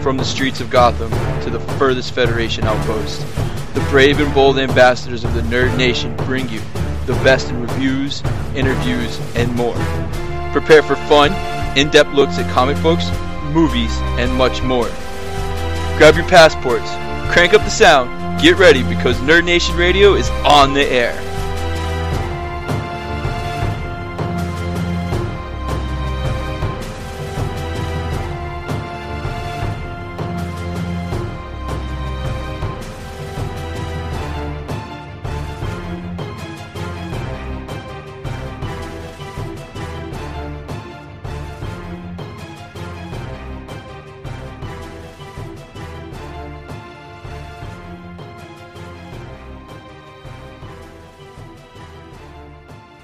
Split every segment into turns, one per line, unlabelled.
From the streets of Gotham to the furthest Federation outpost, the brave and bold ambassadors of the Nerd Nation bring you the best in reviews, interviews, and more. Prepare for fun, in depth looks at comic books, movies, and much more. Grab your passports, crank up the sound, get ready because Nerd Nation Radio is on the air.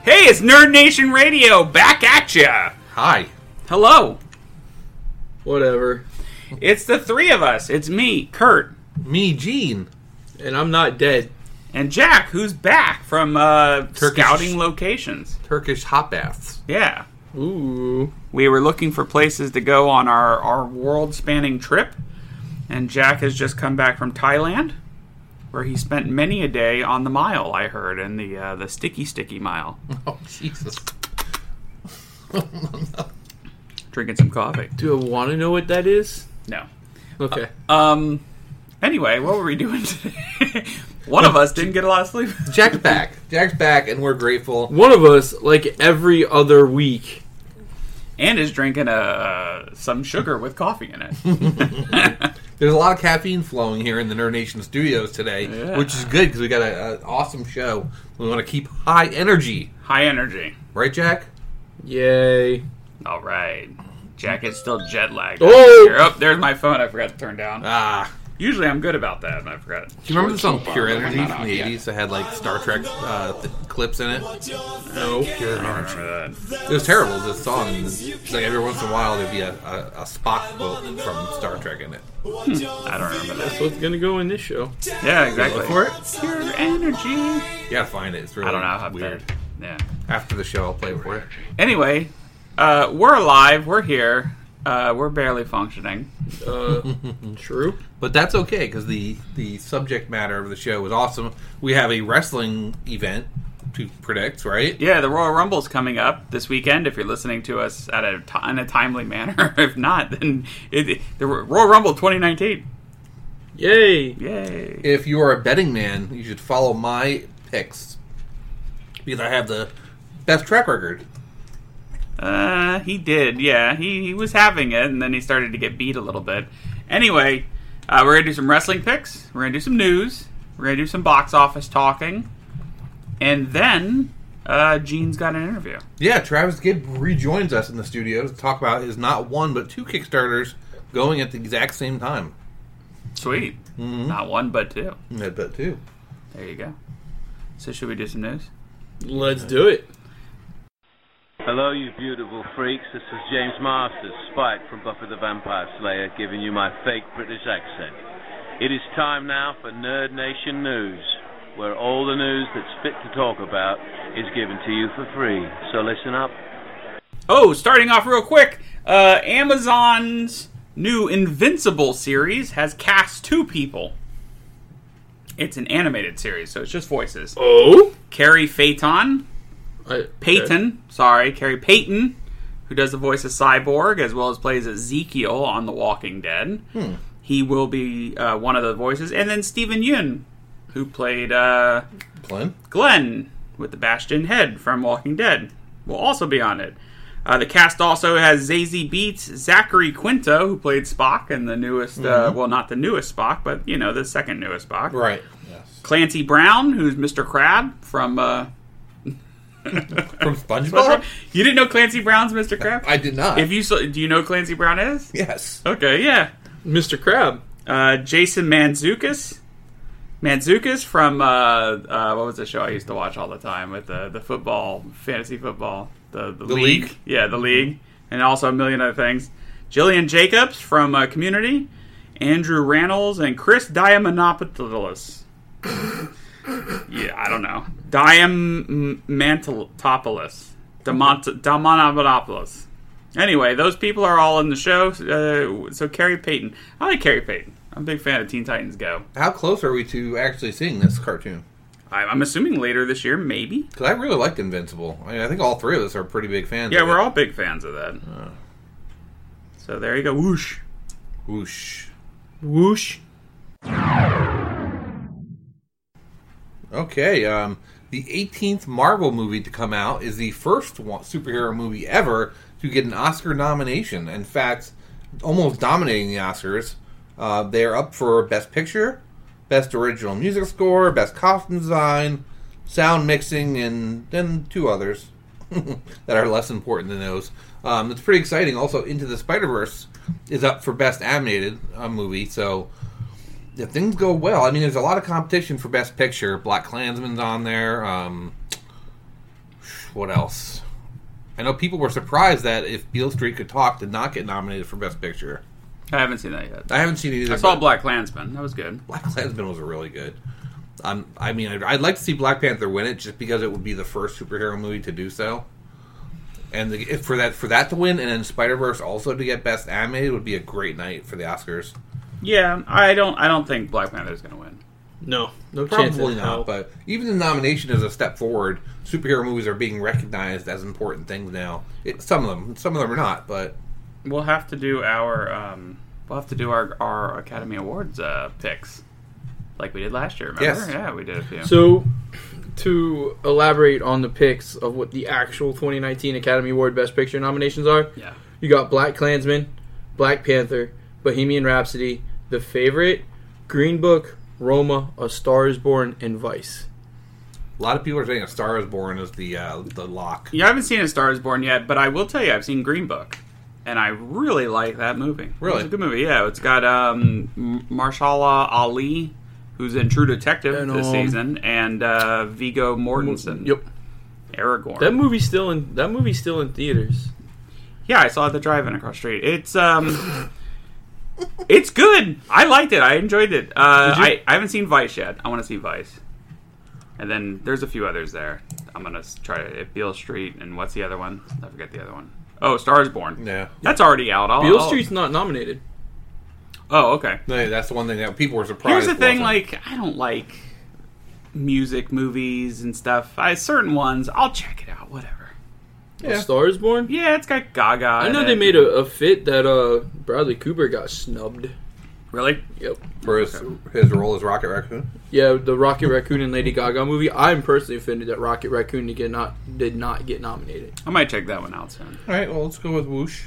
Hey, it's Nerd Nation Radio back at ya.
Hi.
Hello.
Whatever.
It's the three of us. It's me, Kurt,
Me, Gene.
And I'm not dead.
and Jack, who's back from uh,
Turkish-
scouting locations.
Turkish hot baths.
Yeah.
Ooh.
We were looking for places to go on our, our world spanning trip, and Jack has just come back from Thailand, where he spent many a day on the mile, I heard, and the, uh, the sticky, sticky mile,
Oh, Jesus.
drinking some coffee.
Do I want to know what that is?
No.
Okay.
Um. Anyway, what were we doing today? One of us didn't get a lot of sleep.
Jack's back. Jack's back, and we're grateful.
One of us, like every other week,
and is drinking uh, some sugar with coffee in it.
There's a lot of caffeine flowing here in the Nerd Nation studios today,
Yeah.
which is good because we got an awesome show. We want to keep high energy.
High energy.
Right, Jack?
Yay.
All right. Jack is still jet lagged.
Oh!
Here, oh, there's my phone. I forgot to turn down.
Ah.
Usually I'm good about that, and I forgot.
Do you remember the song Pure Energy from the 80s that had, like, Star Trek uh, th- clips in it? No. Pure Energy.
Remember that.
It was terrible, this song. It's like every once in a while there'd be a, a, a Spock quote from Star Trek in it.
I don't remember that.
So it's gonna go in this show.
Yeah, exactly.
Look for it.
Pure energy.
You gotta find it. It's really
I don't know how
weird.
weird. Yeah.
After the show, I'll play it for you.
Anyway, uh, we're alive. We're here. Uh, we're barely functioning.
Uh, true.
But that's okay because the the subject matter of the show was awesome. We have a wrestling event to predict, right?
Yeah, the Royal Rumble's coming up this weekend. If you're listening to us at a ti in a timely manner, if not, then it, the Royal Rumble 2019.
Yay.
Yay!
If you are a betting man, you should follow my picks because I have the best track record.
Uh, he did. Yeah, he, he was having it, and then he started to get beat a little bit. Anyway, uh, we're gonna do some wrestling picks. We're gonna do some news. We're gonna do some box office talking, and then uh, Gene's got an interview.
Yeah, Travis Gibb rejoins us in the studio to talk about his not one but two Kickstarters going at the exact same time.
Sweet. Not one, but two.
I bet too.
There you go. So should we do some news?
Let's do it.
Hello, you beautiful freaks. This is James Masters, Spike from Buffy the Vampire Slayer, giving you my fake British accent. It is time now for Nerd Nation News, where all the news that's fit to talk about is given to you for free. So listen up.
Oh, starting off real quick, uh, Amazon's new Invincible series has cast two people. It's an animated series, so it's just voices.
Oh.
Carrie Phaeton,
I,
Peyton, sorry, Carrie Peyton, who does the voice of Cyborg as well as plays Ezekiel on The Walking Dead. He will be uh, one of the voices, and then Stephen Yun, who played uh,
Glenn?
Glenn with the Bastion head from Walking Dead will also be on it. Uh, the cast also has Zazie Beats, Zachary Quinto, who played Spock in the newest, uh, well, not the newest Spock, but you know the second newest Spock.
Mm-hmm. Right. Yes.
Clancy Brown, who's Mr. Crab from. Uh,
From SpongeBob?
you didn't know Clancy Brown's Mr. Crab?
I did not.
If you saw, do you know who Clancy Brown is?
yes.
Okay, yeah.
Mr. Crab.
Uh, Jason Manzukis. Manzukis from uh, uh, what was the show I used to watch all the time with the the football, fantasy football, the the, league.
League?
yeah, the league, and also a million other things. Jillian Jacobs from uh, Community, Andrew Rannells, and Chris Diamantopoulos. yeah, I don't know Diamantopoulos, Diamant Diamantopoulos. Anyway, those people are all in the show. Uh, so Carrie Payton, I like Carrie Payton. I'm a big fan of Teen Titans Go.
How close are we to actually seeing this cartoon?
I- I'm assuming later this year, maybe.
Because I really liked Invincible. I, mean, I think all three of us are pretty big fans.
Yeah,
of
we're
it.
all big fans of that. So there you go. Whoosh,
Whoosh.
whoosh.
Okay, um, the 18th Marvel movie to come out is the first one, superhero movie ever to get an Oscar nomination. In fact, almost dominating the Oscars. Uh, they are up for Best Picture, Best Original Music Score, Best Costume Design, Sound Mixing, and then two others that are less important than those. Um, it's pretty exciting. Also, Into the Spider Verse is up for Best Animated uh, Movie, so if things go well, I mean, there's a lot of competition for Best Picture. Black Klansman's on there. Um, what else? I know people were surprised that if Beale Street Could Talk did not get nominated for Best Picture.
I haven't seen that yet.
I haven't seen it either.
I saw
but
Black Klansman. That was good.
Black Klansman was really good. Um, I mean, I'd, I'd like to see Black Panther win it just because it would be the first superhero movie to do so. And the, if for that for that to win, and then Spider Verse also to get Best Animated would be a great night for the Oscars.
Yeah, I don't. I don't think Black Panther's going to win.
No, no chance.
Probably
in
not,
hell.
but even the nomination is a step forward. Superhero movies are being recognized as important things now. It, some of them, some of them are not, but
We'll have to do our. Um, we'll have to do our our Academy Awards uh, picks, like we did last year. Remember?
Yes.
Yeah, we did a few.
So, to elaborate on the picks of what the actual 2019 Academy Award Best Picture nominations are,
yeah.
you got Black Klansman, Black Panther, Bohemian Rhapsody, The Favorite, Green Book, Roma, A Star Is Born, and Vice.
a lot of people are saying A Star Is Born is the uh, the lock.
Yeah, I haven't seen A Star Is Born yet, but I will tell you, I've seen Green Book, and I really like that movie.
Really?
it's a good movie. Yeah, it's got um, M- Marshala Ali, who's in True Detective
And,
this
um,
season, and uh, Vigo Mortensen.
Yep.
Aragorn.
That movie's still in. That movie's still in theaters.
yeah, I saw it at the drive-in across the street. It's um, it's good. I liked it. I enjoyed it. Uh,
Did you-
I I haven't seen Vice yet. I want to see Vice, and then there's a few others there. I'm gonna s- try it. Beale Street and what's the other one? I forget the other one. Oh, Stars Born.
Yeah,
That's already out. I'll,
Beale
I'll-
Street's not nominated.
Oh, okay.
No, that's the one thing that people were surprised.
Here's the thing:
wasn't.
like, I don't like music movies and stuff. I certain ones, I'll check it out. Whatever.
Yeah.
A Star Is Born.
Yeah, it's got Gaga.
I
in
know
it.
they made a, a fit that uh, Bradley Cooper got snubbed.
really.
Yep.
for his, his role as Rocket Raccoon.
Yeah, the Rocket Raccoon and Lady Gaga movie. I'm personally offended that Rocket Raccoon did not did not get nominated.
I might check that one out soon.
All right, well, let's go with Whoosh.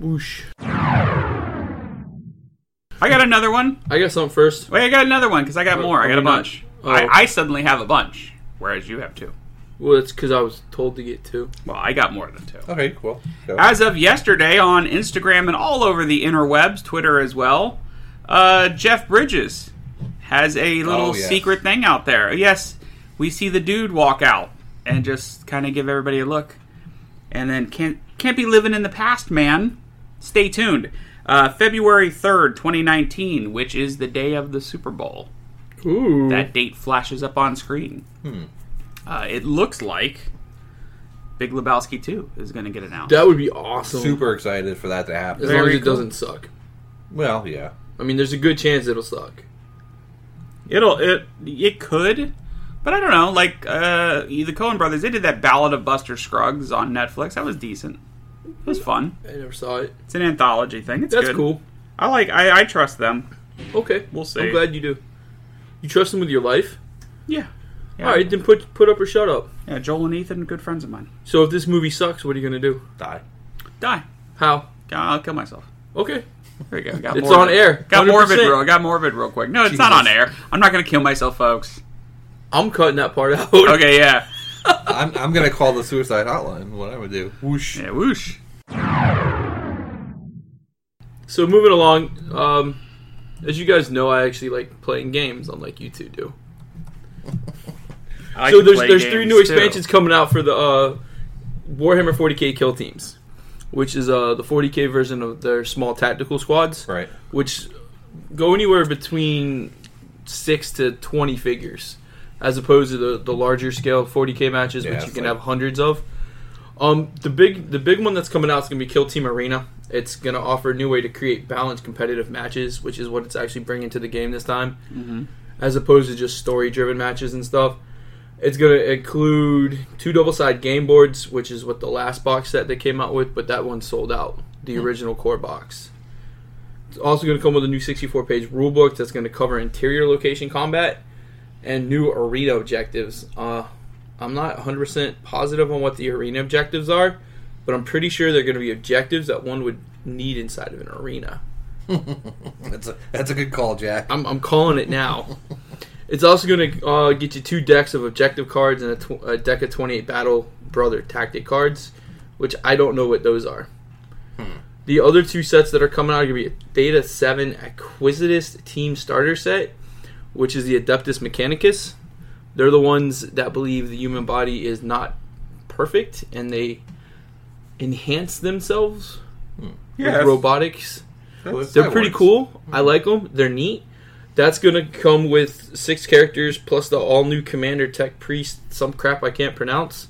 Whoosh.
I got another one.
I got something first.
Wait, I got another one because I got more. I got a
oh, no.
bunch.
Oh.
I, I suddenly have a bunch, whereas you have two.
Well, it's because I was told to get two.
Well, I got more than two.
Okay, cool. Go.
As of yesterday on Instagram and all over the interwebs, Twitter as well, uh, Jeff Bridges has a little
Oh, yes.
secret thing out there. Yes, we see the dude walk out and just kind of give everybody a look. And then can't, can't be living in the past, man. Stay tuned. Uh, February 3rd, 2019, which is the day of the Super Bowl
Hmm.
Ooh.
that date flashes up on screen. Uh, it looks like Big Lebowski 2 is going to get announced.
That would be awesome.
Super excited for that to happen.
As long as
Very
it
cool.
doesn't suck.
Well, yeah,
I mean, there's a good chance it'll suck.
It'll it it could, but I don't know. Like uh, the Coen Brothers, they did that Ballad of Buster Scruggs on Netflix. That was decent. It was fun.
I never saw it.
It's an anthology thing. It's
That's
good.
cool.
I like. I, I trust them.
Okay,
We'll see.
I'm glad you do. You trust him with your life.
Yeah. yeah.
All right, then put put up or shut up.
Yeah. Joel and Ethan, good friends of mine.
So if this movie sucks, what are you gonna do?
die.
Die.
How?
I'll kill myself.
Okay.
There you go. Got
It's
morbid.
on air.
Got morbid
100%.
real. Got morbid real quick. No, it's not on
Jesus.
air. I'm not gonna kill myself, folks.
I'm cutting that part out.
Okay. Yeah.
I'm, I'm gonna call the suicide hotline. What I would do? Whoosh.
Yeah. Whoosh.
So moving along, um, as you guys know, I actually like playing games, unlike you two do.
I like
so
to
there's
play
there's three
games,
new
too.
expansions coming out for the uh, Warhammer 40k kill teams, which is uh, the 40k version of their small tactical squads,
Right.
which go anywhere between six to 20 figures, as opposed to the, the larger scale 40k matches,
Yeah,
which you
it's
can
like-
have hundreds of. Um, the big the big one that's coming out is going to be Kill Team Arena. It's going to offer a new way to create balanced competitive matches, which is what it's actually bringing to the game this time, as opposed to just story driven matches and stuff. It's going to include two double side game boards, which is what the last box set they came out with, but that one sold out. The original core box. It's also going to come with a new 64 page rulebook that's going to cover interior location combat and new arena objectives. Uh, I'm not 100% positive on what the arena objectives are, but I'm pretty sure they're going to be objectives that one would need inside of an arena.
That's a, that's a good call, Jack.
I'm, I'm calling it now. it's also going to uh, get you two decks of objective cards and a, tw- a deck of 28 Battle Brother tactic cards, which I don't know what those are. The other two sets that are coming out are going to be a Theta 7 Acquisitus Team Starter Set, which is the Adeptus Mechanicus. They're the ones that believe the human body is not perfect and they enhance themselves
Yeah,
with robotics.
That's-
They're
that
pretty
works.
cool. I like them. They're neat. That's gonna come with six characters plus the all new commander tech priest, some crap I can't pronounce,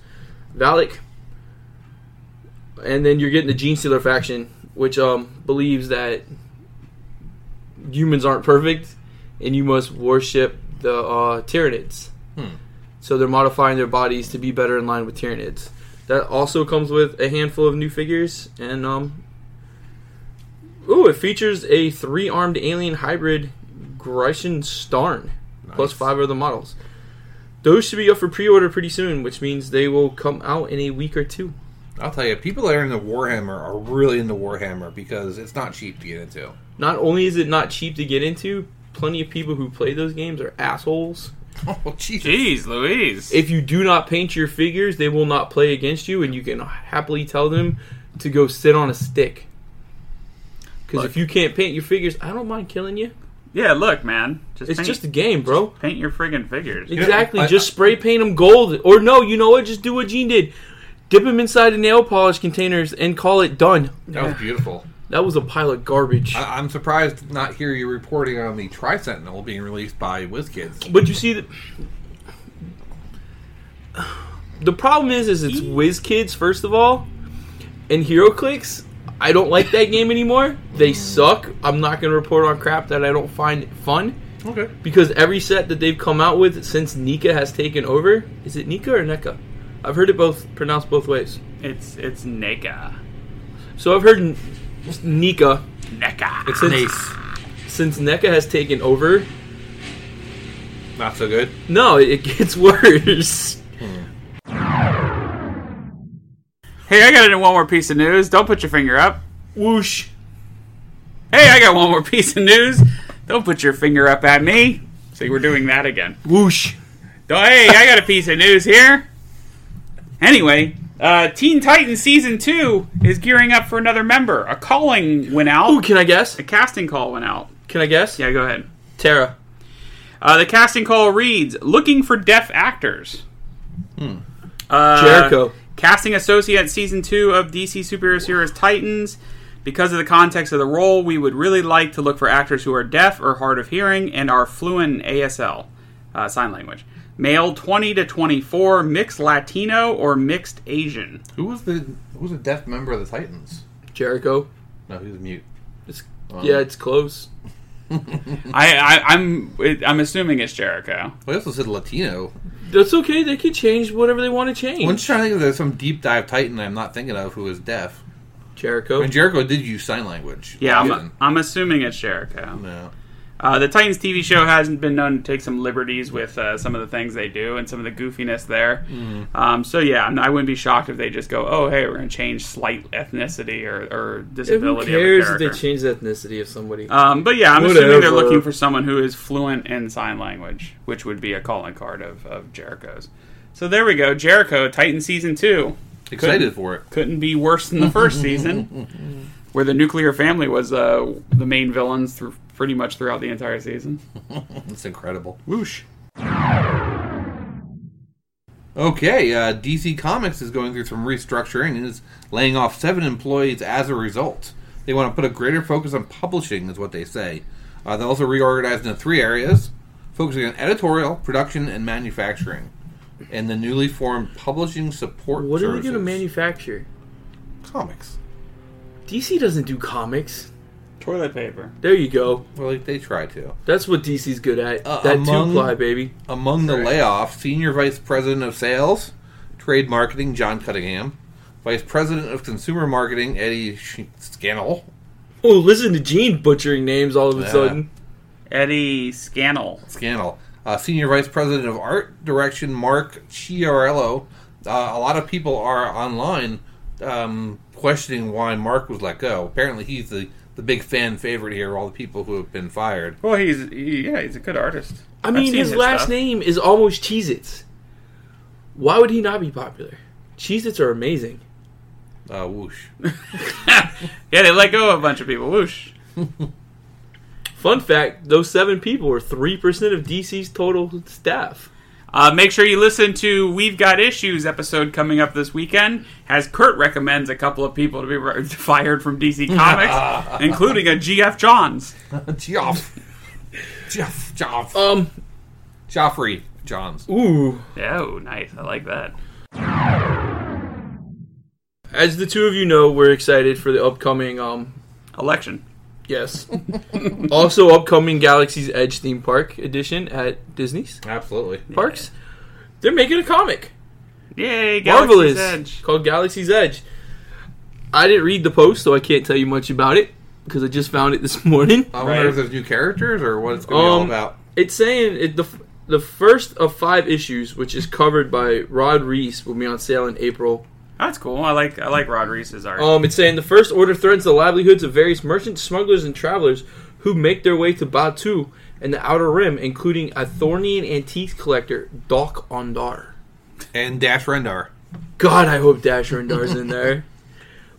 Valak. And then you're getting the Gene Stealer faction, which um, believes that humans aren't perfect, and you must worship the uh, Tyranids. So they're modifying their bodies to be better in line with Tyranids. That also comes with a handful of new figures and um, Ooh, it features a three armed alien hybrid Grecian Starn, plus five other models. Those should be up for pre order pretty soon, which means they will come out in a week or two.
I'll tell you, people that are into Warhammer are really into Warhammer because it's not cheap to get into.
Not only is it not cheap to get into, plenty of people who play those games are assholes.
Oh, Jesus.
Jeez, Louise.
If you do not paint your figures, they will not play against you, and you can happily tell them to go sit on a stick. Because if you can't paint your figures, I don't mind killing you.
yeah, look, man. Just
It's
paint,
just a game, bro.
paint your friggin' figures.
Exactly.
I-
just spray paint them gold, or no, you know what? Just do what Gene did. Dip them inside the nail polish containers and call it done.
That was beautiful.
That was a pile of garbage.
I, I'm surprised to not hear you reporting on the Tri Sentinel being released by WizKids.
but you see, the, the problem is, is it's Whiz Kids first of all, and HeroClix. I don't like that game anymore. They suck. I'm not going to report on crap that I don't find fun
Okay.
because every set that they've come out with since Nika has taken over, is it Nika or Neka? I've heard it both pronounced both ways.
It's it's E NECA.
So I've heard N- Nika
NECA.
since since NECA has taken over.
Not so good.
No, it gets worse.
Hey, I got one more piece of news. Don't put your finger up.
Whoosh.
Hey, I got one more piece of news. Don't put your finger up at me. See, we're doing that again.
Whoosh.
Oh, hey, I got a piece of news here. Anyway, uh, Teen Titans season two is gearing up for another member. A calling went out.
Ooh, can I guess?
A casting call went out.
Can I guess?
Yeah, go ahead.
Tara.
Uh, the casting call reads: Looking for deaf actors. Uh,
Jericho.
casting associate season two of DC Superhero Series Titans. Because of the context of the role, we would really like to look for actors who are deaf or hard of hearing and are fluent in ASL, uh, sign language. Male 20 to 24, mixed Latino or mixed Asian.
Who was the who was a deaf member of the Titans?
Jericho.
No, he was mute.
It's, yeah, it's close.
I, I, I'm I'm assuming it's Jericho.
Well, I also said Latino.
That's okay. They can change whatever they want to change.
I'm just trying to think if there's some deep dive Titan I'm not thinking of who is deaf.
Jericho.
And Jericho did use sign language.
Yeah, I'm,
Often.
I'm assuming it's Jericho.
No.
Uh, the Titans TV show hasn't been known to take some liberties with uh, some of the things they do and some of the goofiness there. Um, so yeah, I'm- I wouldn't be shocked if they just go, "Oh, hey, we're going to change slight ethnicity or, or
Who
disability."
cares
of
if
the
they
character."
change the ethnicity of somebody?
um, but yeah, I'm assuming they're
Whatever.
looking for someone who is fluent in sign language, which would be a calling card of, of Jericho's. So there we go, Jericho Titan season two
Excited for it.
couldn't be worse than the first season, where the nuclear family was uh, the main villains through pretty much throughout the entire season.
It's incredible.
Whoosh.
Okay, uh, DC Comics is going through some restructuring and is laying off seven employees as a result. They want to put a greater focus on publishing, is what they say. Uh, they also reorganized into three areas, focusing on editorial, production, and manufacturing. and the newly formed Publishing Support
What are we
Services.
going to manufacture?
Comics.
DC doesn't do comics.
Toilet paper.
There you go.
Well, like they try to.
That's what DC's good at.
Uh,
that
among-
two ply, baby.
Among the layoffs, Senior Vice President of Sales, Trade Marketing, John Cunningham, Vice President of Consumer Marketing, Eddie Sh- Scannell,
Oh, listen to Gene butchering names all of a
Yeah.
sudden.
Eddie Scannell.
Scannell, uh, Senior Vice President of Art Direction, Mark Chiarello. Uh, a lot of people are online um, questioning why Mark was let go. Apparently, he's the, the big fan favorite here, of all the people who have been fired.
Well, he's he, yeah, he's a good artist.
I
I've
mean,
seen
his, last
stuff.
name is almost Cheez Its. Why would he not be popular? Cheez Its are amazing.
Uh, whoosh.
Yeah, they let go of a bunch of people. Whoosh.
Fun fact those seven people were 3% of DC's total staff.
Uh, make sure you listen to We've Got Issues episode coming up this weekend. As Kurt recommends a couple of people to be re- fired from DC Comics, including a GF Johns.
Joff. Joff. Joff.
Um,
Joffrey Johns.
ooh.
Oh, nice. I like that.
As the two of you know, we're excited for the upcoming, um,
Election.
yes. also, upcoming Galaxy's Edge theme park edition at Disney's
Absolutely.
parks. They're making a comic.
Yay,
Marvel
Galaxy's
is
Edge.
called Galaxy's Edge. I didn't read the post, so I can't tell you much about it because I just found it this morning.
I wonder
Right.
if there's new characters or what it's going to be all
Um,
about.
It's saying it, the f- the first of five issues, which is covered by Rod Reese, will be on sale in April.
That's cool. I like I like Rod Reese's art.
Um, it's saying the first order threatens the livelihoods of various merchants, smugglers, and travelers who make their way to Batu and the Outer Rim, including a thorny and antiques collector, Doc Ondar.
And Dash Rendar.
God, I hope Dash Rendar's in there.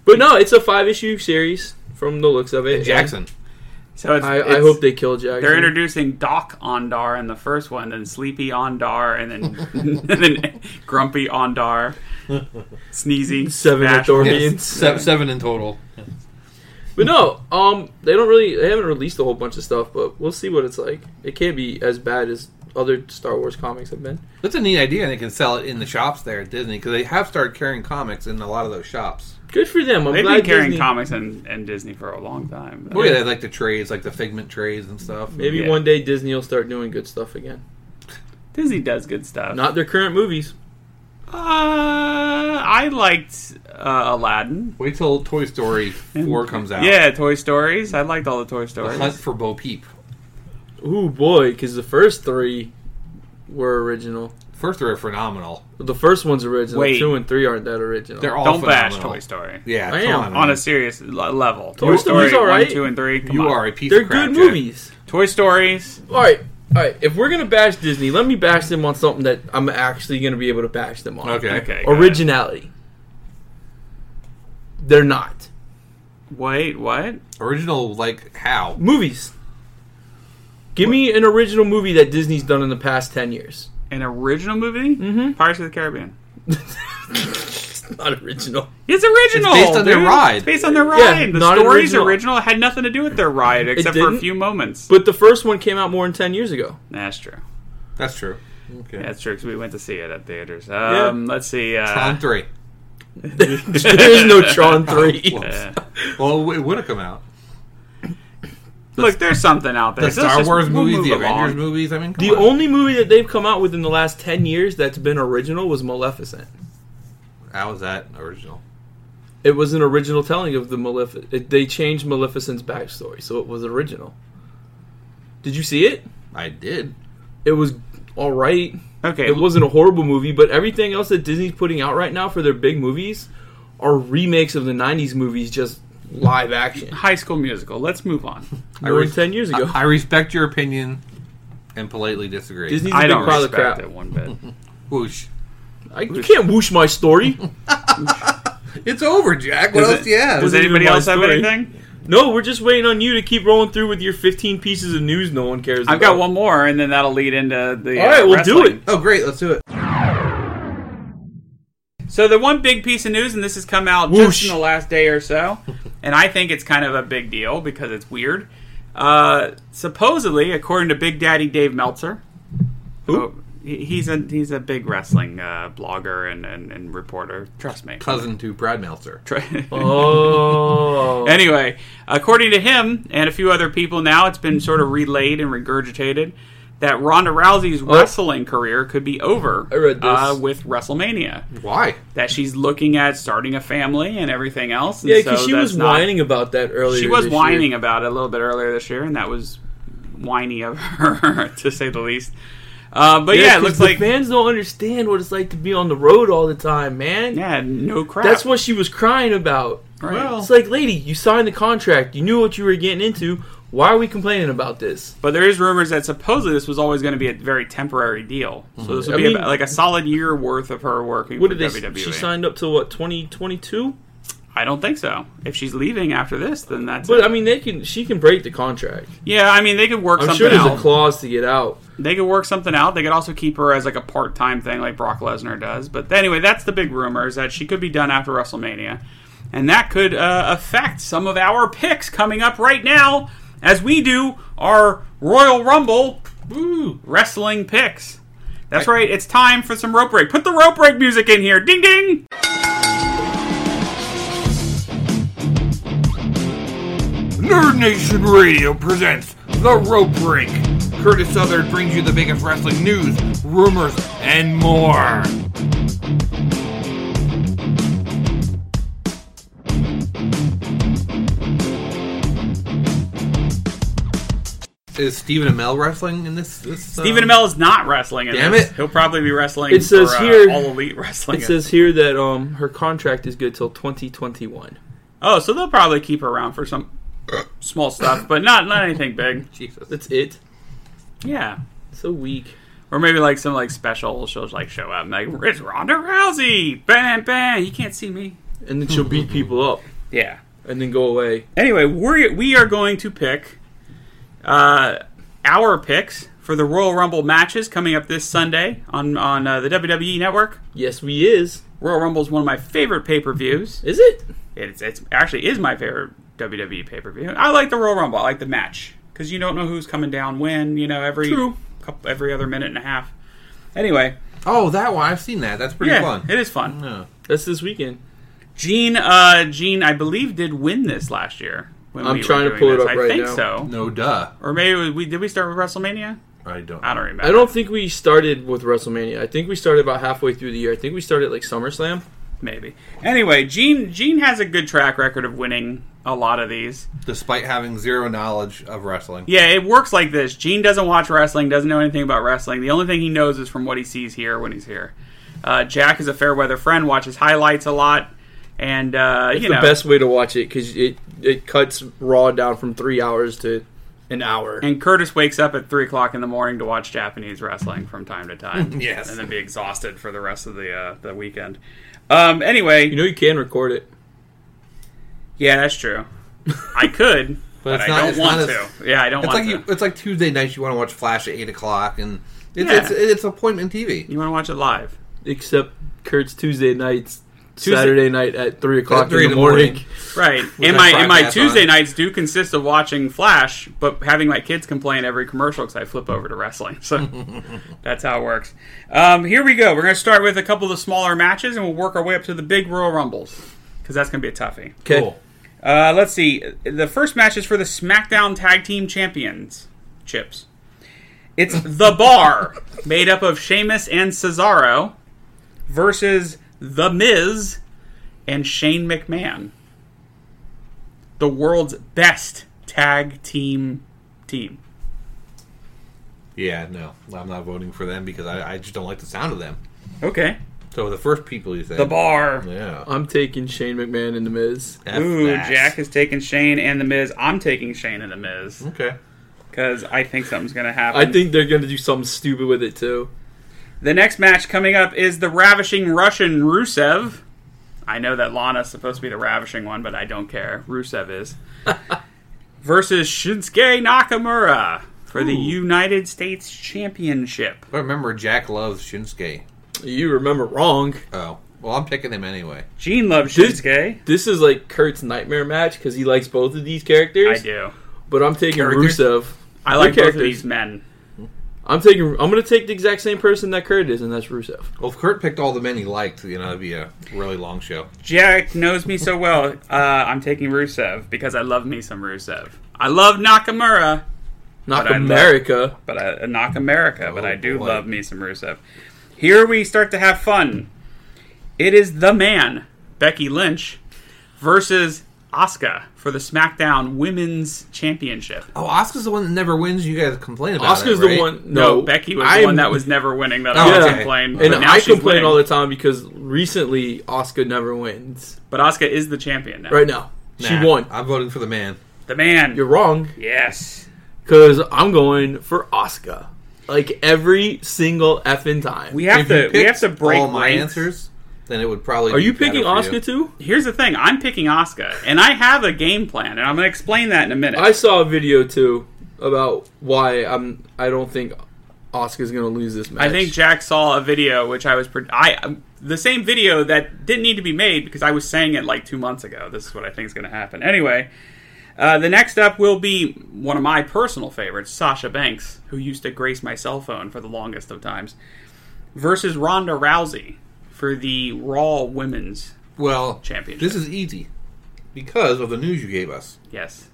But no, it's a five issue series from the looks of it.
Jackson.
so it's,
I, I
it's-
hope they kill Jackson.
They're introducing Doc Ondar in the first one, then Sleepy Ondar, and then and then Grumpy Ondar, Sneezy,
Seven
Smash-
Ithorians.
Se- seven in total.
But no, um, they don't really. They haven't released a whole bunch of stuff, but we'll see what it's like. It can't be as bad as other Star Wars comics have been.
That's a neat idea, and they can sell it in the shops there at Disney because they have started carrying comics in a lot of those shops.
Good for them. I'm
They've
glad
been carrying
Disney-
comics and, and Disney for a long time.
Oh yeah, they like the trays, like the Figment trays and stuff.
Maybe
Yeah.
one day Disney will start doing good stuff again.
Disney does good stuff.
Not their current movies.
uh, I liked uh, Aladdin.
Wait till Toy Story Four comes out.
Yeah, Toy Stories. I liked all the Toy
The Hunt
Stories.
for Bo Peep.
Ooh boy, because the first three were original.
First, they're phenomenal.
The first one's original.
Wait.
Two and three aren't that original.
They're all
Don't bash
phenomenal.
Toy Story.
Yeah,
I
come
am.
on,
On
man.
a serious le- level, Toy,
Toy
Story
Story's all right.
one, two, and three. Come
you
on.
are a piece.
They're
of crap,
good
Jack.
movies.
Toy Stories.
All right, all right. If we're gonna bash Disney, let me bash them on something that I'm actually gonna be able to bash them on.
Okay.
Okay.
uh,
got it.
Originality. They're not.
Wait, what?
Original, like how?
Movies. Give me an original movie that Disney's done in the past 10 years.
An original movie? Mm-hmm. Pirates of the Caribbean.
It's not original.
It's original.
It's based on their
dude.
ride.
It's based on their
Yeah,
ride. the
not
story's original.
original.
It had nothing to do with their ride except for a
didn't?
few moments.
But the first one came out more than 10 years ago.
That's true.
That's true. Okay.
That's true because we went to see it at theaters. Um, Let's see.
Tron
Uh,
Three.
there is no Tron 3.
uh,
Well, it would have come out.
look, there's something out there.
The
So let's
Star
just-
Wars
we'll
movies,
move
the
along.
Avengers movies. I mean, come
The
on.
only movie that they've come out with in the last 10 years that's been original was Maleficent.
how is that original?
It was an original telling of the Maleficent. They changed Maleficent's backstory, so it was original. Did you see it?
I did.
It was all right.
Okay.
It wasn't a horrible movie, but everything else that Disney's putting out right now for their big movies are remakes of the '90s movies, just live action.
High School Musical. Let's move on.
I wrote ten years ago.
I, I respect your opinion and politely disagree.
Disney's a
I
big
don't
pile of
respect
crap.
it one bit.
Whoosh.
I, you can't whoosh my story.
It's over, Jack. What
Does
else
it-
do you have?
Does
Wasn't
anybody
even my
else have
story.
anything?
no, we're just waiting on you to keep rolling through with your 15 pieces of news no one cares.
I've
about.
got one more, and then that'll lead into the.
Oh.
uh,
All right, we'll do
wrestling.
it.
oh, great. Let's do it.
So the one big piece of news, and this has come out
Whoosh.
just in the last day or so, and I think it's kind of a big deal because it's weird. Uh, supposedly, according to Big Daddy Dave Meltzer,
Who?
oh, He- He's a he's a big wrestling uh, blogger and, and, and reporter. Trust me.
cousin to Brad Meltzer.
Oh.
Anyway, according to him and a few other people now, it's been sort of relayed and regurgitated that Ronda Rousey's wrestling career could be over
Oh. I read this.
Uh, with WrestleMania.
Why?
That she's looking at starting a family and everything else. And
yeah, because
so
she
that's
was
not-
whining about that earlier.
She was
this
whining
year.
about it a little bit earlier this year, and that was whiny of her, to say the least. Uh, but yeah, it
'cause
looks
the
like
fans don't understand what it's like to be on the road all the time, man.
yeah, no crap.
That's what she was crying about.
Right.
It's like, lady, you signed the contract. You knew what you were getting into. Why are we complaining about this?
But there is rumors that supposedly this was always going to be a very temporary deal. So this would
Mm-hmm. I
be
mean-
about, like a solid year worth of her working
What
for
did they?
WWE.
She signed up to what? Twenty twenty two.
I don't think so. If she's leaving after this, then that's.
But
it.
I mean, they can. She can break the contract.
yeah, I mean they could work
I'm
something
sure there's
out.
a clause to get out.
they could work something out. They could also keep her as like a part time thing, like Brock Lesnar does. But anyway, that's the big rumor is that she could be done after WrestleMania, and that could uh, affect some of our picks coming up right now as we do our Royal Rumble
Woo.
wrestling picks. That's right. It's time for some rope break. Put the rope break music in here. Ding ding.
Nerd Nation Radio presents The Rope Break. Curtis Southard brings you the biggest wrestling news, rumors, and more. Is Stephen Amell wrestling in this? this uh,
Stephen Amell is not wrestling. In
Damn
this.
it.
He'll probably be wrestling.
It says
for, uh,
here-
all elite wrestling.
It says here that um her contract is good till 2021.
oh, so they'll probably keep her around for some small stuff, but not not anything big.
Jesus.
That's it.
Yeah.
So weak.
Or maybe like some like special, she'll like show up and like it's Ronda Rousey, bam bam, you can't see me.
And then she'll beat people up
Yeah.
and then go away.
Anyway, we we are going to pick uh, our picks for the Royal Rumble matches coming up this Sunday on on uh, the WWE Network.
Yes, we is.
Royal Rumble is one of my favorite pay per views.
Is it?
It's it's actually is my favorite WWE pay per view. I like the Royal Rumble. I like the match because you don't know who's coming down when. You know every
True.
couple, every other minute and a half. Anyway,
Oh, that one. I've seen that. That's pretty
yeah,
fun.
it is fun.
Yeah.
That's this weekend.
Gene, uh, Gene, I believe did win this last year. When
I'm
were
trying to
doing
pull it
this.
up
I
right
think
now.
so,
No duh.
or maybe we- we did we start with WrestleMania?
I don't.
I don't remember.
I don't think we started with WrestleMania. I think we started about halfway through the year. I think we started like SummerSlam.
maybe. Anyway, Gene, Gene has a good track record of winning a lot of these.
Despite having zero knowledge of wrestling.
Yeah, it works like this. Gene doesn't watch wrestling, doesn't know anything about wrestling. The only thing he knows is from what he sees here when he's here. Uh, Jack is a fair weather friend, watches highlights a lot, and uh,
It's
you
the
know,
best way to watch it because it it cuts Raw down from three hours to an hour.
And Curtis wakes up at three o'clock in the morning to watch Japanese wrestling from time to time.
Yes.
and then be exhausted for the rest of the uh, the weekend. Um, anyway,
you know you can record it.
yeah, that's true. I could, but,
it's
I
not-
don't
it's
want
not
to.
as-
yeah, I don't
It's
want
like
to.
you, it's like Tuesday nights. You want to watch Flash at eight o'clock, and it's
Yeah.
it's, it's appointment TV.
you want to watch it live?
Except Kurt's Tuesday nights,
Tuesday-
Saturday night at three o'clock
three
in the morning.
Right.
With
And
that
my and my
broadcast
Tuesday
on.
nights do consist of watching Flash, but having my kids complain every commercial because I flip over to wrestling. So that's how it works. Um, here we go. We're going to start with a couple of the smaller matches, and we'll work our way up to the big Royal Rumbles because that's going to be a toughie.
Okay.
Cool.
Uh, let's see. The first match is for the SmackDown Tag Team Champions chips. It's the Bar, made up of Sheamus and Cesaro, versus the Miz and Shane McMahon, the world's best tag team team.
Yeah, no, I'm not voting for them because I, I just don't like the sound of them.
Okay,
So the first people you think
the Bar.
Yeah.
I'm taking Shane McMahon and The Miz.
F
Ooh,
that.
Jack is taking Shane and the Miz. I'm taking Shane and the Miz
Okay.
because I think something's gonna happen.
I think they're gonna do something stupid with it too.
The next match coming up is the Ravishing Russian Rusev. I know that Lana's supposed to be the Ravishing one, but I don't care. Rusev is. versus Shinsuke Nakamura for the United States Championship.
But remember, Jack loves Shinsuke.
You remember wrong.
Oh, well, I'm picking him anyway.
Gene loves
This-
Shinsuke.
This is like Kurt's nightmare match because he likes both of these characters.
I do.
But I'm taking
Characters?
Rusev.
I like
Their
both of these men.
I'm taking. I'm going to take the exact same person that Kurt is, and that's Rusev.
Well, if Kurt picked all the men he liked, you know, it'd be a really long show.
Jack knows me so well. Uh, I'm taking Rusev because I love me some Rusev. I love Nakamura,
Knock
But I love-
America.
but I uh, knock America, but
Oh,
I do
boy.
love me some Rusev. Here we start to have fun. It is the man, Becky Lynch, versus Asuka for the SmackDown Women's Championship.
Oh, Oscar's the one that never wins. You guys complain about
Oscar's
it, right?
the one.
No,
No,
Becky was the
I'm-
one that was never winning that
Oh,
I always
okay.
complained.
And
but now
I
she's
complain
winning.
all the time because recently Oscar never wins.
But Asuka is the champion now.
Right now, she
Nah,
won.
I'm voting for the man.
The man.
You're wrong
yes.
because I'm going for Oscar. Like every single effing time.
We have
If you
to we
picked
have to break
all my
ranks.
answers, then it would probably.
Are
be
you
better
picking
for you.
Oscar too?
Here's the thing, I'm picking Asuka, and I have a game plan, and I'm gonna explain that in a minute.
I saw a video too about why I'm. I don't think Oscar's gonna lose this match.
I think Jack saw a video which I was pro- I um, the same video that didn't need to be made because I was saying it like two months ago. This is what I think is going to happen. Anyway, uh, the next up will be one of my personal favorites, Sasha Banks, who used to grace my cell phone for the longest of times, versus Ronda Rousey for the Raw Women's.
Well,
Championship.
This is easy because of the news you gave us.
Yes,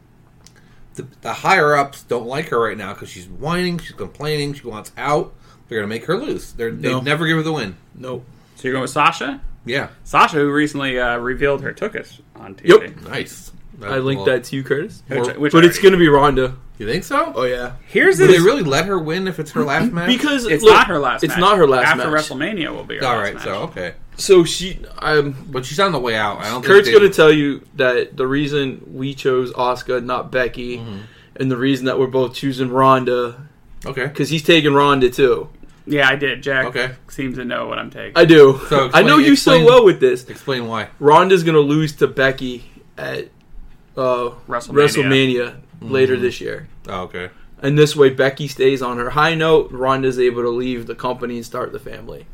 The, the higher ups don't like her right now because she's whining, she's complaining, she wants out. They're gonna make her lose. They're,
No.
They'd never give her the win.
nope.
so you're going with Sasha.
Yeah,
Sasha, who recently uh, revealed her tuchus on TV.
Yep.
nice.
I linked that to you, Curtis.
Which, which
But it's gonna be Ronda.
You think so?
Oh yeah.
here's
Do
this.
they really let her win if it's her last match?
Because
it's
look,
not her last.
It's
match.
not her last
After
match.
WrestleMania will be her
all
last
right,
match.
so okay,
So she, I'm
but she's on the way out. I don't.
Kurt's
think
going
they,
to tell you that the reason we chose Oscar, not Becky,
Mm-hmm.
and the reason that we're both choosing Ronda,
Okay,
because he's taking Ronda too.
Yeah, I did. Jack
Okay.
seems to know what I'm taking.
I do.
So
I
explain-
know you so
explain-
well with this.
explain why.
Ronda's going to lose to Becky at uh,
WrestleMania.
WrestleMania
Mm-hmm.
later this year.
Oh, okay.
And this way, Becky stays on her high note. Ronda's able to leave the company and start the family.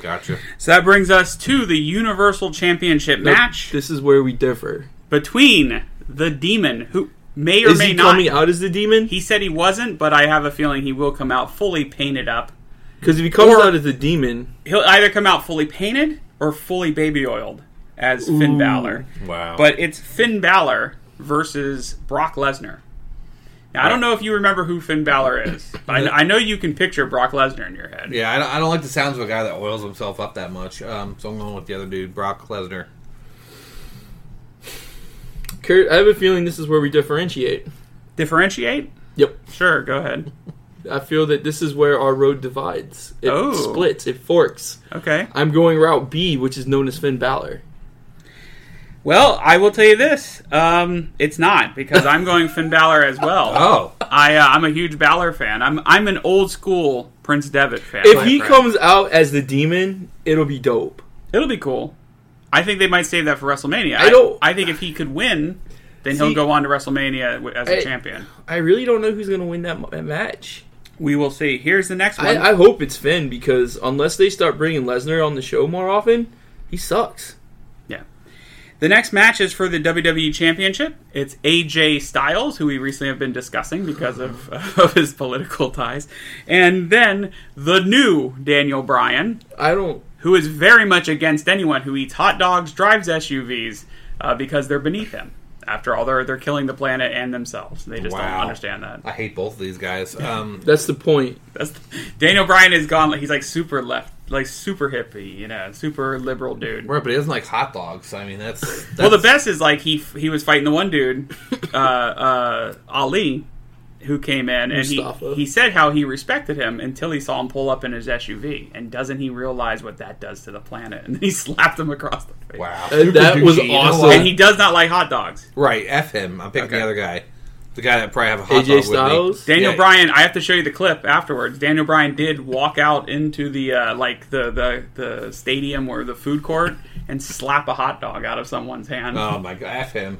Gotcha.
so that brings us to the Universal Championship
Now,
match
This is where we differ.
between the Demon, who may or
Is
may
he
not.
coming out as the demon?
He said he wasn't, but I have a feeling he will come out fully painted up.
Because if he comes
Or-
out as the demon,
He'll either come out fully painted or fully baby oiled as Finn Balor.
Wow.
But it's Finn Balor versus Brock Lesnar. Now, I don't know if you remember who Finn Balor is, but I, I know you can picture Brock Lesnar in your head.
yeah, I don't, I don't like the sounds of a guy that oils himself up that much. Um, so I'm going with the other dude, Brock Lesnar.
Kurt, I have a feeling this is where we differentiate.
Differentiate?
Yep.
Sure, go ahead.
I feel that this is where our road divides. It
Oh.
splits. It forks.
Okay.
I'm going route B, which is known as Finn Balor.
Well, I will tell you this. Um, it's not because I'm going Finn Balor as well.
Oh,
I uh, I'm a huge Balor fan. I'm I'm an old school Prince Devitt fan.
If
my
he
friend.
comes out as the demon, it'll be dope.
it'll be cool. I think they might save that for WrestleMania.
I don't-
I, think if he could win, then
See-
he'll go on to WrestleMania w- as a
I-
champion.
I really don't know who's going to win that mo- that match.
We will see. Here's the next one.
I, I hope it's Finn because unless they start bringing Lesnar on the show more often, he sucks.
yeah. The next match is for the WWE Championship. It's AJ Styles, who we recently have been discussing because of, of his political ties, and then the new Daniel Bryan,
I don't.
who is very much against anyone who eats hot dogs, drives SUVs, uh, because they're beneath him. After all, they're they're killing the planet and themselves. They just don't
Wow.
understand that.
I hate both of these guys. Um,
That's the point.
That's Daniel Bryan is gone. like, He's like super left, like super hippie, you know, super liberal dude.
right, but he doesn't like hot dogs. I mean, that's, that's
Well, the best is like he he was fighting the one dude, uh, uh, Ali, who came in and he,
Mustafa.
he said how he respected him until he saw him pull up in his SUV. And doesn't he realize what that does to the planet? And he slapped him across the face.
wow.
And that was
You know
awesome.
what?
And he does not like hot dogs.
right, f him. I'm picking
Okay.
the other guy, the guy that probably have a hot dog
AJ
with me.
Styles.
Daniel
Yeah.
Bryan, I have to show you the clip afterwards. Daniel Bryan did walk out into the uh, like the, the the stadium or the food court and slap a hot dog out of someone's hand.
Oh my god, f him.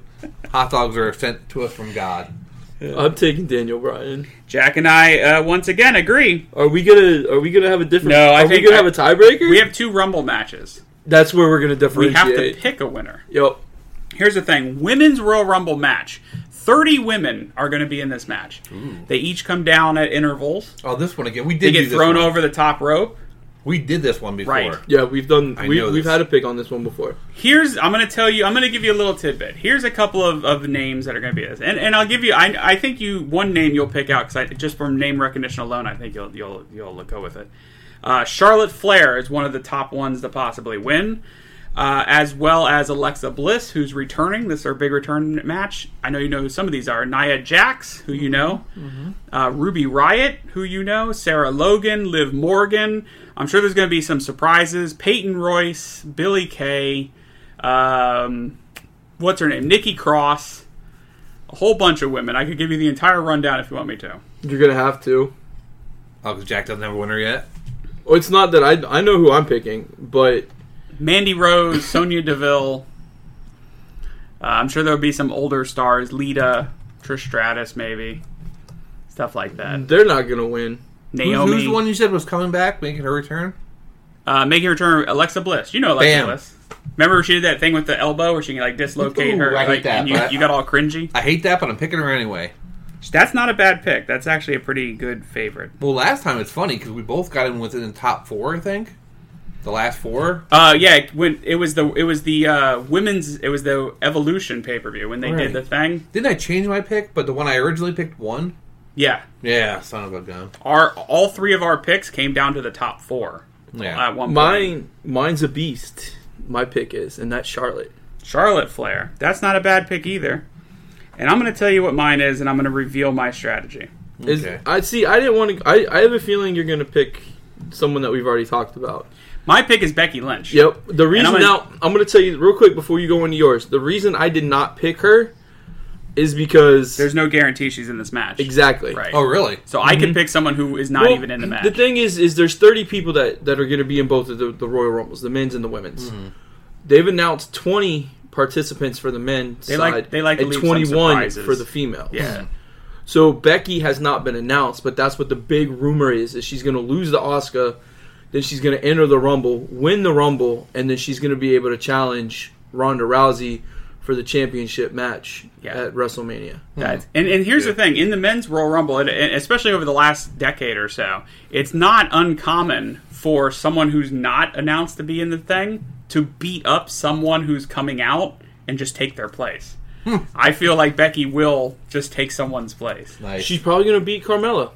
Hot dogs are sent to us from God.
I'm taking Daniel Bryan.
Jack and I uh, once again agree.
Are we gonna Are we gonna have a different?
No, I
are we
think
gonna
I-
have a tiebreaker?
We have two Rumble matches.
That's where we're gonna
We
differentiate.
have to pick a winner.
Yep.
Here's the thing: women's Royal Rumble match, 30 women are going to be in this match. They each come down at intervals.
Oh, this one again. We
They
did do
get
this
thrown
one.
over the top rope.
We did this one before.
Right.
Yeah, we've done.
I
We,
know
we've
this.
had a pick on this one before.
Here's I'm going to tell you. I'm going to give you a little tidbit. Here's a couple of, of names that are going to be this, and and I'll give you. I, I think you one name you'll pick out because just from name recognition alone, I think you'll you'll you'll go with it. Uh, Charlotte Flair is one of the top ones to possibly win, uh, as well as Alexa Bliss, who's returning. This is her big return match. I know you know who some of these are: Nia Jax, who you know, uh, Ruby Riot, who you know, Sarah Logan, Liv Morgan. I'm sure there's going to be some surprises. Peyton Royce, Billy Kay, um, what's her name? Nikki Cross. A whole bunch of women. I could give you the entire rundown if you want me to.
You're gonna have to.
Oh, because Jack doesn't have a winner yet.
Oh, it's not that I I know who I'm picking, but
Mandy Rose, Sonia Deville. Uh, I'm sure there'll be some older stars, Lita, Trish Stratus, maybe stuff like that.
they're not gonna win.
Who's,
Naomi,
who's the one you said was coming back, making her return?
uh, making her return, Alexa Bliss. You know Alexa
Bam.
Bliss. Remember she did that thing with the elbow where she can like dislocate
Ooh,
her,
I hate
like,
that,
and you,
but-
you got all cringy.
I hate that, but I'm picking her anyway.
That's not a bad pick. That's actually a pretty good favorite.
Well, last time it's funny because we both got in within the top four, I think. The last four.
Uh, yeah, when it was the it was the uh, women's it was the Evolution pay per view when they
Right.
did the thing.
Didn't I change my pick? But the one I originally picked won.
Yeah,
Yeah, son of a gun.
our all three of our picks came down to the top four
Yeah.
at one point.
Mine mine's a beast. My pick is, and that's Charlotte.
Charlotte Flair. That's not a bad pick either. And I'm going to tell you what mine is, and I'm going to reveal my strategy.
Is
Okay.
I see. I didn't want to. I I have a feeling you're gonna pick someone that we've already talked about.
My pick is Becky Lynch.
Yep. The reason
gonna-
now I'm gonna tell you real quick before you go into yours. The reason I did not pick her is because
There's no guarantee she's in this match.
exactly Mm-hmm.
Right.
oh, really?
So I could pick someone who is not
Well,
even in the match.
The thing is, is there's 30 people that, that are going to be in both of the, the Royal Rumbles, the men's and the women's.
Mm-hmm.
They've announced 20 participants for the men
They
side
like- they like to
and
leave some
21
surprises.
for the females.
yeah.
So Becky has not been announced, but that's what the big rumor is: is she's going to lose the Oscar, then she's going to enter the Rumble, win the Rumble, and then she's going to be able to challenge Ronda Rousey for the championship match
Yeah.
at WrestleMania.
That's, and, and here's the thing in the men's Royal Rumble, and, and especially over the last decade or so, it's not uncommon for someone who's not announced to be in the thing to beat up someone who's coming out and just take their place. I feel like Becky will just take someone's place.
Nice.
She's probably going to beat Carmella.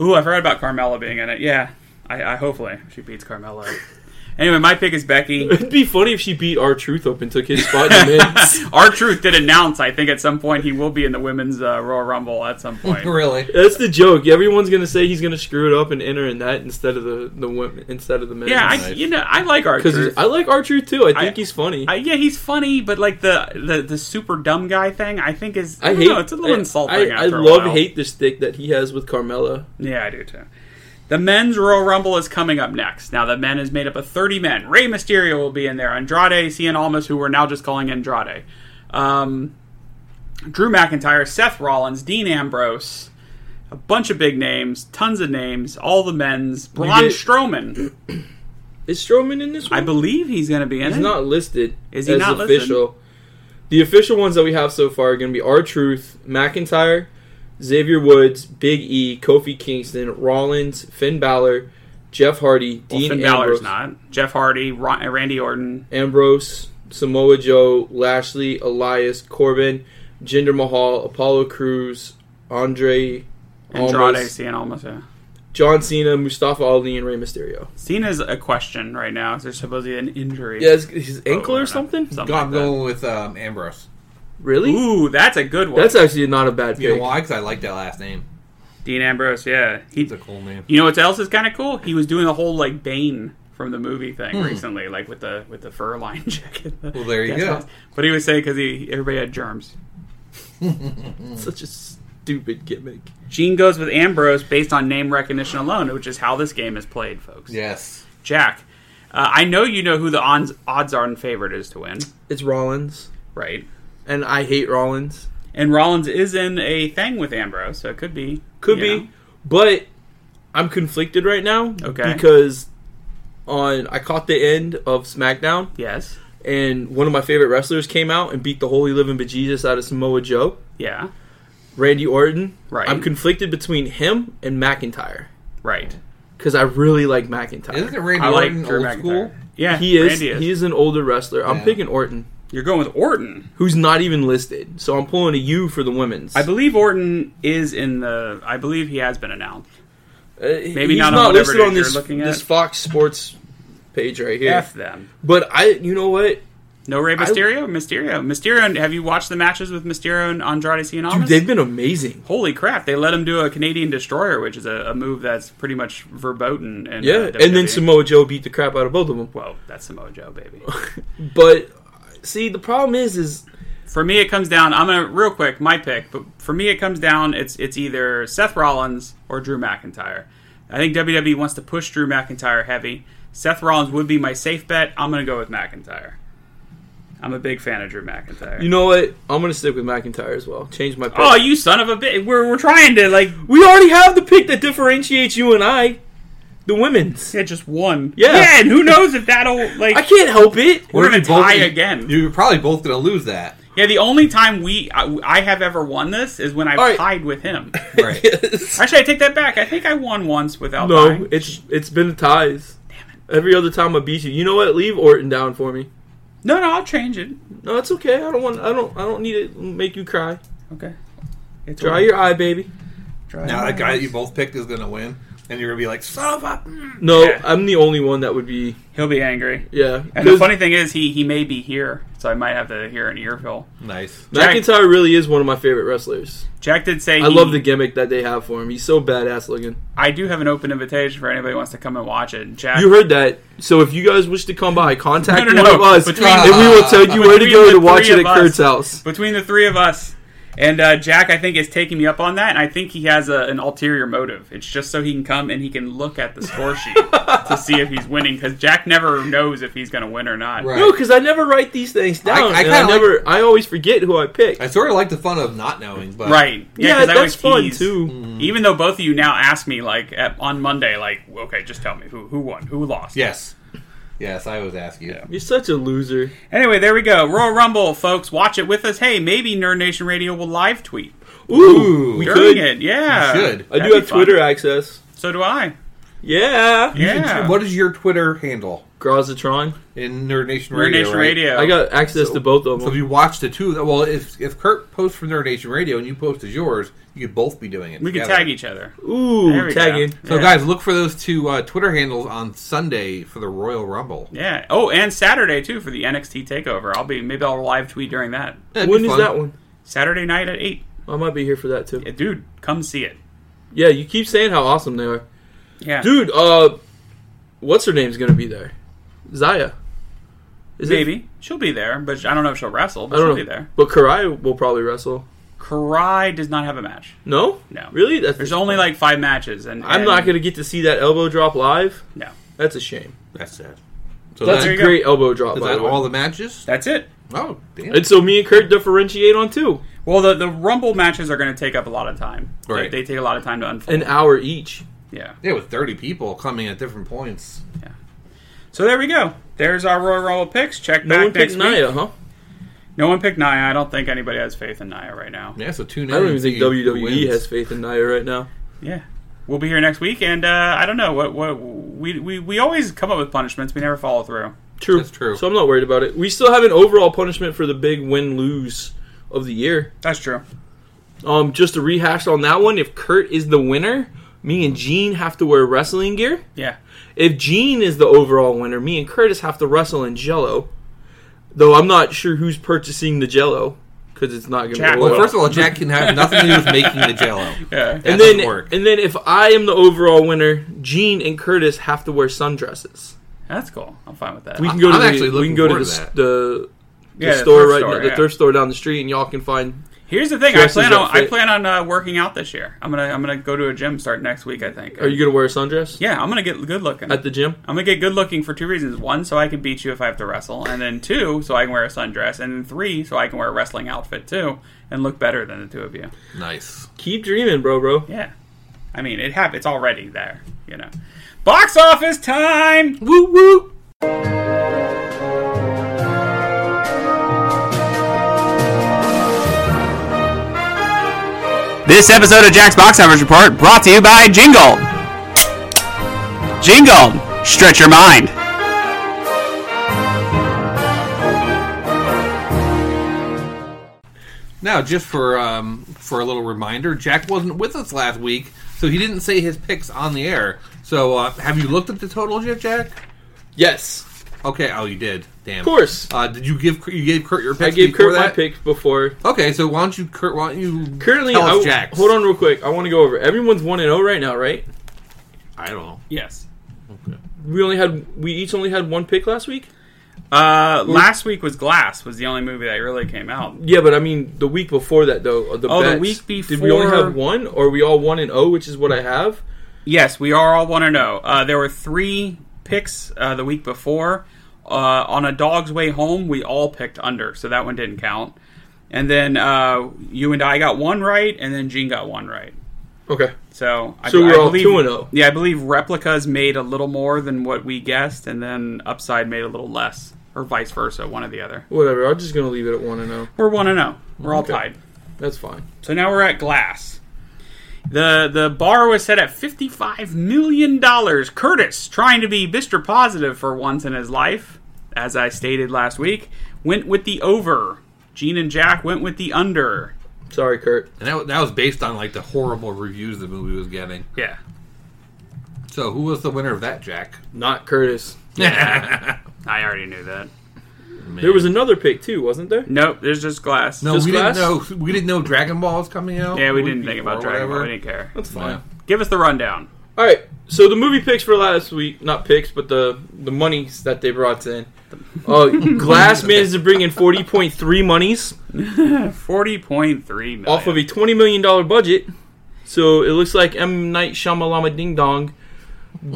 Ooh, I've heard about Carmella being in it. Yeah, I, I hopefully she beats Carmella. anyway, my pick is Becky.
It'd be funny if she beat our Truth up and took his spot in the men's.
Our truth did announce, I think, at some point he will be in the women's uh, Royal Rumble at some point.
really?
That's the joke. Everyone's gonna say he's gonna screw it up and enter in that instead of the the women instead of the men.
Yeah, I,
Nice.
you know, I like our
because
truth.
I like Archer too. I think
I-
he's funny.
I, yeah, he's funny, but like the, the the super dumb guy thing, I think is I,
I
don't
hate.
know, it's a little
I-
insulting.
I, I
after a
love
while.
hate the stick that he has with Carmella.
Yeah, I do too. The men's Royal Rumble is coming up next. Now, the men is made up of 30 men. Rey Mysterio will be in there. Andrade, Cian Almas, who we're now just calling Andrade. Um, Drew McIntyre, Seth Rollins, Dean Ambrose. A bunch of big names, tons of names, all the men's. Braun
get-
Strowman.
Is Strowman in this
I
one?
believe he's going to be in
he's
it.
not listed.
Is he
as
not listed?
official? The official ones that we have so far are gonna be R Truth, McIntyre, Xavier Woods, Big E, Kofi Kingston, Rollins, Finn Balor, Jeff Hardy,
Well,
Dean
Finn
Ambrose,
Balor's not. Jeff Hardy, Ron- Randy Orton.
Ambrose, Samoa Joe, Lashley, Elias, Corbin, Jinder Mahal, Apollo Cruz, Andre,
Andrade,
Almas,
Cian Almas, yeah.
John Cena, Mustafa Ali, and Rey Mysterio.
Cena's a question right now. Is there supposedly an injury?
Yeah, his, his ankle
Oh,
or something.
Something like
I'm
that.
going with um, Ambrose.
Really?
Ooh, that's a good one.
That's actually not a bad
You know
pick.
why? Because I like that last name.
Dean Ambrose, yeah. He,
It's a cool name.
you know what else is kind of cool? He was doing the whole like Bane from the movie thing recently, like with the with the fur line jacket.
Well, there you go.
But he was saying because he everybody had germs.
Such a stupid gimmick.
Gene goes with Ambrose based on name recognition alone, which is how this game is played, folks.
Yes.
Jack, uh, I know you know who the odds odds on favorite is to win,
It's Rollins,
right?
and I hate Rollins.
And Rollins is in a thing with Ambrose, so it could be
Could
you
be,
know.
but I'm conflicted right now.
Okay.
Because on I caught the end of SmackDown.
Yes,
and one of my favorite wrestlers came out and beat the holy living bejesus out of Samoa Joe,
Yeah.
Randy Orton.
Right.
I'm conflicted between him and McIntyre
Right.
because I really like McIntyre.
Isn't it Randy
I like
Orton
Drew
old
McIntyre.
school?
Yeah,
He is,
Randy
he is an older wrestler. I'm
Yeah.
picking Orton,
You're going with Orton.
who's not even listed. So I'm pulling a U for the women's. Uh,
I believe Orton is in the. I believe he has been announced.
Maybe he's
not
not,
on whatever
listed
it is
on this
you're looking at.
this Fox Sports page right here.
F them.
But I, you know what,
No Rey Mysterio. Mysterio. Mysterio. and- Have you watched the matches with Mysterio and Andrade Cien
dude,
Almas?
they've been amazing.
Holy crap! They let him do a Canadian Destroyer, which is a, a move that's pretty much verboten. uh, And
Yeah, and then Samoa Joe beat the crap out of both of them.
Well, E. that's Samoa Joe, baby.
But see, the problem is, is
for me, it comes down. I'm gonna real quick my pick, but for me, it comes down. It's it's either Seth Rollins or Drew McIntyre. I think WWE wants to push Drew McIntyre heavy. Seth Rollins would be my safe bet. I'm gonna go with McIntyre. I'm a big fan of Drew McIntyre.
you know what? I'm gonna stick with McIntyre as well. Change my pick.
oh, you son of a bitch! We're we're trying to like
we already have the pick that differentiates you and I, the women's.
get just one.
Yeah.
yeah, and who knows if that'll like.
I can't help it.
We're gonna
You both-
tie again.
You're probably both gonna lose that.
Yeah, the only time we I, I have ever won this is when I've
All right.
tied with him.
Right.
Actually, I take that back. I think I won once without
No,
buying.
it's it's been ties. Every other time I beat you, you know what? Leave Orton down for me.
No, no, I'll change it.
No, it's okay. I don't want. I don't. I don't need to make you cry.
Okay. It's
Dry your eye, baby.
now that guy that you both picked is gonna win, and you're gonna be like, "Son of a!"
No,
Yeah.
I'm the only one that would be.
He'll be angry.
Yeah,
And the
'Cause
funny thing is, he he may be here, so I might have to hear an earful.
Nice.
McIntyre really is one of my favorite wrestlers.
Jack did say
I
he-
love the gimmick that they have for him. He's so badass looking.
I do have an open invitation for anybody who wants to come and watch it. Jack,
You heard that. So if you guys wish to come by, contact
No, no,
one
no.
of us,
Between-
and we will tell you where to
Between
go
the
to watch
three
it
of
at
us.
Kurt's house.
between the three of us. And uh, Jack, I think, is taking me up on that, and I think he has a, an ulterior motive. It's just so he can come and he can look at the score sheet to see if he's winning, because Jack never knows if he's going to win or not.
Right.
No, because I never write these things down.
I
and I,
kinda like-
never. I always forget who I pick.
I sort of like the fun of not knowing, but
Right.
yeah,
'cause I
that's fun
always tease.
too.
Even though both of you now ask me, like, at, on Monday, like, okay, just tell me who, who won, who lost.
Yes. Yes, I always ask you.
You're such a loser.
Anyway, there we go. Royal Rumble, folks. Watch it with us. Hey, maybe Nerd Nation Radio will live tweet
Ooh,
Ooh.
we
during
could.
it. Yeah.
You should. I
I
That'd
do
be
have
fun.
Twitter access.
So do I.
Yeah,
You should-
Yeah.
What is your Twitter handle
Grozatron.
in Nerd Nation
Nerd
Radio?
Nation
right?
Radio.
I got access to both of
So if
them.
you watch the two, well, if if Kurt posts for Nerd Nation Radio and you post as yours, you could both be doing it.
we could
together.
tag each other. There
Ooh,
we
tagging.
go.
So
yeah.
guys, look for those two uh, Twitter handles on Sunday for the Royal Rumble.
Yeah. Oh, and Saturday too for the NXT Takeover. I'll be maybe I'll live tweet during that
That'd be
When is
fun.
that one?
Saturday night at eight.
I might be here for that too.
Yeah, Dude, come see it.
Yeah, you keep saying how awesome they are,
Yeah.
dude. Uh, what's her name's gonna be there? Zaya. Is it-
maybe she'll be there, but I don't know if she'll wrestle. But
I don't
she'll
know.
be there.
But Karai will probably wrestle.
Karai does not have a match.
No,
No.
really. That's
There's only like five matches, and
I'm
and-
not gonna get to see that elbow drop live.
No,
That's a shame.
That's it. So that's
That's
there
a
you go.
great elbow drop.
is
By
that
the way.
all the matches?
that's it.
Oh, damn.
And so me and Kurt differentiate on two,
Well, the the Rumble matches are going to take up a lot of time. They-
Right.
They, take a lot of time to unfold.
an hour each.
yeah.
yeah, with thirty people coming at different points.
So there we go. There's our Royal Rumble picks. Check
No
back
one
next
picked Naya,
week.
huh?
No one picked Nia. I don't think anybody has faith in Nia right now.
Yeah, so tune in.
I don't
and
even think
see who
WWE
wins.
has faith in Naya right now.
Yeah. We'll be here next week, and uh, I don't know what what we, we we always come up with punishments. We never follow through.
True.
That's true.
So I'm not worried about it. We still have an overall punishment for the big win lose of the year.
That's true.
Um, just to rehash on that one, if Kurt is the winner, me and Gene have to wear wrestling gear.
Yeah.
If Gene is the overall winner, me and Curtis have to wrestle in Jello. Though I'm not sure who's purchasing the Jello because it's not going to
Jack.
be
Well,
oil.
first of all, Jack can have nothing to do with making the Jello.
Yeah.
That
and then
doesn't work.
and then if I am the overall winner, Gene and Curtis have to wear sundresses.
That's cool. I'm fine with that.
We can go
I'm
to
actually
the, we
looking
can go
forward
to the,
to
s-
that.
the, the
Yeah, the
store
thrift
right
store,
now, the
yeah.
thrift store down the street, and y'all can find.
Here's the thing. I
Dresses
plan
that
on I
fit.
plan on uh, working out this year. I'm gonna I'm gonna go to a gym start next week. I think.
Are you going to wear a sundress
Yeah. I'm gonna get good looking.
at the gym?
I'm gonna get good looking for two reasons. One, so I can beat you if I have to wrestle, and then two, so I can wear a sundress, and then three, so I can wear a wrestling outfit too and look better than the two of you.
Nice.
Keep dreaming, bro, bro.
Yeah, I mean it hap- It's already there, you know. Box office time.
Woo woo.
This episode of Jack's Box Office Report brought to you by Jingle. Jingle, stretch your mind.
Now, just for um, for a little reminder, Jack wasn't with us last week, so he didn't say his picks on the air. So, uh, have you looked at the totals yet, Jack?
Yes,
Okay. Oh, you did. Damn. Of
course.
Uh, did you give you gave Kurt your picks?
I gave
before
Kurt my
that?
pick before.
Okay, so why don't you, Kurt? Why don't you?
Currently,
tell
I
us
w-
Jack's.
hold on real quick. I want to go over. Everyone's one and zero right now, right?
I don't know.
Yes.
We only had we each only had one pick last week.
Uh, last week was Glass was the only movie that really came out.
Yeah, but I mean the week before that though. The
Oh, the
bets,
week
Did we only
before-
have one, or are we all one and zero, which is what I have?
Yes, we are all one to know. Uh, there were three picks uh, the week before. Uh, on a dog's way home, we all picked under, so that one didn't count. And then uh, you and I got one right, and then Gene got one right.
Okay.
So, I,
So we're
I
all oh.
believe,
2-0.
Yeah, I believe replicas made a little more than what we guessed, and then upside made a little less, or vice versa, one or the other.
Whatever. I'm just gonna leave it at one and zero.
We're one to know. We're all
Okay.
tied.
That's fine.
So now we're at glass. The the bar was set at fifty five million dollars. Curtis, trying to be Mr. Positive for once in his life, as I stated last week, went with the over. Gene and Jack went with the under.
Sorry, Kurt.
And that, that was based on like the horrible reviews the movie was getting.
Yeah.
So, who was the winner of that, Jack?
Not Curtis.
I already knew that.
There was another pick too, wasn't there?
Nope, there's just glass.
no,
just
we
glass?
didn't know. We didn't know Dragon Ball was coming out.
Yeah, we
the
didn't
week
think
before
about
or
Dragon Ball.
whatever.
We didn't care.
That's fine.
Yeah.
Give us the rundown.
All right. So the movie picks for last week, not picks, but the the monies that they brought in. Uh, Glass managed to bring in forty point three monies
Forty point three million.
off of a twenty million dollar budget. So it looks like M Night Shyamalama Ding Dong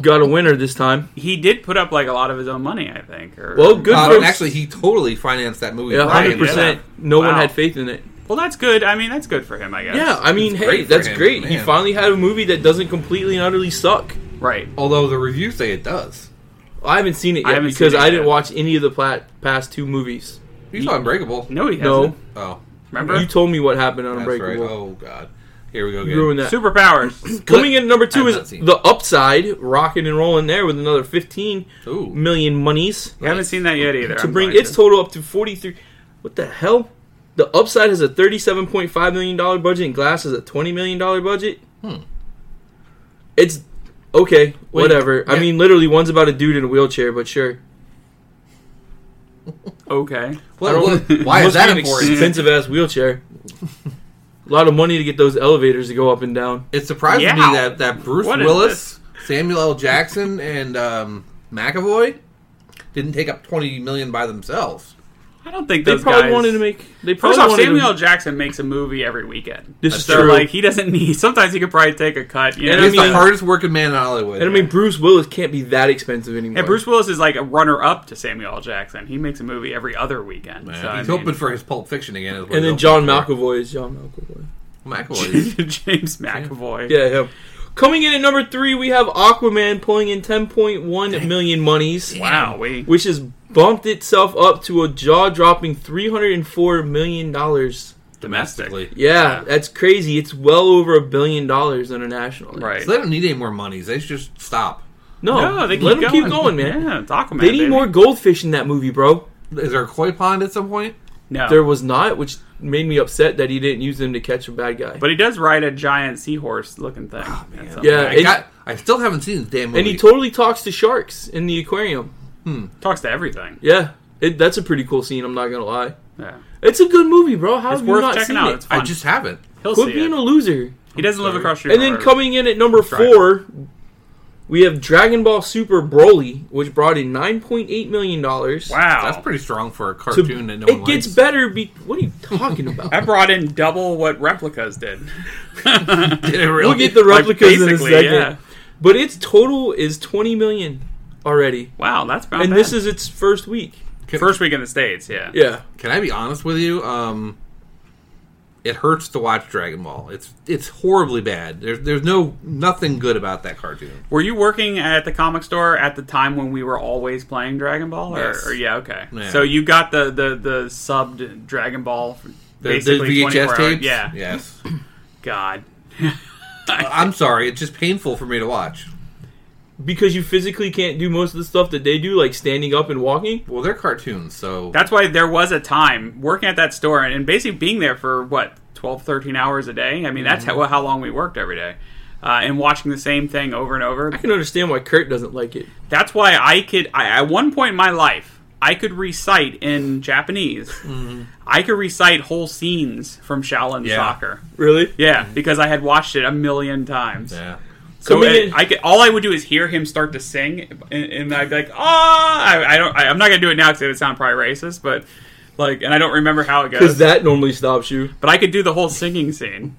got a winner this time.
he did put up like a lot of his own money, I think. Or,
Well, good
Uh,
for
and actually, he totally financed that movie.
Yeah,
Right,
hundred
Brian did.
percent.
yeah.
No one
Wow.
had faith in it.
well, that's good. I mean, that's good for him, I guess.
Yeah, I mean,
It's
hey,
great for
that's
him,
great. He
man.
finally had a movie that doesn't completely and utterly suck.
Right.
Although the reviews say it does.
I haven't seen it
I
yet
haven't
because
seen it
I didn't
yet.
watch any of the pla- past two movies.
You saw Unbreakable.
No, he
No,
hasn't.
Oh,
Remember?
you told me what happened on
that's right.
Unbreakable.
Oh God, here we go
You ruined
again.
that.
Superpowers.
Coming in at number two
I've
is
not seen it.
the upside, rocking and rolling there with another 15
Ooh,
million monies
I haven't seen that yet either.
to
I'm
bring
going
its total up to 43. What the hell? The upside has a 37.5 million dollar budget, and Glass has a 20 million dollar budget. It's okay, whatever. I
yeah.
mean, literally, one's about a dude in a wheelchair, but sure.
Okay.
What- what- why is
Must
that
be an
important?
Expensive ass wheelchair. a lot of money to get those elevators to go up and down.
It surprises me
Yeah.
that that Bruce
What is
Willis, Samuel L. Jackson, and um, McAvoy didn't take up twenty million by themselves.
I don't think
They
those
probably
guys.
wanted to make. They probably
First off,
wanted
Samuel L.
to,
Jackson makes a movie every weekend.
This is
so,
true.
like, he doesn't need. Sometimes he could probably take a cut. You know
And
what I
He's
mean?
the hardest working man in Hollywood.
and I mean, Bruce Willis can't be that expensive anymore.
And Bruce Willis is like a runner-up to Samuel L. Jackson. He makes a movie every other weekend.
Man,
so, I
he's
mean-
hoping for his Pulp Fiction again. is what
and
he's
then
hoping
John
for.
McAvoy is John McAvoy.
McAvoy.
James McAvoy.
Yeah, him. Coming in at number three, we have Aquaman pulling in 10.1 million monies,
Wow. We.
which has bumped itself up to a jaw-dropping 304 million dollars.
Domestically.
Yeah, that's crazy. It's well over a billion dollars internationally.
Right.
So they don't need any more monies. They should just stop.
No,
No, they keep
let
going.
them keep going, man.
Yeah, it's Aquaman.
They need
baby.
more goldfish in that movie, bro.
Is there a koi pond at some point?
No.
There was not, which made me upset that he didn't use them to catch a bad guy.
but he does ride a giant seahorse-looking thing. That's something.
Oh, yeah,
I
and,
got. I still haven't seen this damn movie.
and he totally talks to sharks in the aquarium.
Talks to everything.
Yeah, it, that's a pretty cool scene. I'm not gonna lie.
Yeah.
It's a good movie, bro. How
It's
have you
worth
not
checking
seen
out.
it?
It's fun.
I just haven't.
He'll
Quit
see
being
it.
a loser.
He doesn't live across your.
And then coming in at number
Driver.
four, we have Dragon Ball Super Broly, which brought in 9.8 million dollars.
Wow.
That's pretty strong for a
To,
cartoon that no
it
one
gets
likes.
better. Be, what are you talking about?
I brought in double what replicas did.
Did it really?
We'll get the
Like,
replicas in a
basically,
second.
yeah.
But its total is 20 million already.
Wow, that's not
and
bad.
this is its first week.
Can-
first week in the states. Yeah.
Yeah.
Can I be honest with you? Um, it hurts to watch Dragon Ball. It's it's horribly bad. There's there's no nothing good about that cartoon.
Were you working at the comic store at the time when we were always playing Dragon Ball? Or,
Yes.
or- yeah, okay.
Yeah.
So you got the the the subbed Dragon Ball. for
The, the
basically 24
VHS
hours.
tapes.
Yeah.
Yes.
God.
I'm sorry, it's just painful for me to watch.
because you physically can't do most of the stuff that they do, like standing up and walking.
Well, they're cartoons, so
That's why there was a time working at that store and basically being there for what 12, 13 hours a day. I mean, that's how, how long we worked every day, uh, and watching the same thing over and over.
I can understand why Kurt doesn't like it.
That's why I could. I, at one point in my life, I could recite in Japanese. I could recite whole scenes from Shaolin
Mm-hmm. Yeah. Mm-hmm.
Soccer.
Really?
Yeah, because I had watched it a million times.
yeah.
So
Coming
it-
in-
I could, all I would do is hear him start to sing, and, and I'd be like, "Ah!" I, I don't. I, I'm not gonna do it now because it would sound probably racist, but like, and I don't remember how it goes.
Because that normally stops you.
but I could do the whole singing scene.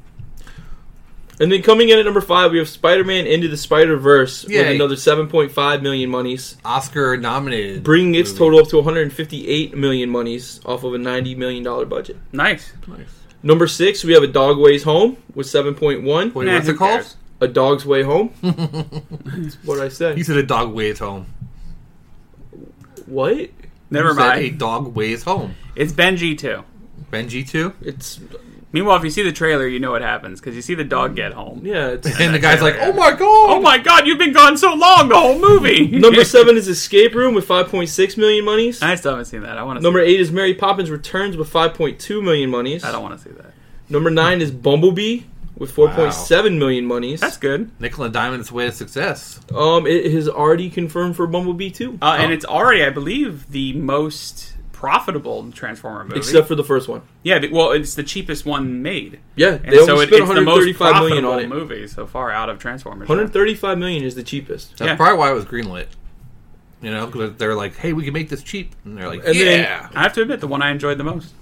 And then coming in at number five, we have Spider-Man Into the Spider-Verse with
Yay.
another 7.5 million monies,
Oscar nominated,
bringing its
movie.
total up to 158 million monies off of a 90 million dollar budget.
Nice.
Number six, we have A Dog Ways Home with
Wait,
7.1.
Nah,
what's
who
it called?
cares?
A Dog's Way Home. That's what I
He
said.
said a dog weighs home.
What?
Never
He said a
mind.
dog weighs home.
It's Benji too.
Benji too.
It's
Meanwhile, if you see the trailer, you know what happens because you see the dog get home.
yeah. It's
And the guy's like,
trailer,
"Oh my god!
Oh my god, you've been gone so long, the whole movie.
number seven is Escape Room with 5.6 million monies.
I still haven't seen that. I want to.
Number eight is Mary Poppins Returns with 5.2 million monies.
I don't want to see that.
Number nine is Bumblebee with 4.7 million monies.
That's good.
Nickel and Diamond's way to success.
Um, it has already confirmed for Bumblebee too,
Uh, And
Oh.
it's already, I believe, the most profitable Transformer movie.
except for the first one.
yeah, the- well, it's the cheapest one made.
Yeah,
And
they
so
only
it,
spent
it's the most
135
profitable
million on it.
movie so far out of Transformers.
135 million is the cheapest.
That's
Yeah.
probably why it was greenlit. You know, because they're like, "Hey, we can make this cheap," and they're like,
And
"Yeah."
then-
I have to admit, the one I enjoyed the most.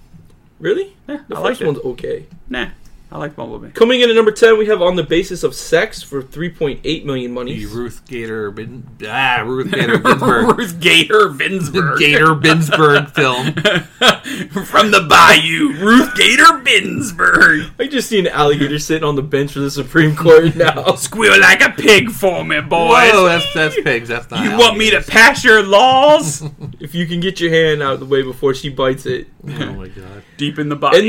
Really?
Yeah,
The
I liked
first
it.
one's okay.
Nah, I like Bumblebee.
Coming in at number 10, we have On the Basis of Sex for 3.8 million
The
monies.
Ruth Gator, Bin- ah, Ruth Gator Binsberg,
Ruth Gator Binsberg.
Gator Binsberg film.
From the Bayou, Ruth Gator Binsberg.
I just see an alligator sitting on the bench for the Supreme Court now.
Squeal like a pig for me, boys.
Whoa, that's that's pigs. That's not.
you want me to pass your laws?
if you can get your hand out of the way before she bites it.
alligators. Oh my god.
Deep in the body.
And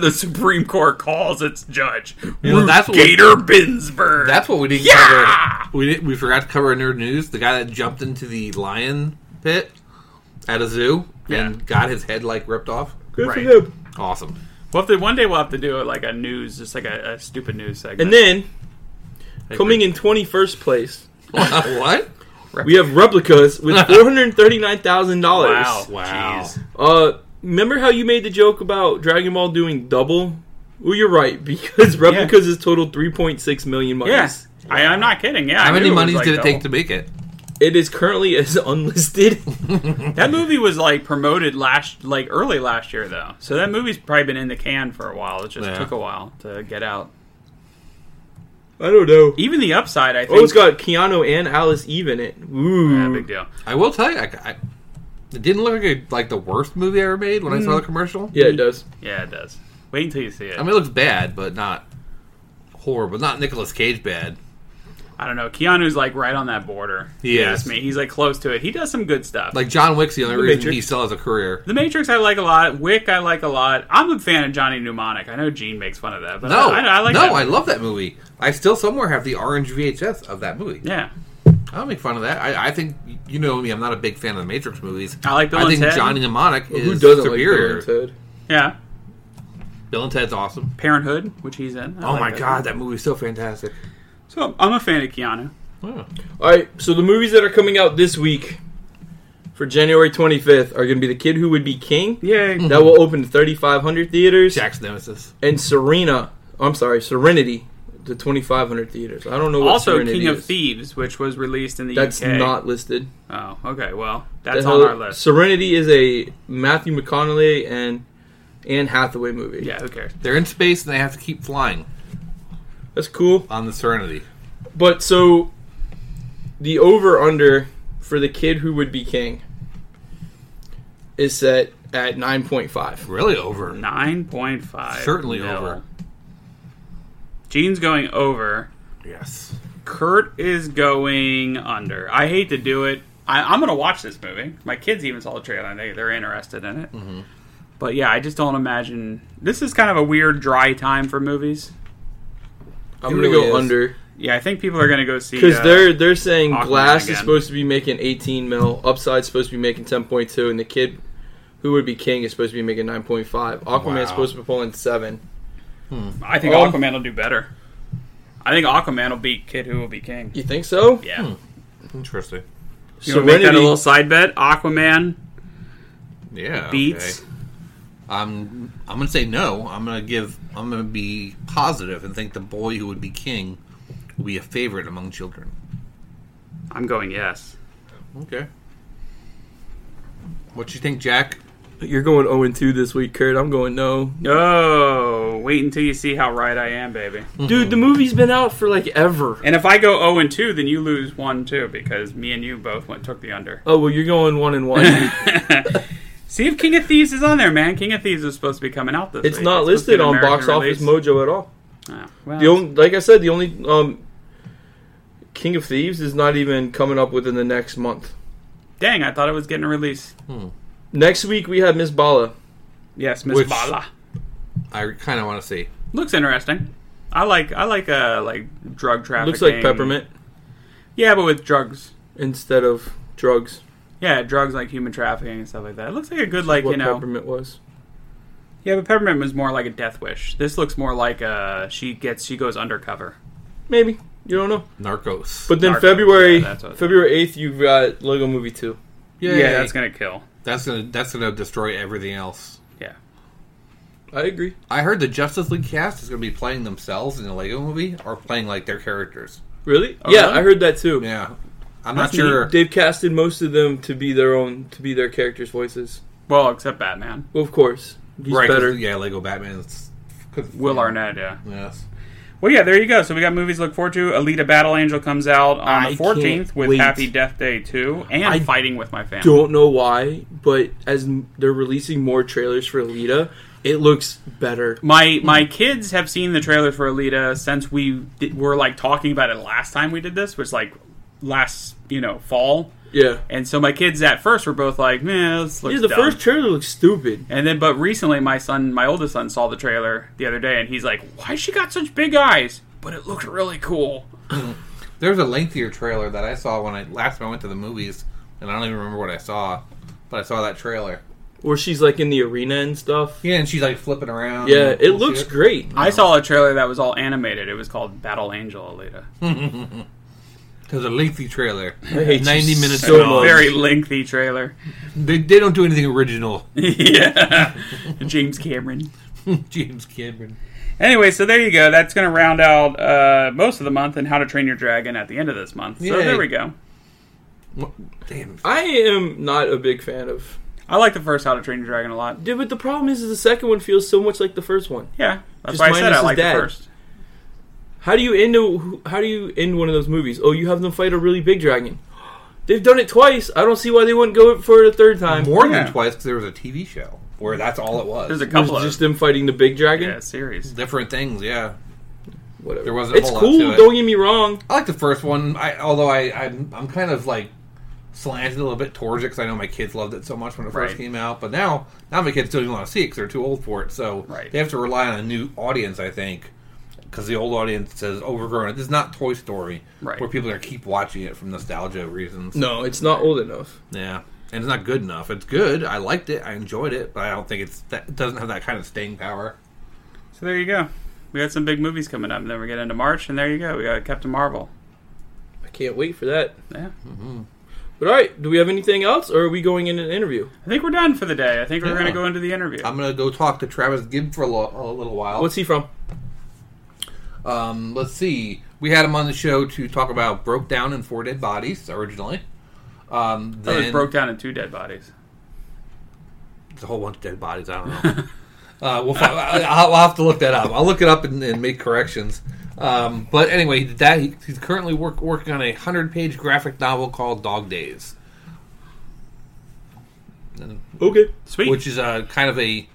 the Supreme Court calls its judge.
You know,
Ruth
that's what-
Gator Binsberg.
That's what we didn't
Yeah!
cover. We did, we forgot to cover in nerd news. The guy that jumped into the lion pit at a zoo and got his head like ripped off.
Good
Right.
for him.
Awesome.
We'll have to, one day we'll have to do it like a news, just like a, a stupid news segment.
And then, coming in 21st place,
what?
we have Replicas with $439,000.
wow,
Wow.
Jeez.
Uh, remember how you made the joke about Dragon Ball doing double? Well, you're right because replicas is total 3.6 million monies.
Yes, I, I'm not kidding. Yeah, I
How
knew
many
was,
monies
like,
did it
double.
take to make it?
it is currently as unlisted.
That movie was like promoted last, like early last year though. So that movie's probably been in the can for a while. It just
Yeah.
took a while to get out.
I don't know.
Even the upside, I think.
Oh, it's got Keanu and Alice Eve in it. Ooh,
yeah, big deal.
I will tell you, I, I- it didn't look like, a, like the worst movie I ever made when I
Mm.
saw the commercial.
yeah, it does.
Yeah, it does. Wait until you see it.
I mean, it looks bad, but not horrible. Not Nicolas Cage bad.
I don't know. Keanu's like right on that border.
He
You know,
is.
it's me. He's like close to it. He does some good stuff.
Like John Wick's the only reason
Matrix.
he still has a career.
The Matrix, I like a lot. Wick, I like a lot. I'm a fan of Johnny Mnemonic. I know Gene makes fun of that, but
No,
Uh, I, I, I like
no,
that.
I love that movie. I still somewhere have the orange VHS of that movie.
yeah.
I don't make fun of that. I, I think you know me. I'm not a big fan of the Matrix movies.
I like Bill
I
and
think
Ted.
Johnny Mnemonic is
Who doesn't
superior.
like Bill and Ted?
Yeah.
Bill and Ted's awesome.
Parenthood, which he's in. I
oh
like
my
that.
god, that movie's so fantastic.
So I'm a fan of Keanu.
All right, so the movies that are coming out this week for January 25th are going to be The Kid Who Would Be King.
Yay.
Mm-hmm.
That will open to 3,500 theaters.
Jack's Nemesis.
and Serena. I'm sorry, Serenity, the 2,500 theaters. I don't know. What
also,
Serenity
E
King of
is.
Thieves, which was released in the
That's
UK.
not listed.
Oh, okay. Well, that's
The
on
hell-
our list.
Serenity is a Matthew McConaughey and Anne Hathaway movie.
yeah. Who cares?
They're in space and they have to keep flying
that's cool.
on the Serenity.
But so the over under for the kid who would be king is set at 9.5.
Really over.
Nine point five.
Certainly over.
Gene's going over.
Yes.
Kurt is going under. I hate to do it. I, I'm going to watch this movie. My kids even saw the trailer and they, they're interested in it. But yeah, I just don't imagine. This is kind of a weird, dry time for movies.
It
I'm gonna
really
go
is.
under
Yeah, I think people are going to go see
because
uh,
they're they're saying
Aquaman
Glass
again.
is supposed to be making 18 mil, Upside's supposed to be making 10.2, and the kid who would be king is supposed to be making 9.5. Aquaman's
Wow.
supposed to be pulling seven.
I think
Oh.
Aquaman will do better. I think Aquaman will beat Kid Who Will Be King.
You think so?
Yeah.
Interesting.
You want to make that a
Serenity-
little side bet? Aquaman
Yeah.
beats.
okay. I'm I'm gonna say no. I'm gonna give. I'm gonna be positive and think the boy who would be king will be a favorite among children.
I'm going yes.
Okay. What you think, Jack?
You're going 0 and 2 this week, Kurt. I'm going no.
Oh, wait until you see how right I am, baby.
Dude, the movie's been out for like ever.
And if I go 0 and 2, then you lose 1 too because me and you both went, took the under.
Oh well, you're going one and one.
See if King of Thieves is on there, man. King of Thieves is supposed to be coming out this
It's
week.
not
supposed to be
listed
an
on Box
American
Office
release.
Mojo at all.
Oh, well,
The only, like I said, the only um, King of Thieves is not even coming up within the next month.
dang, I thought it was getting a release.
Next week we have Miss Bala.
Yes, Miss
Which-
Bala.
I kind of want to see.
Looks interesting. I like I like uh like drug trafficking.
Looks like peppermint
Yeah, but with drugs.
instead of drugs.
Yeah, drugs like human trafficking and stuff like that. It looks like a good like
what
you know.
peppermint was?
Yeah, but peppermint was more like a death wish. This looks more like uh she gets she goes undercover.
Maybe you don't know.
Narcos.
But then
Narcos,
February
yeah, that's what-
February eighth, you've got Lego Movie two.
Yay.
Yeah, that's gonna kill.
that's gonna that's gonna destroy everything else.
Yeah.
I agree.
I heard the Justice League cast is gonna be playing themselves in the Lego Movie or playing like their characters.
Really? yeah,
Oh, really?
I heard that too.
Yeah, I'm not sure.
They've casted most of them to be their own, to be their characters' voices.
Well, except Batman.
Well, of course, he's
Right, 'cause,
better.
Yeah, Lego Batman. It's,
Will Arnett, yeah.
Yes.
Well, yeah, there you go. So we got movies to look forward to. Alita Battle Angel comes out on
I
the
can't
14th with
wait.
Happy Death Day 2 and
I
Fighting with My Family.
Don't know why, but as m- they're releasing more trailers for Alita, it looks better.
My my kids have seen the trailer for Alita since we did, were like talking about it last time we did this, which like last, you know, fall.
Yeah.
And so my kids at first were both like, "Man, this looks
Yeah, the
dumb."
first trailer looks stupid.
And then, but recently, my son, my oldest son, saw the trailer the other day, and he's like, "Why she got such big eyes?" But it looked really cool.
There's a lengthier trailer that I saw when I last time I went to the movies, and I don't even remember what I saw, but I saw that trailer.
Where she's like in the arena and stuff. Yeah,
Yeah, and she's like flipping around.
it looks great.
I saw a trailer that was all animated. It was called Battle Angel Alita.
Because a lengthy trailer,
I hate you
ninety minutes
so
long.
much.
Very lengthy trailer.
They, they don't do anything original.
yeah, James Cameron.
James Cameron.
Anyway, so there you go. That's going to round out uh, most of the month and How to Train Your Dragon at the end of this month. So
Yay.
there we go.
What- Damn.
I am not a big fan of.
I like the first How to Train Your Dragon a lot.
Dude, but the problem is, is the second one feels so much like the first one.
Yeah, that's
Just
why I said I
minus his
like the
dad.
first.
How do you end a, How do you end one of those movies? Oh, you have them fight a really big dragon. They've done it twice. I don't see why they wouldn't go for it a third time.
More
Yeah.
than twice because there was a TV show where that's all it was.
There's a
It was
couple of
just them fighting the big dragon.
yeah, series.
different things. Yeah,
Whatever.
There wasn't a
it's
whole lot
cool.
to it.
Don't get me wrong.
I like the first one. I although I I'm, I'm kind of like slanted a little bit towards it because I know my kids loved it so much when it first
Right.
came out, but now now my kids don't even want to see it because they're too old for it. So
Right.
they have to rely on a new audience, I think, because the old audience says overgrown. This is not Toy Story,
Right.
where people are gonna keep watching it from nostalgia reasons.
No, it's not old enough.
Yeah. And it's not good enough. It's good. I liked it. I enjoyed it, but I don't think it's that it doesn't have that kind of staying power.
So there you go. We got some big movies coming up. And then we get into March, and there you go. We got Captain Marvel.
I can't wait for that.
Yeah.
But all right, do we have anything else, or are we going in an interview?
I think we're done for the day. I think we're
Yeah.
going to go into the interview.
I'm gonna go talk to Travis Gibb for a, lo- a little while.
What's he from?
Um, let's see. We had him on the show to talk about Broke Down and Four Dead Bodies originally. Um,
That
then
was broke down in two dead bodies.
It's a whole bunch of dead bodies. I don't know. uh, we'll find, I- I'll, I'll have to look that up. I'll look it up and, and make corrections. Um, but anyway, he did that he, he's currently work, working on a hundred-page graphic novel called Dog Days,
Okay.
Sweet.
which is a kind of a.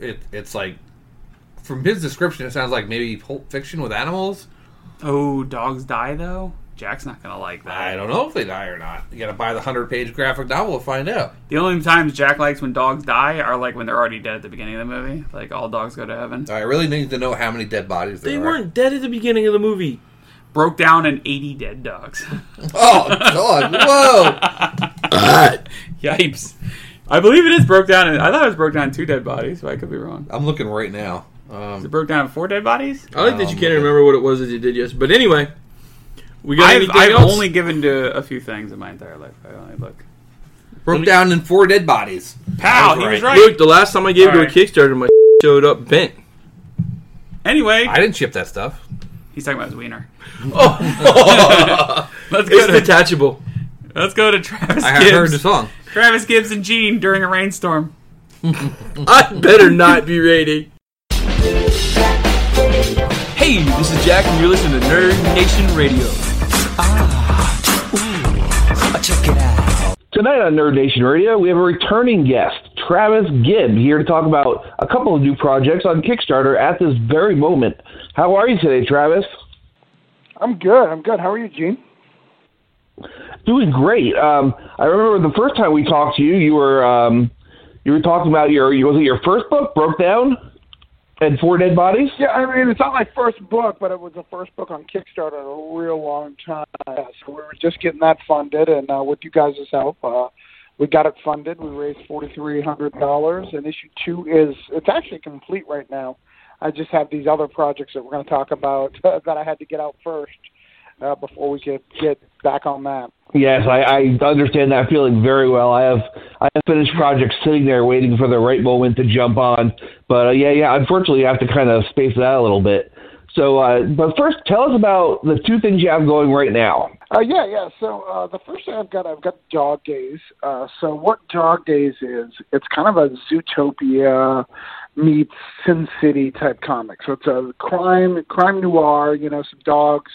It, it's like, from his description, it sounds like maybe Pulp Fiction with animals.
oh, dogs die though. Jack's not gonna like that.
I don't know if they die or not. You got to buy the hundred-page graphic novel to find out.
The only times Jack likes when dogs die are like when they're already dead at the beginning of the movie. Like all dogs go to heaven.
I really need to know how many dead bodies there
They
are.
weren't dead at the beginning of the movie.
Broke down and 80 dead dogs.
Oh God! Whoa!
Yipes. I believe it is broke down. In, I thought it was broke down in two dead bodies, but I could be wrong.
I'm looking right now. Um,
It broke down in four dead bodies.
I like that you
Um,
can't remember what it was that you did yes. But anyway, we got
I've,
anything
I've
else?
only given to a few things in my entire life. I only look.
broke down in four dead bodies.
Pow!
was
He was
right.
right.
Luke, the last time I gave to a
Alright.
Kickstarter, my showed up bent.
Anyway,
I didn't ship that stuff.
he's talking about his wiener.
Oh,
Let's go
it's
to
detachable.
let's go to Travis
I have heard the
Gibbs.
song.
Travis Gibbs and Gene during a rainstorm.
I better not be rated.
Hey, this is Jack, and you're listening to Nerd Nation Radio.
Tonight on Nerd Nation Radio, we have a returning guest, Travis Gibb, here to talk about a couple of new projects on Kickstarter at this very moment. How are you today, Travis?
I'm good. I'm good. How are you, Gene?
Doing great. Um, I remember the first time we talked to you, you were um, you were talking about your was it your first book, Broke Down, and Four Dead Bodies.
Yeah, I mean, it's not my first book, but it was the first book on Kickstarter in a real long time. Yeah, so we were just getting that funded, and uh, with you guys' help, uh, we got it funded. We raised forty three hundred dollars, and issue two is it's actually complete right now. I just have these other projects that we're going to talk about that I had to get out first uh, before we could get back on that.
Yes, I, I understand that feeling very well. I have I have finished projects sitting there waiting for the right moment to jump on. But uh, yeah, yeah, unfortunately, you have to kind of space it out a little bit. So, uh, but first, tell us about the two things you have going right now.
Uh, yeah, yeah. So uh, the first thing I've got, I've got Dog Days. Uh, so what Dog Days is, it's kind of a Zootopia meets Sin City type comic. So it's a crime, crime noir. You know, some dogs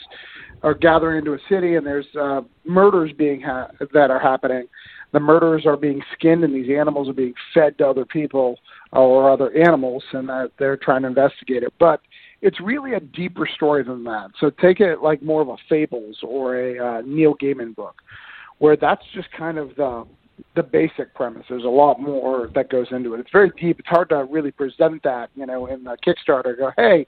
are gathering into a city, and there's uh, murders being ha- that are happening. The murders are being skinned, and these animals are being fed to other people or other animals, and that they're trying to investigate it. But it's really a deeper story than that. So take it like more of a Fables or a uh, Neil Gaiman book, where that's just kind of the the basic premise. There's a lot more that goes into it. It's very deep. It's hard to really present that, you know, in the Kickstarter. Go, hey,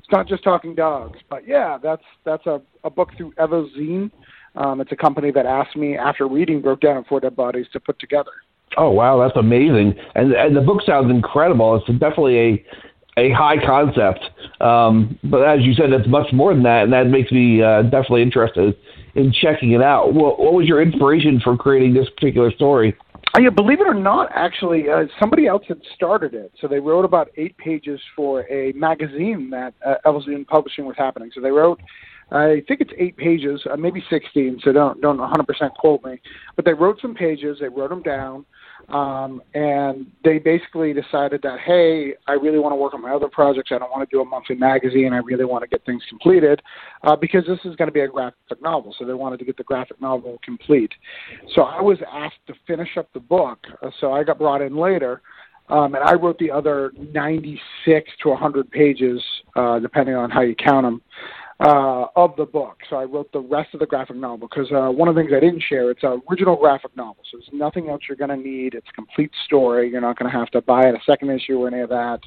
it's not just talking dogs, but yeah, that's that's a, a book through Evozine. Um, it's a company that asked me after reading Broke Down and Four Dead Bodies to put together.
Oh wow, that's amazing! And and the book sounds incredible. It's definitely a a high concept. Um, but as you said, it's much more than that, and that makes me uh, definitely interested in checking it out. What, what was your inspiration for creating this particular story?
Oh, yeah, believe it or not, actually, uh, somebody else had started it. So they wrote about eight pages for a magazine that uh, Evelyn Publishing was happening. So they wrote, I think it's eight pages, uh, maybe sixteen. So don't don't 100% quote me, but they wrote some pages. They wrote them down, um, and they basically decided that hey, I really want to work on my other projects. I don't want to do a monthly magazine. I really want to get things completed uh, because this is going to be a graphic novel. So they wanted to get the graphic novel complete. So I was asked to finish up the book. uh, So I got brought in later, um, and I wrote the other 96 to 100 pages, uh, depending on how you count them, uh, of the book. So I wrote the rest of the graphic novel because uh, one of the things I didn't share, it's an original graphic novel. So there's nothing else you're going to need. It's a complete story. You're not going to have to buy it a second issue or any of that.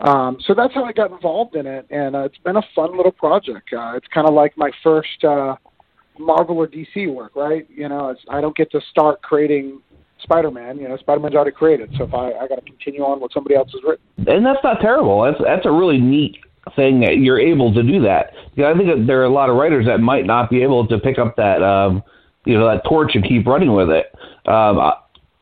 Um, so that's how I got involved in it, and uh, it's been a fun little project. Uh, it's kind of like my first. Uh, Marvel or DC work, right? You know, it's, I don't get to start creating Spider-Man. You know, Spider-Man's already created, so if I, I got to continue on what somebody else has written.
and that's not terrible. That's that's a really neat thing that you're able to do that. Because I think that there are a lot of writers that might not be able to pick up that um, you know that torch and keep running with it. Um, I,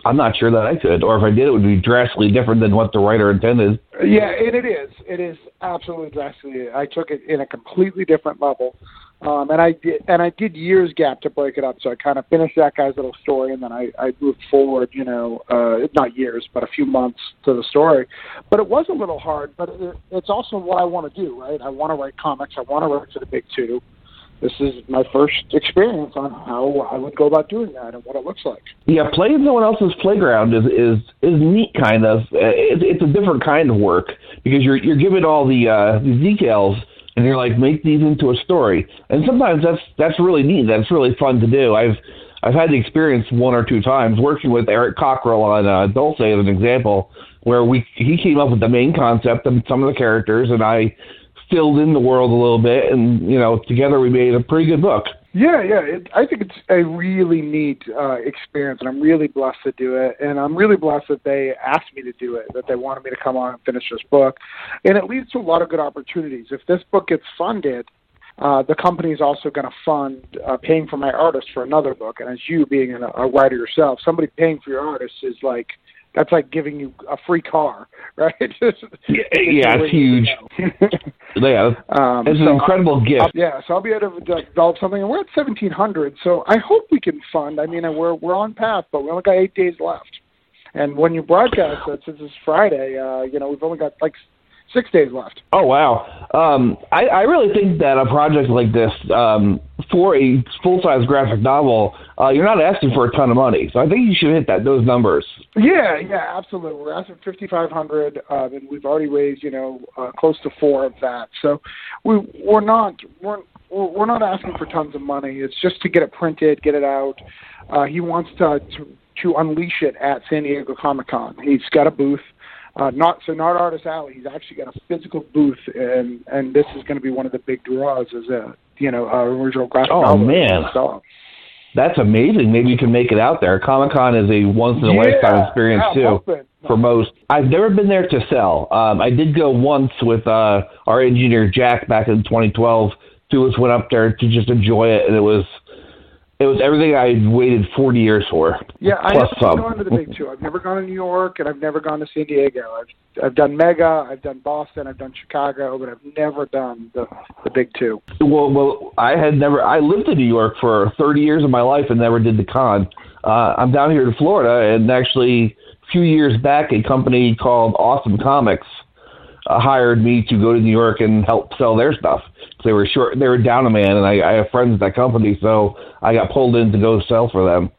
I'm not sure that I could, or if I did, it would be drastically different than what the writer intended.
Yeah, and it is. It is absolutely drastically. I took it in a completely different level, um, and I did. And I did years gap to break it up. So I kind of finished that guy's little story, and then I, I moved forward. You know, uh, not years, but a few months to the story. But it was a little hard. But it, it's also what I want to do, right? I want to write comics. I want to write for the big two. This is my first experience on how I would go about doing that and what it looks like.
Yeah, playing someone else's playground is is is neat, kind of. Uh, It's, it's a different kind of work because you're you're given all the uh, the details and you're like, make these into a story. And sometimes that's that's really neat. That's really fun to do. I've I've had the experience one or two times working with Eric Cockrell on uh, Dulce as an example, where we he came up with the main concept and some of the characters, and I filled in the world a little bit, and you know together we made a pretty good book.
Yeah, yeah. It, I think it's a really neat uh, experience, and I'm really blessed to do it. And I'm really blessed that they asked me to do it, that they wanted me to come on and finish this book. And it leads to a lot of good opportunities. If this book gets funded, uh, the company is also going to fund uh, paying for my artist for another book. And as you being an, a writer yourself, somebody paying for your artist is like that's like giving you a free car, right?
Yeah, yeah it's huge. Yeah,
um,
it's an
so-
incredible gift.
Yeah, so I'll be able to de- develop something, and we're at seventeen hundred. So I hope we can fund. I mean, we're we're on path, but we only got eight days left. And when you broadcast it, since it's Friday, uh, you know we've only got like s- six days left.
Oh wow! Um, I, I really think that a project like this, um, for a full-size graphic novel, uh, you're not asking for a ton of money. So I think you should hit that those numbers.
Yeah, yeah, absolutely. We're asking fifty five hundred, um, and we've already raised you know uh, close to four of that. So we we're not we're we're we're not asking for tons of money. It's just to get it printed, get it out. Uh, he wants to, to to unleash it at San Diego Comic Con. He's got a booth. Uh, not so not artist alley. He's actually got a physical booth, and and this is going to be one of the big draws as a you know a original graphic
Oh,
novel.
man.
So-
That's amazing. Maybe you can make it out there. Comic Con is a once-in-a-lifetime
Yeah,
experience
yeah,
too.
hoping.
for most. I've never been there to sell. Um, I did go once with uh, our engineer Jack back in 2012. Two of us went up there to just enjoy it, and it was it was everything I waited 40 years for.
Yeah, I
plus
haven't
some.
gone to the big two. I've never gone to New York, and I've never gone to San Diego. I've I've done Mega, I've done Boston, I've done Chicago, but I've never done the the big two.
Well, well, I had never. I lived in New York for 30 years of my life and never did the con. Uh, I'm down here in Florida, and actually, a few years back, a company called Awesome Comics uh, hired me to go to New York and help sell their stuff. They were short. They were down a man, and I, I have friends at that company, so I got pulled in to go sell for them.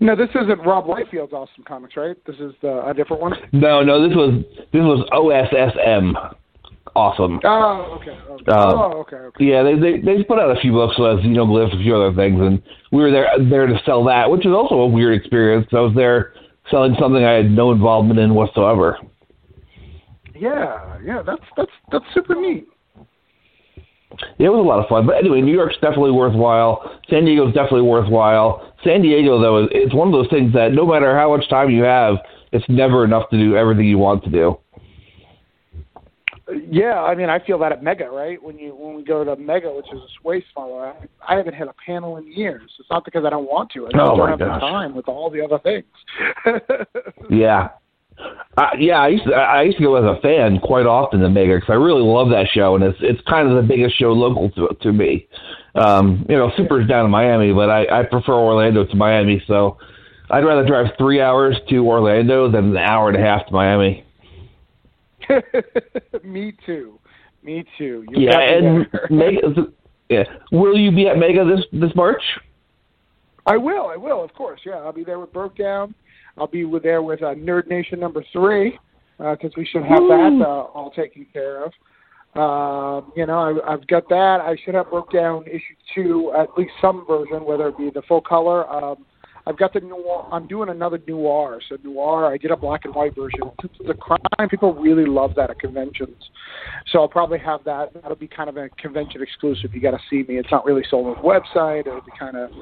No, this isn't Rob Whitefield's Awesome Comics, right? This is the, a different one.
No, no, this was this was OSSM. Awesome.
Oh, okay. okay.
Uh,
oh, okay. okay.
Yeah, they they they put out a few books with Xenoglyphs, a few other things, and we were there there to sell that, which is also a weird experience. I was there selling something I had no involvement in whatsoever.
Yeah, yeah. That's that's that's super neat.
It was a lot of fun, but anyway, New York's definitely worthwhile. San Diego's definitely worthwhile. San Diego, though, is it's one of those things that no matter how much time you have, it's never enough to do everything you want to do.
Yeah, I mean, I feel that at Mega, right? When you when we go to Mega, which is way smaller, I, I haven't had a panel in years. It's not because I don't want to. I just
Oh,
don't
my
have
gosh.
the time with all the other things.
Yeah. Uh, yeah, I used to, I I used to go as a fan quite often to Mega because I really love that show, and it's it's kind of the biggest show local to to me. Um, you know, Super's down in Miami, but I I prefer Orlando to Miami, so I'd rather drive three hours to Orlando than an hour and a half to Miami.
Me too. Me too. You
Yeah,
got me
and
there.
Mega. Yeah, will you be at Mega this this March?
I will. I will. Of course. Yeah, I'll be there with Broke Down. I'll be with, there with uh, Nerd Nation number three because we should have that uh, all taken care of. Um, you know, I, I've got that. I should have broke down issue two, at least some version, whether it be the full color. Um, I've got the noir. I'm doing another noir. So noir, I did a black and white version. The crime people really love that at conventions, so I'll probably have that. That'll be kind of a convention exclusive. You got to see me. It's not really sold on the website. It'll be kind of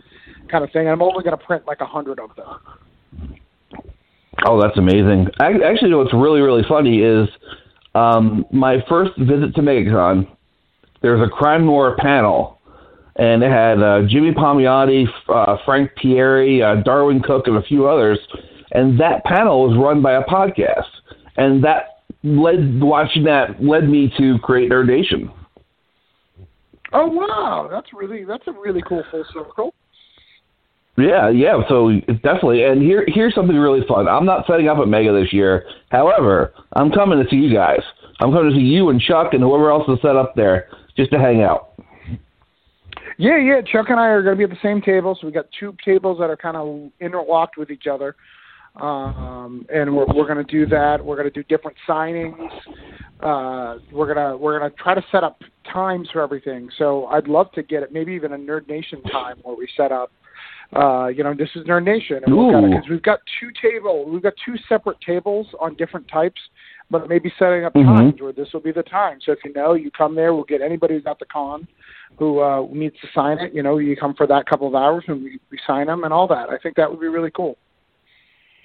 kind of thing. I'm only going to print like a hundred of them.
Oh, that's amazing. I, actually, what's really, really funny is um, my first visit to MegaCon, there was a crime noir panel, and it had uh, Jimmy Palmiotti, f- uh, Frank Pieri, uh, Darwin Cook, and a few others. And that panel was run by a podcast, and that led watching that led me to create Nerd Nation.
Oh wow, that's really that's a really cool full circle.
Yeah, yeah. So it's definitely, and here here's something really fun. I'm not setting up at Mega this year. However, I'm coming to see you guys. I'm coming to see you and Chuck and whoever else is set up there just to hang out.
Yeah, yeah. Chuck and I are going to be at the same table, so we got two tables that are kind of interlocked with each other. um, and we're, we're going to do that. We're going to do different signings. Uh, we're gonna we're gonna try to set up times for everything. So I'd love to get it, maybe even a Nerd Nation time where we set up. Uh, you know, this is Nerd Nation, and we've got
Ooh.
because we've got two table, we've got two separate tables on different types, but maybe setting up
Mhm.
times where this will be the time. So if you know, you come there. We'll get anybody who's at the con who uh, needs to sign it. You know, you come for that couple of hours, and we, we sign them and all that. I think that would be really cool.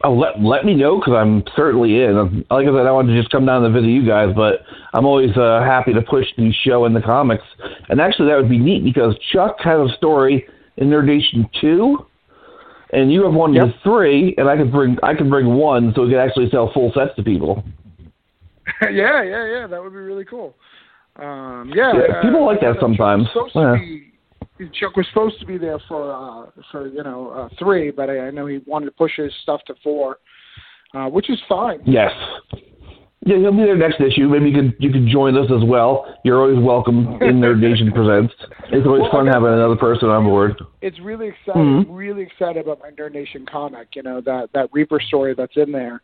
Oh, let let me know because I'm certainly in. Like I said, I wanted to just come down and visit you guys, but I'm always uh, happy to push the show and the comics. And actually, that would be neat because Chuck has a story in Nerd Nation two, and you have one
Yep.
with three, and I could bring I could bring one, so we could actually sell full sets to people.
yeah, yeah, yeah. That would be really cool. Um, yeah,
Yeah,
uh,
people like that
Chuck
sometimes.
was supposed to
Yeah.
be- Chuck was supposed to be there for uh, for you know uh, three, but I, I know he wanted to push his stuff to four, uh, which is fine.
Yes. Yeah, he'll be there next issue. Maybe you could you could join us as well. You're always welcome in Nerd Nation Presents. It's always
Well,
fun
okay.
having another person on board.
It's really
Mhm.
exciting. Really excited about my Nerd Nation comic. You know that that Reaper story that's in there.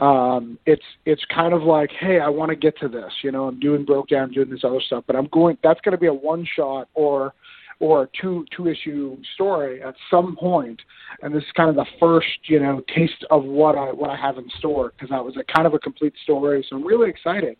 Um, it's it's kind of like, hey, I want to get to this. You know, I'm doing broke down, I'm doing this other stuff, but I'm going. That's going to be a one shot or or a two two issue story at some point, and this is kind of the first you know taste of what I what I have in store because that was a kind of a complete story. So I'm really excited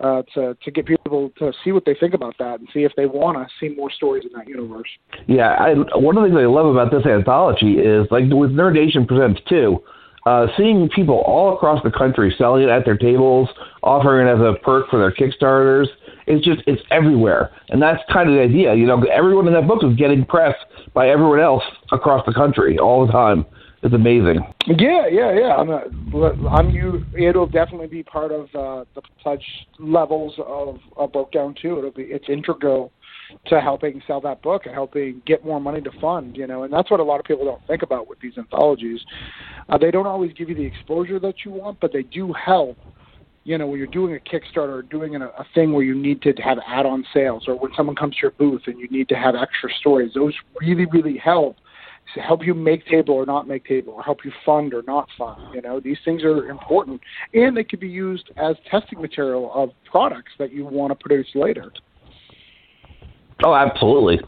uh, to to get people to see what they think about that and see if they want to see more stories in that universe.
Yeah, I, one of the things I love about this anthology is like with Nerd Nation Presents too, uh, seeing people all across the country selling it at their tables, offering it as a perk for their Kickstarters. It's just it's everywhere, and that's kind of the idea. You know, everyone in that book is getting pressed by everyone else across the country all the time. It's amazing.
Yeah, yeah, yeah. I'm a, I'm you. It'll definitely be part of uh, the pledge levels of, of broke down too. It'll be it's integral to helping sell that book and helping get more money to fund. You know, and that's what a lot of people don't think about with these anthologies. Uh, they don't always give you the exposure that you want, but they do help. You know, when you're doing a Kickstarter or doing an, a thing where you need to have add-on sales, or when someone comes to your booth and you need to have extra stories, those really, really help to help you make table or not make table, or help you fund or not fund. You know, these things are important, and they could be used as testing material of products that you want to produce later.
Oh, absolutely.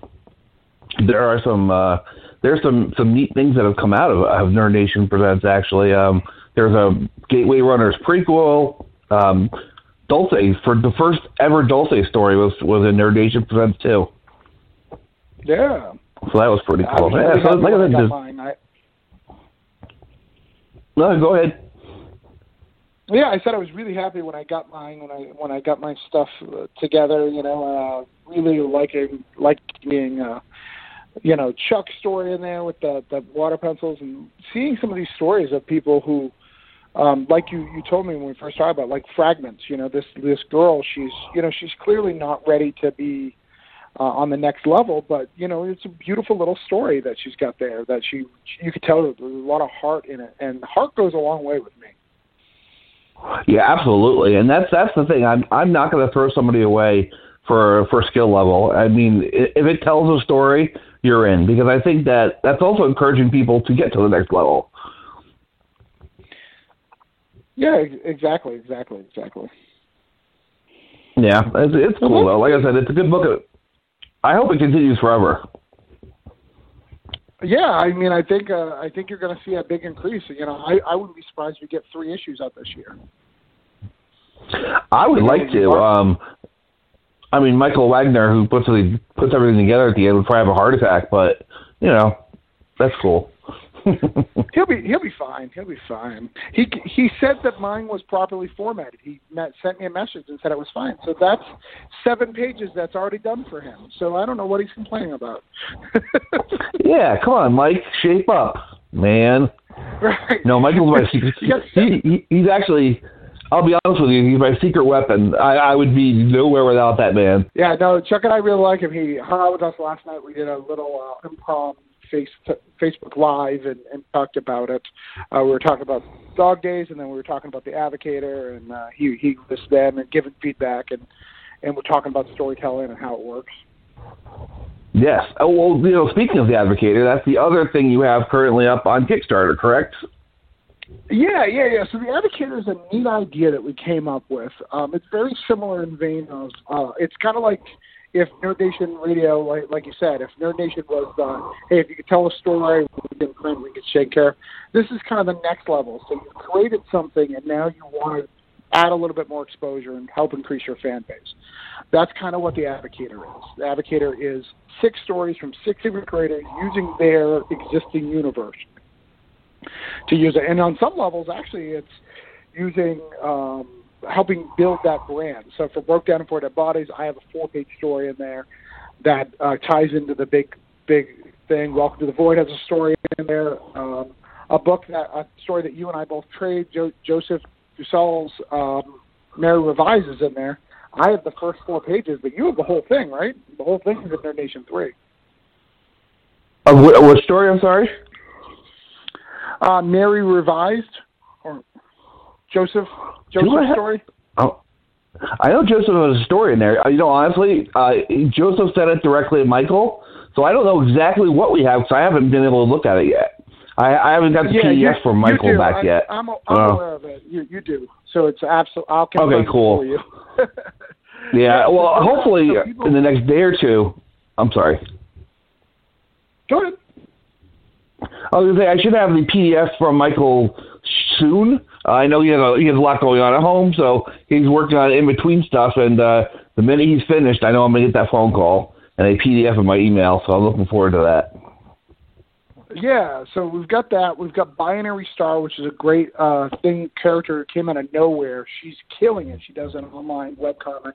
There are some uh, there's some some neat things that have come out of, of Nerd Nation Presents. Actually, um, there's a Gateway Runners prequel. Um, Dulce for the first ever Dulce story was was in Nerd Nation Presents too.
Yeah,
So that was pretty
I
cool.
was
Yeah,
really
so
happy
like I
when I
said,
got
just,
mine. I-
no, go ahead.
yeah, I said I was really happy when I got mine when I when I got my stuff uh, together. You know, uh, really liking liking uh, you know Chuck's story in there with the the water pencils and seeing some of these stories of people who, um, like you you told me when we first talked about like fragments. You know, this this girl, she's you know she's clearly not ready to be. Uh, on the next level, but you know it's a beautiful little story that she's got there. That she, you could tell there's a lot of heart in it, and heart goes a long way with me.
Yeah, absolutely, and that's that's the thing. I'm I'm not going to throw somebody away for for skill level. I mean, i- if it tells a story, you're in because I think that that's also encouraging people to get to the next level.
Yeah, ex- exactly, exactly, exactly.
Yeah, it's, it's cool though. Like I said, it's a good book. I hope it continues forever.
Yeah, I mean, I think uh, I think you're going to see a big increase. You know, I, I wouldn't be surprised if you get three issues out this year.
I would like to. Um, I mean, Michael Wagner, who puts the, puts everything together at the end, would probably have a heart attack, but you know, that's cool.
He'll be he'll be fine. He'll be fine. He he said that mine was properly formatted. He met, sent me a message and said it was fine. So that's seven pages that's already done for him. So I don't know what he's complaining about.
yeah, come on, Mike, shape up, man.
right.
No, Michael's my secret.
Yes.
he, he, he's actually. I'll be honest with you. He's my secret weapon. I, I would be nowhere without that man.
Yeah, no, Chuck and I really like him. He hung out with us last night. We did a little uh, improv face, Facebook Live and, and talked about it. Uh, we were talking about dog days, and then we were talking about the Advocator, and uh, he he was them and giving feedback, and and we're talking about storytelling and how it works.
Yes. Oh well, you know, speaking of the Advocator, that's the other thing you have currently up on Kickstarter, correct?
Yeah, yeah, yeah. So the Advocate is a neat idea that we came up with. Um, it's very similar in vein of uh, it's kind of like if Nerd Nation Radio, like like you said, if Nerd Nation was, uh, hey, if you could tell a story, we can print, we could take care. of. This is kind of the next level. So you've created something, and now you want to add a little bit more exposure and help increase your fan base. That's kind of what the Advocator is. The Advocator is six stories from six different creators using their existing universe to use it. And on some levels, actually, it's using um, helping build that brand. So for broke down and for dead bodies, I have a four-page story in there that uh, ties into the big big thing. Welcome to the Void has a story in there. Um, a book that a story that you and I both trade. Jo- Joseph Dussault's um, Mary Revises in there. I have the first four pages, but you have the whole thing, right? The whole thing is in Nerd Nation three.
Uh, what, what story? I'm sorry.
Uh, Mary Revised or Joseph
know
Joseph's
what?
story.
Oh, I know Joseph has a story in there. Uh, You know, honestly, uh, Joseph sent it directly to Michael, so I don't know exactly what we have because I haven't been able to look at it yet. I, I haven't got the
you-
PDF from Michael
you do.
back
I,
yet.
I'm, I'm
Oh.
aware of it. You, you do. So it's absolutely. I'll confirm
Okay,
it
cool.
for you.
yeah, well,
so-
hopefully
so people-
in the next day or two. I'm sorry.
Go ahead.
I was gonna say I should have the PDF from Michael soon. Uh, I know he has a he has a lot going on at home, so he's working on in between stuff. And uh, the minute he's finished, I know I'm gonna get that phone call and a PDF in my email. So I'm looking forward to that.
Yeah, so we've got that. We've got Binary Star, which is a great uh, thing character who came out of nowhere. She's killing it. She does an online webcomic.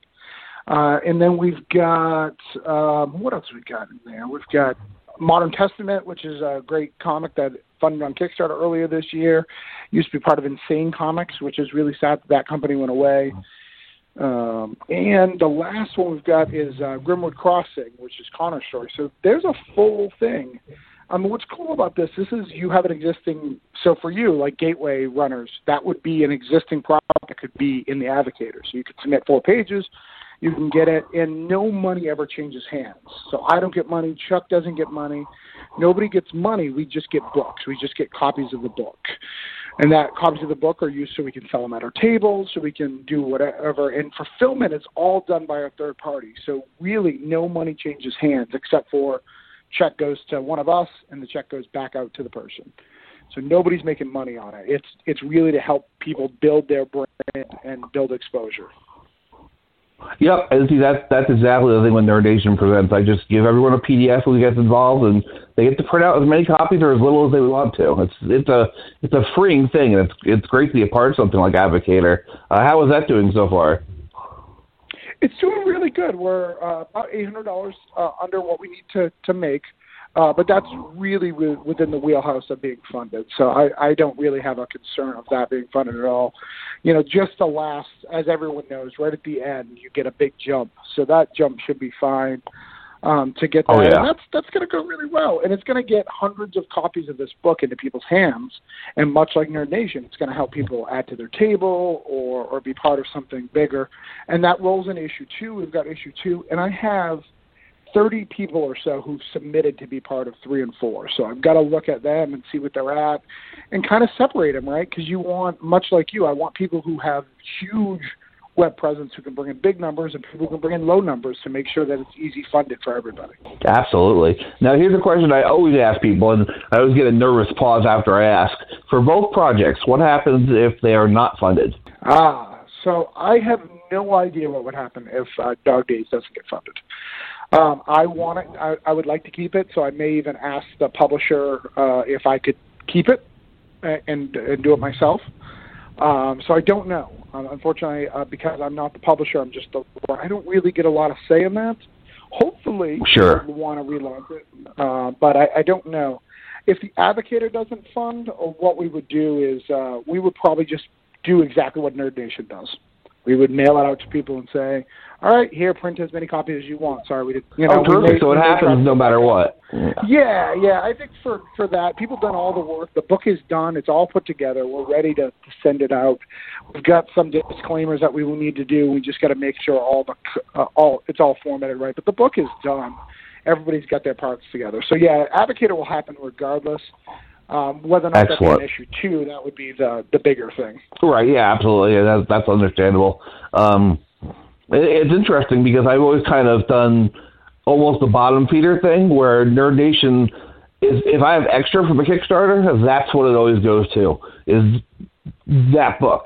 Uh, and then we've got um, what else we got in there? We've got Modern Testament, which is a great comic that funded on Kickstarter earlier this year. Used to be part of Insane Comics, which is really sad that that company went away. Um, and the last one we've got is uh, Grimwood Crossing, which is Connor's story. So there's a full thing. I mean, what's cool about this? This is you have an existing. So for you, like Gateway Runners, that would be an existing product that could be in the Advocator. So you could submit four pages, you can get it, and no money ever changes hands. So I don't get money. Chuck doesn't get money. Nobody gets money. We just get books. We just get copies of the book, and that copies of the book are used so we can sell them at our tables, so we can do whatever. And fulfillment is all done by a third party. So really, no money changes hands except for check goes to one of us and the check goes back out to the person. So nobody's making money on it. It's it's really to help people build their brand and build exposure.
Yep, and see that's that's exactly the thing when Nerd Nation presents. I just give everyone a PDF who gets involved, and they get to print out as many copies or as little as they want to. It's it's a it's a freeing thing, and it's it's great to be a part of something like Advocator. Uh, how is that doing so far?
It's doing really good. We're uh, about eight hundred dollars uh, under what we need to to make, uh, but that's really wi- within the wheelhouse of being funded. So I I don't really have a concern of that being funded at all. You know, just the last, as everyone knows, right at the end you get a big jump. So that jump should be fine. um, to get that.
Oh, yeah.
And that's that's going to go really well, and it's going to get hundreds of copies of this book into people's hands. And much like Nerd Nation, it's going to help people add to their table or or be part of something bigger. And that rolls into issue two. We've got issue two, and I have. 30 people or so who've submitted to be part of three and four. So I've got to look at them and see what they're at and kind of separate them, right? Because you want, much like you, I want people who have huge web presence who can bring in big numbers and people who can bring in low numbers to make sure that it's easy funded for everybody.
Absolutely. Now, here's a question I always ask people, and I always get a nervous pause after I ask. For both projects, what happens if they are not funded?
Ah, so I have no idea what would happen if uh, Dog Days doesn't get funded. Um, I want it. I, I would like to keep it, so I may even ask the publisher uh, if I could keep it a- and, and do it myself. Um, so I don't know. Um, unfortunately, uh, because I'm not the publisher, I'm just the. I don't really get a lot of say in that. Hopefully,
Sure.
we'll want to relaunch it, uh, but I, I don't know. If the Advocator doesn't fund, or what we would do is uh, we would probably just do exactly what Nerd Nation does. We would mail it out to people and say, "All right, here, print as many copies as you want." Sorry, we didn't. You know,
oh,
we
terrific.
may-
so it
we may try
happens
to-
no matter what.
yeah, yeah. I think for for that, people have done all the work. The book is done. It's all put together. We're ready to, to send it out. We've got some disclaimers that we will need to do. We just got to make sure all the c- uh, all it's all formatted right. But the book is done. Everybody's got their parts together. So yeah, Advocator will happen regardless. Um, whether or not
Excellent.
that's an issue too, that would be the the bigger thing.
Right. Yeah. Absolutely. Yeah, that's that's understandable. Um, it, it's interesting because I've always kind of done almost the bottom feeder thing where Nerd Nation is. If I have extra from a Kickstarter, that's what it always goes to is that book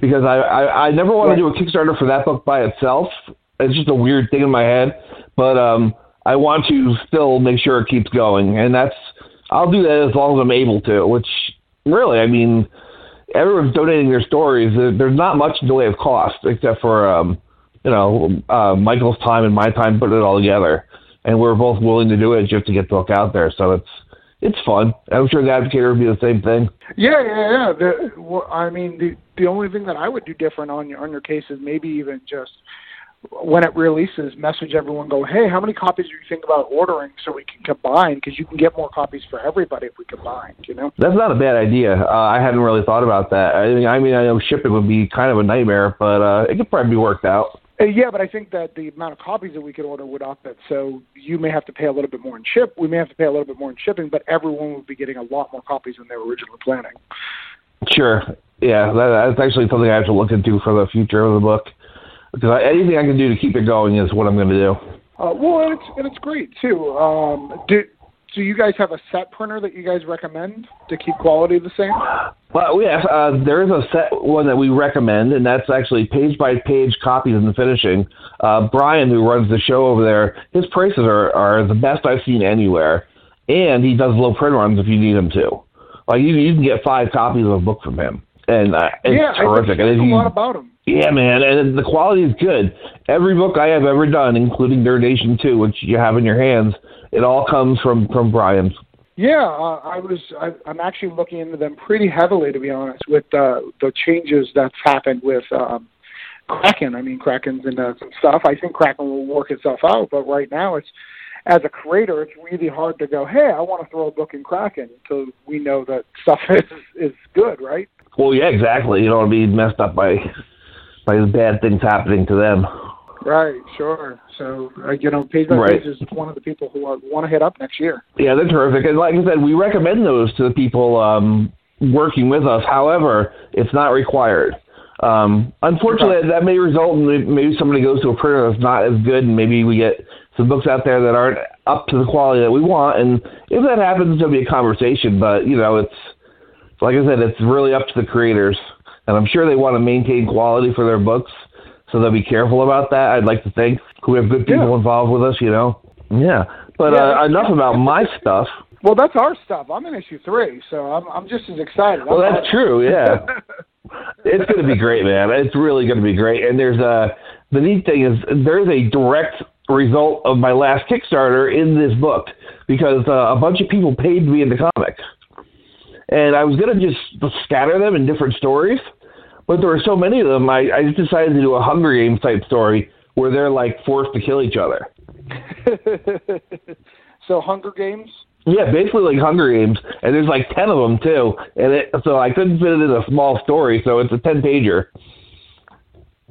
because I I, I never want to do a Kickstarter for that book by itself. It's just a weird thing in my head, but um, I want to still make sure it keeps going, and that's I'll do that as long as I'm able to. Which really, I mean everyone's donating their stories. There, there's not much in the way of cost, except for um, you know uh, Michael's time and my time putting it all together, and we're both willing to do it just to get the book out there. So it's it's fun. I'm sure the advocate would be the same thing.
Yeah, yeah, yeah. The, well, I mean, the the only thing that I would do different on your on your case is maybe even just when it releases, message everyone, go, hey, how many copies do you think about ordering so we can combine? Because you can get more copies for everybody if we combine. You know.
That's not a bad idea. Uh, I hadn't really thought about that. I mean, I mean, I know shipping would be kind of a nightmare, but uh, it could probably be worked out.
Uh, Yeah, but I think that the amount of copies that we could order would up it. So you may have to pay a little bit more in ship. We may have to pay a little bit more in shipping, but everyone would be getting a lot more copies than they were originally planning.
Sure. Yeah, that, that's actually something I have to look into for the future of the book. Because I, anything I can do to keep it going is what I'm going to do.
Uh, well, and it's and it's great too. Um, do do you guys have a set printer that you guys recommend to keep quality the same?
Well, yes, uh, there is a set one that we recommend, and that's actually page by page copies and finishing. Uh, Brian, who runs the show over there, his prices are, are the best I've seen anywhere, and he does low print runs if you need him to. Like you, you can get five copies of a book from him, and uh, it's
yeah,
terrific.
I
and if
think that's a
you-
lot about them.
yeah, man, and the quality is good. Every book I have ever done, including Nerd Nation Two, which you have in your hands, it all comes from from Brian's.
Yeah, uh, I was. I, I'm actually looking into them pretty heavily, to be honest, with uh, the changes that's happened with um, Kraken. I mean, Kraken's into some stuff. I think Kraken will work itself out, but right now, it's as a creator, it's really hard to go. Hey, I want to throw a book in Kraken until we know that stuff is is good, right?
Well, yeah, exactly. You don't want to be messed up by by the bad things happening to them.
Right. Sure. So uh, you know, Page by
Right.
Page is one of the people who I want to hit up next year.
Yeah, they're terrific. And like I said, we recommend those to the people um, working with us. However, it's not required. Um, unfortunately, that may result in maybe somebody goes to a printer that's not as good, and maybe we get some books out there that aren't up to the quality that we want. And if that happens, there'll be a conversation. But you know, it's like I said, it's really up to the creators, and I'm sure they want to maintain quality for their books, so they'll be careful about that. I'd like to think we have good people
Yeah.
involved with us, you know. Yeah, but
Yeah.
uh, enough about my stuff.
Well, that's our stuff. I'm in issue three, so I'm I'm just as excited.
Well,
I'm
Oh, that's true. Yeah, it's going to be great, man. It's really going to be great. And there's a the neat thing is there's a direct result of my last Kickstarter in this book because uh, a bunch of people paid me in the comic, and I was going to just scatter them in different stories, but there were so many of them, I, I just decided to do a Hunger Games type story where they're like forced to kill each other.
so Hunger Games.
Yeah, basically like Hunger Games, and there's like ten of them too, and it, so I couldn't fit it in a small story, so it's a ten pager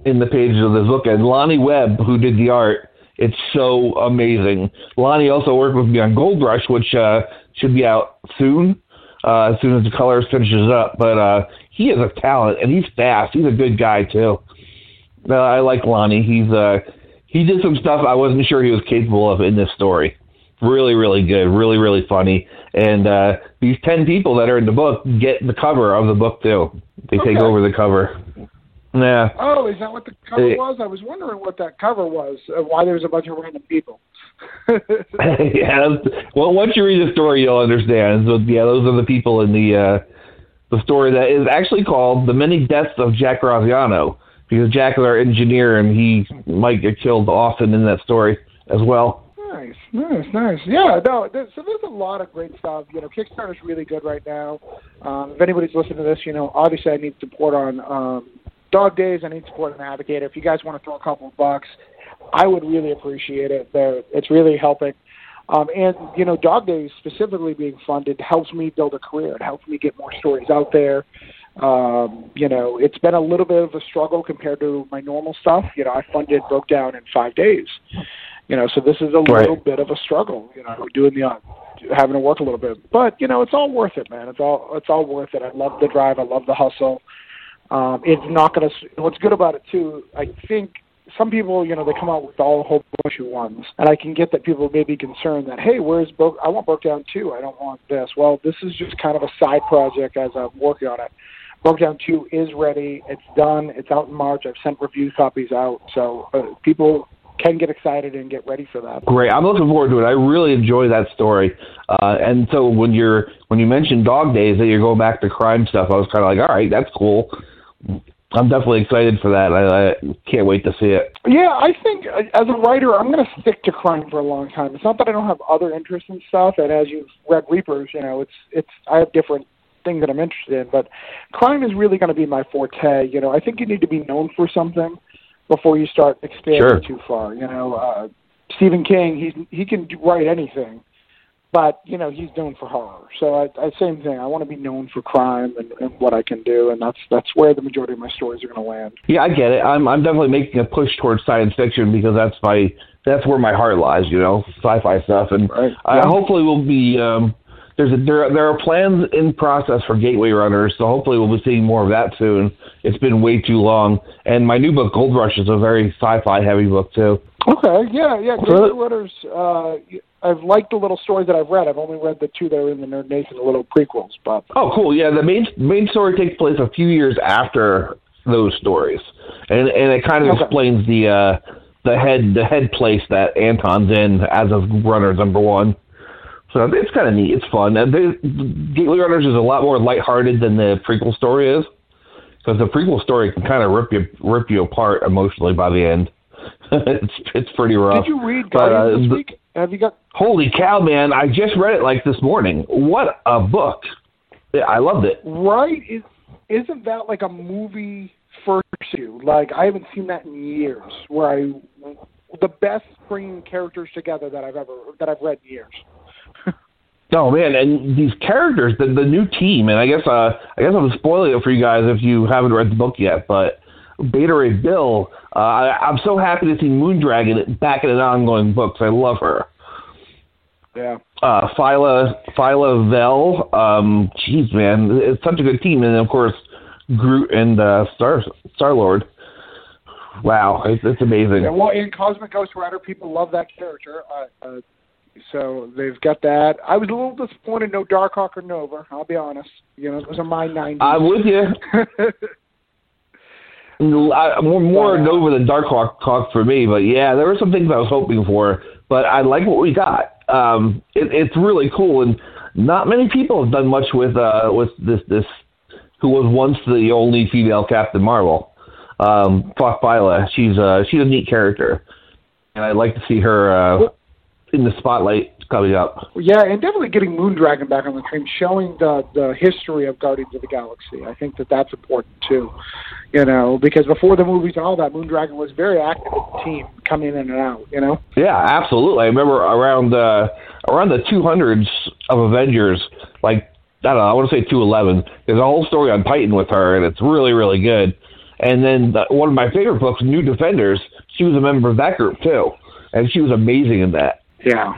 in the pages of this book. And Lonnie Webb, who did the art, it's so amazing. Lonnie also worked with me on Gold Rush, which uh, should be out soon, uh, as soon as the colors finishes up. But uh, he is a talent, and he's fast. He's a good guy too. Uh, I like Lonnie. He's uh, he did some stuff I wasn't sure he was capable of in this story really really good really really funny and uh these 10 people that are in the book get the cover of the book too they take
Okay.
over the cover yeah
Oh, is that what the cover
Hey.
was? I was wondering what that cover was. Uh, why there was a bunch of random people.
yeah that's- well once you read the story you'll understand so yeah those are the people in the uh the story that is actually called the many deaths of jack graziano because jack is our engineer and he might get killed often in that story as well
Nice, nice, nice. Yeah, no. There, so there's a lot of great stuff. You know, Kickstarter's really good right now. Um, if anybody's listening to this, you know, obviously I need support on um, Dog Days. I need support on Navigator. If you guys want to throw a couple of bucks, I would really appreciate it. They're, it's really helping. Um, and you know, Dog Days specifically being funded helps me build a career. It helps me get more stories out there. Um, you know, it's been a little bit of a struggle compared to my normal stuff. You know, I funded broke down in five days you know so this is a
Right.
little bit of a struggle you know doing the uh, having to work a little bit. But you know, it's all worth it, man. It's all it's all worth it. I love the drive. I love the hustle. Um, it's not going to. What's good about it too, I think. Some people, you know, they come out with all a whole bunch of ones, and I can get that people may be concerned that, hey, where's Broke? I want Broke Down Two. I don't want this. Well, this is just kind of a side project as I'm working on it. Broke Down 2 is ready. It's done. It's out in March. I've sent review copies out. So uh, people can get excited and get ready for that.
Great. I'm looking forward to it. I really enjoy that story. Uh, and so when you're when you mentioned Dog Days that you're going back to crime stuff, I was kind of like, all right, that's cool. I'm definitely excited for that. I, I can't wait to see it.
Yeah, I think uh, as a writer, I'm going to stick to crime for a long time. It's not that I don't have other interests and stuff. And as you've read Reapers, you know, it's it's I have different things that I'm interested in, but crime is really going to be my forte. You know, I think you need to be known for something before you start expanding
Sure.
too far. You know, uh, Stephen King, he's he can do- write anything, but you know he's known for horror. So I, I same thing. I want to be known for crime and, and what I can do, and that's that's where the majority of my stories are going to land.
Yeah, I get it. I'm I'm definitely making a push towards science fiction because that's my that's where my heart lies, you know, sci-fi stuff, and
Right.
I
Yeah.
hopefully we'll be um, there's a, there there are plans in process for Gateway Runners, so hopefully we'll be seeing more of that soon. It's been way too long, and my new book Gold Rush is a very sci-fi heavy book too.
Okay, yeah, yeah.
So-
Gateway Runners. Uh, I've liked the little stories that I've read. I've only read the two that are in the Nerd Nation, the little prequels, but
Oh, cool! Yeah, the main main story takes place a few years after those stories, and and it kind of
Okay.
explains the uh, the head the head place that Anton's in as of Runners number one. So it's kind of neat. It's fun. And they, Gateway Runners is a lot more lighthearted than the prequel story is, because the prequel story can kind of rip you rip you apart emotionally by the end. it's it's pretty rough.
did you read
But, uh,
Guardians this
the-
week? Have you got?
Holy cow, man! I just read it like this morning. What a book! Yeah, I loved it.
Right? Is isn't that like a movie first you? Like I haven't seen that in years. Where I the best bringing characters together that I've ever that I've read in years.
Oh man, and these characters, the the new team, and I guess uh, I guess I'm spoiling it for you guys if you haven't read the book yet, but Beta Ray Bill, uh, I, I'm so happy to see Moondragon back in an ongoing book. 'cause I love her.
Yeah.
Uh, Phyla Phyla Vel, um, jeez man, it's such a good team, and then, of course Groot and uh, Star Star Lord. Wow, it's, it's amazing.
yeah well, in Cosmic Ghost Rider, people love that character. Uh, uh, so they've got that. I was a little disappointed. No Darkhawk or Nova. I'll be honest. You know, those are my 90s.
I'm with you. I- more more
Yeah.
Nova than Dark Hawk talk for me, but yeah, there were some things I was hoping for, but I like what we got. Um, it, it's really cool, and not many people have done much with uh, with this this who was once the only female Captain Marvel. Um, Fox Byla, she's uh, she's a neat character, and I'd like to see her uh, in the spotlight coming up.
Yeah, and definitely getting Moondragon back on the team, showing the the history of Guardians of the Galaxy. I think that that's important too, you know, because before the movies and all that, Moondragon was very active in the team, coming in and out, you know.
Yeah, absolutely. I remember around uh, around the two hundreds of Avengers, like I don't know, I want to say two eleven. There's a whole story on Titan with her, and it's really really good. And then the, one of my favorite books, New Defenders, she was a member of that group too, and she was amazing in that.
Yeah,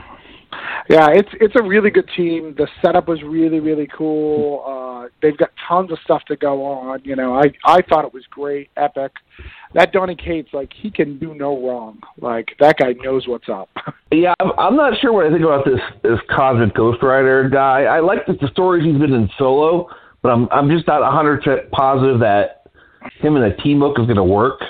yeah, it's it's a really good team. The setup was really really cool. Uh, they've got tons of stuff to go on. You know, I I thought it was great, epic. That Donny Cates, like he can do no wrong. Like that guy knows what's up.
Yeah, I'm, I'm not sure what I think about this this cosmic Ghost Rider guy. I like that the stories he's been in solo, but I'm I'm just not 100 percent positive that him and a team book is going to work.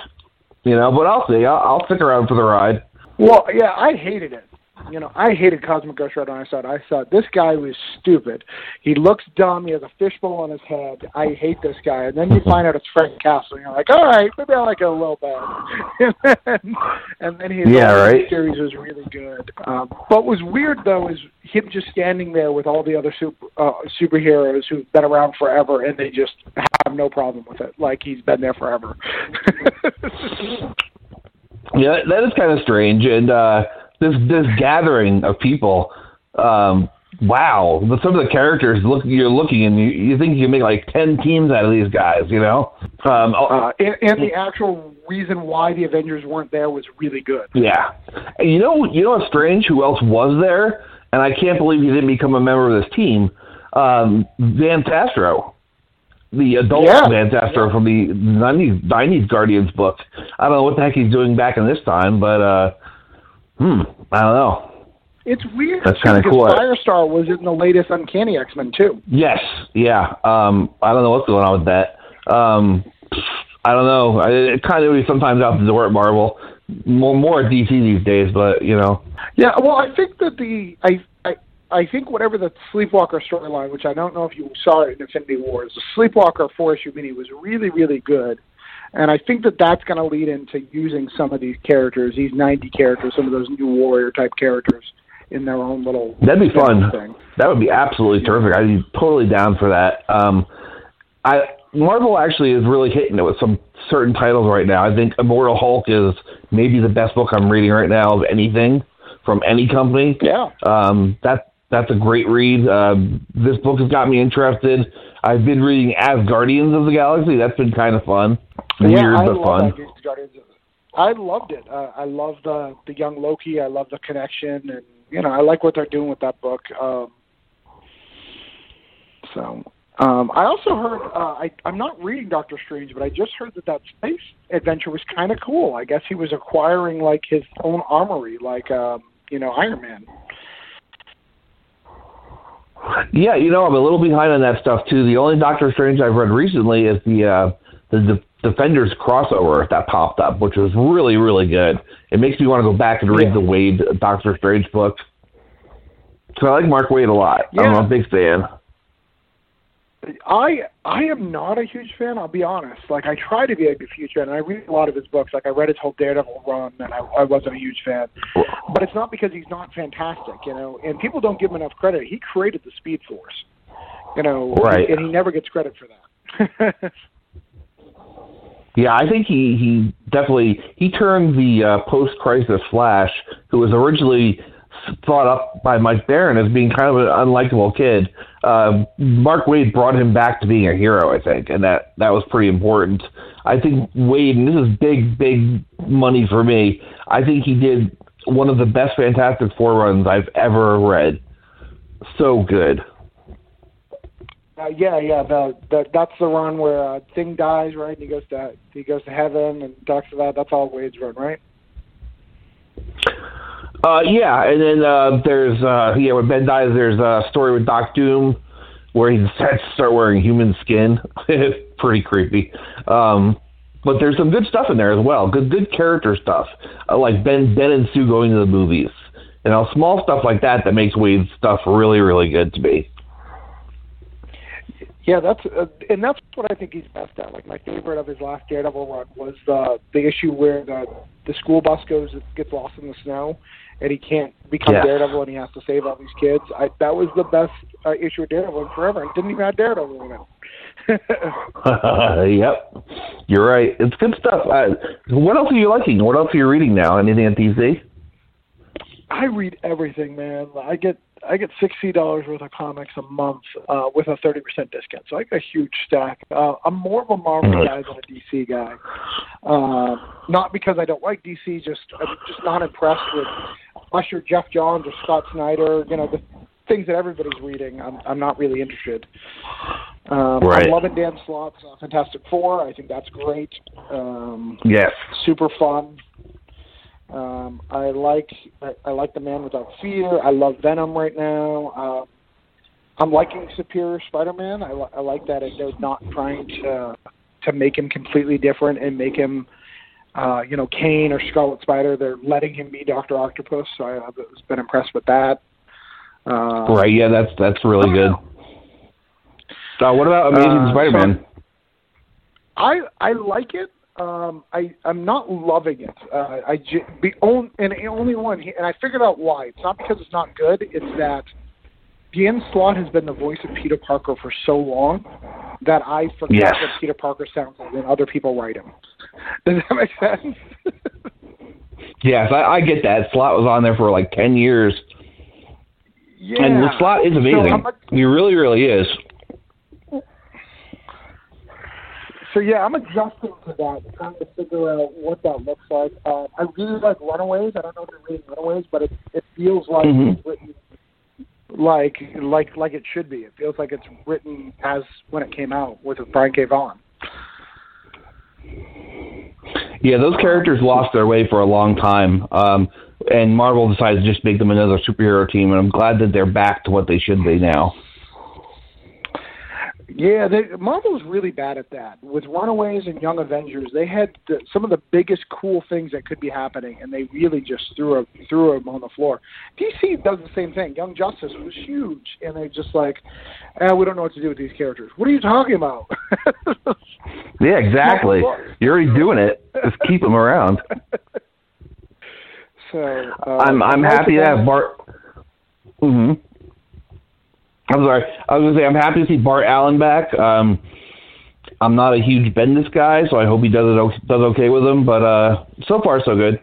You know, but I'll see. I'll, I'll stick around for the ride.
Well, yeah, I hated it. You know, I hated Cosmic Ghost Rider. When I saw it. I thought this guy was stupid. He looks dumb. He has a fishbowl on his head. I hate this guy. And then
Mm-hmm.
you find out it's Frank Castle. And you're like, all right, maybe I like it a little bit. and, then, and then his
Yeah,
whole
right.
series was really good. Um, what was weird though is him just standing there with all the other super, uh, superheroes who've been around forever, and they just have no problem with it. Like he's been there forever.
Yeah, that is kind of strange. And uh, this this gathering of people, um, wow! But some of the characters look you're looking and you, you think you can make like ten teams out of these guys. You know, um, oh,
uh, and, and the actual reason why the Avengers weren't there was really good.
yeah. And you know, you know what's strange? Who else was there? and I can't believe he didn't become a member of this team. Um, Van Tastro, the adult
Yeah.
Van Tastro from the '90s '90s Guardians book. I don't know what the heck he's doing back in this time, but uh, hmm, I don't know.
It's weird.
That's kinda
because
cool.
Firestar was in the latest Uncanny X Men too.
Yes, yeah. Um, I don't know what's going on with that. Um, I don't know. I, it kind of is sometimes out the door at Marvel, more more at DC these days. But you know,
Yeah, well, I think that the I I I think whatever the Sleepwalker storyline, which I don't know if you saw it in Infinity Wars, the Sleepwalker four issue mini was really really good, and I think that that's going to lead into using some of these characters, these ninety characters, some of those new warrior type characters in their own little
That'd be fun.
thing.
That would be absolutely terrific. I'd be totally down for that. Um, I Marvel actually is really hitting it with some certain titles right now. I think Immortal Hulk is maybe the best book I'm reading right now of anything from any company.
Yeah.
Um, that that's a great read. Um, this book has got me interested. I've been reading As Guardians of the Galaxy. That's been kind of fun. Weird
yeah, I
but
love
fun.
that Guardians- Guardians of- I loved it. Uh, I love the the young Loki. I love the connection, and you know, I like what they're doing with that book. Um, so, um, I also heard uh, I I'm not reading Doctor Strange, but I just heard that that space adventure was kind of cool. I guess he was acquiring like his own armory, like um, you know, Iron Man.
Yeah, you know, I'm a little behind on that stuff too. The only Doctor Strange I've read recently is the uh, the De- Defenders crossover that popped up, which was really really good. It makes me want to go back and read
Yeah.
the Wade Doctor Strange book. So I like Mark Wade a lot. I'm
Yeah.
a big fan.
I I am not a huge fan. I'll be honest. Like I try to be a huge fan, and I read a lot of his books. Like I read his whole Daredevil run, and I, I wasn't a huge fan. But it's not because he's not fantastic, you know. And people don't give him enough credit. He created the Speed Force, you know,
Right.
and he never gets credit for that.
Yeah, I think he he definitely he turned the uh, post crisis Flash, who was originally thought up by Mike Barron as being kind of an unlikable kid. Uh, Mark Wade brought him back to being a hero, I think, and that that was pretty important. I think Wade, and this is big big money for me. I think he did one of the best Fantastic Four runs I've ever read. So good.
uh, yeah, yeah. The, the that's the run where uh, Thing dies, right? And he goes to he goes to heaven and talks about that's all Wade's run, right?
Uh, yeah, and then uh, there's uh, yeah when Ben dies, there's a story with Doc Doom where he decides to start wearing human skin. It's Pretty creepy. Um, but there's some good stuff in there as well. Good good character stuff uh, like Ben Ben and Sue going to the movies. You know, small stuff like that that makes Wade's stuff really really good to me.
Yeah, that's uh, and that's what I think he's best at. Like my favorite of his last Daredevil run was the the issue where the the school bus goes gets lost in the snow, and he can't become
Yes.
Daredevil, and he has to save all these kids. I, that was the best uh, issue of Daredevil in forever. And didn't even have Daredevil in it.
yep, you're right. It's good stuff. Uh, what else are you liking? What else are you reading now? Anything at DC?
I read everything, man. I get I get sixty dollars worth of comics a month uh, with a thirty percent discount, so I get a huge stack. Uh, I'm more of a Marvel
Nice.
guy than a DC guy, Um not because I don't like DC, just I'm just not impressed with Usher, Jeff Johns, or Scott Snyder. You know the things that everybody's reading. I'm I'm not really interested. Um,
Right.
I'm loving Dan Slott's uh, Fantastic Four. I think that's great. Um,
Yes.
super fun. Um, I like I, I like the Man Without Fear. I love Venom right now. Uh, I'm liking Superior Spider-Man. I, li- I like that they're not trying to to make him completely different and make him, uh, you know, Kane or Scarlet Spider. They're letting him be Doctor Octopus. So I, I've been impressed with that. Uh,
Right. Yeah, that's that's really good. Uh, what about Amazing
Uh,
Spider-Man?
I I like it. Um, I I'm not loving it. Uh, I j- the only and the only one, he- and I figured out why. It's not because it's not good. It's that Dan Slott has been the voice of Peter Parker for so long that I forget
Yes.
what Peter Parker sounds like when other people write him. Does that make sense?
Yes, I, I get that. Slot was on there for like ten years,
yeah.
and the slot is amazing.
I'm not-
he really, really is.
So yeah, I'm adjusting to that, trying to figure out what that looks like. Um, Uh, I really like Runaways. I don't know if you're reading Runaways, but it it feels like
Mhm.
it's written like like like it should be. It feels like it's written as when it came out with Brian K. Vaughan.
Yeah, those characters lost their way for a long time, um, and Marvel decided to just make them another superhero team, and I'm glad that they're back to what they should be now.
Yeah, they, Marvel's really bad at that. With Runaways and Young Avengers, they had the, some of the biggest cool things that could be happening, and they really just threw a, threw them on the floor. DC does the same thing. Young Justice was huge, and they're just like, eh, we don't know what to do with these characters. What are you talking about?
Yeah, exactly.
Marvel-
You're already doing it. Just keep them around.
so uh,
I'm I'm
once
happy to
again-
have Bart. hmm I'm sorry. I was gonna say I'm happy to see Bart Allen back. Um, I'm not a huge Bendis guy, so I hope he does it o- does okay with him. But uh, so far so good.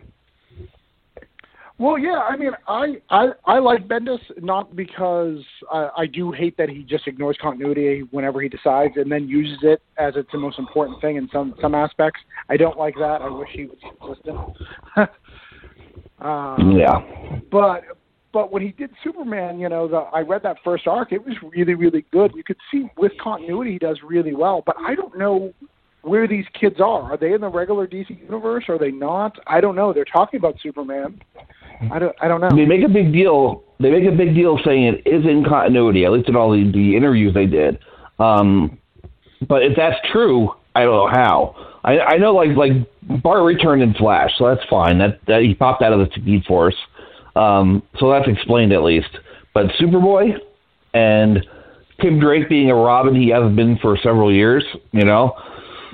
Well, yeah, I mean, I I, I like Bendis not because I, I do hate that he just ignores continuity whenever he decides and then uses it as it's the most important thing in some some aspects. I don't like that. I wish he was consistent. um,
Yeah.
but but when he did Superman, you know, the, I read that first arc. It was really really good. You could see with continuity he does really well. But I don't know where these kids are. Are they in the regular DC universe? Are they not? I don't know. They're talking about Superman. I don't. I don't know.
They make a big deal. They make a big deal saying it is in continuity, at least in all the, the interviews they did. Um, but if that's true, I don't know how. I, I know like like Bart returned in Flash, so that's fine. That, that he popped out of the Speed Force, um, so that's explained at least. But Superboy and Tim Drake being a Robin, he hasn't been for several years. You know,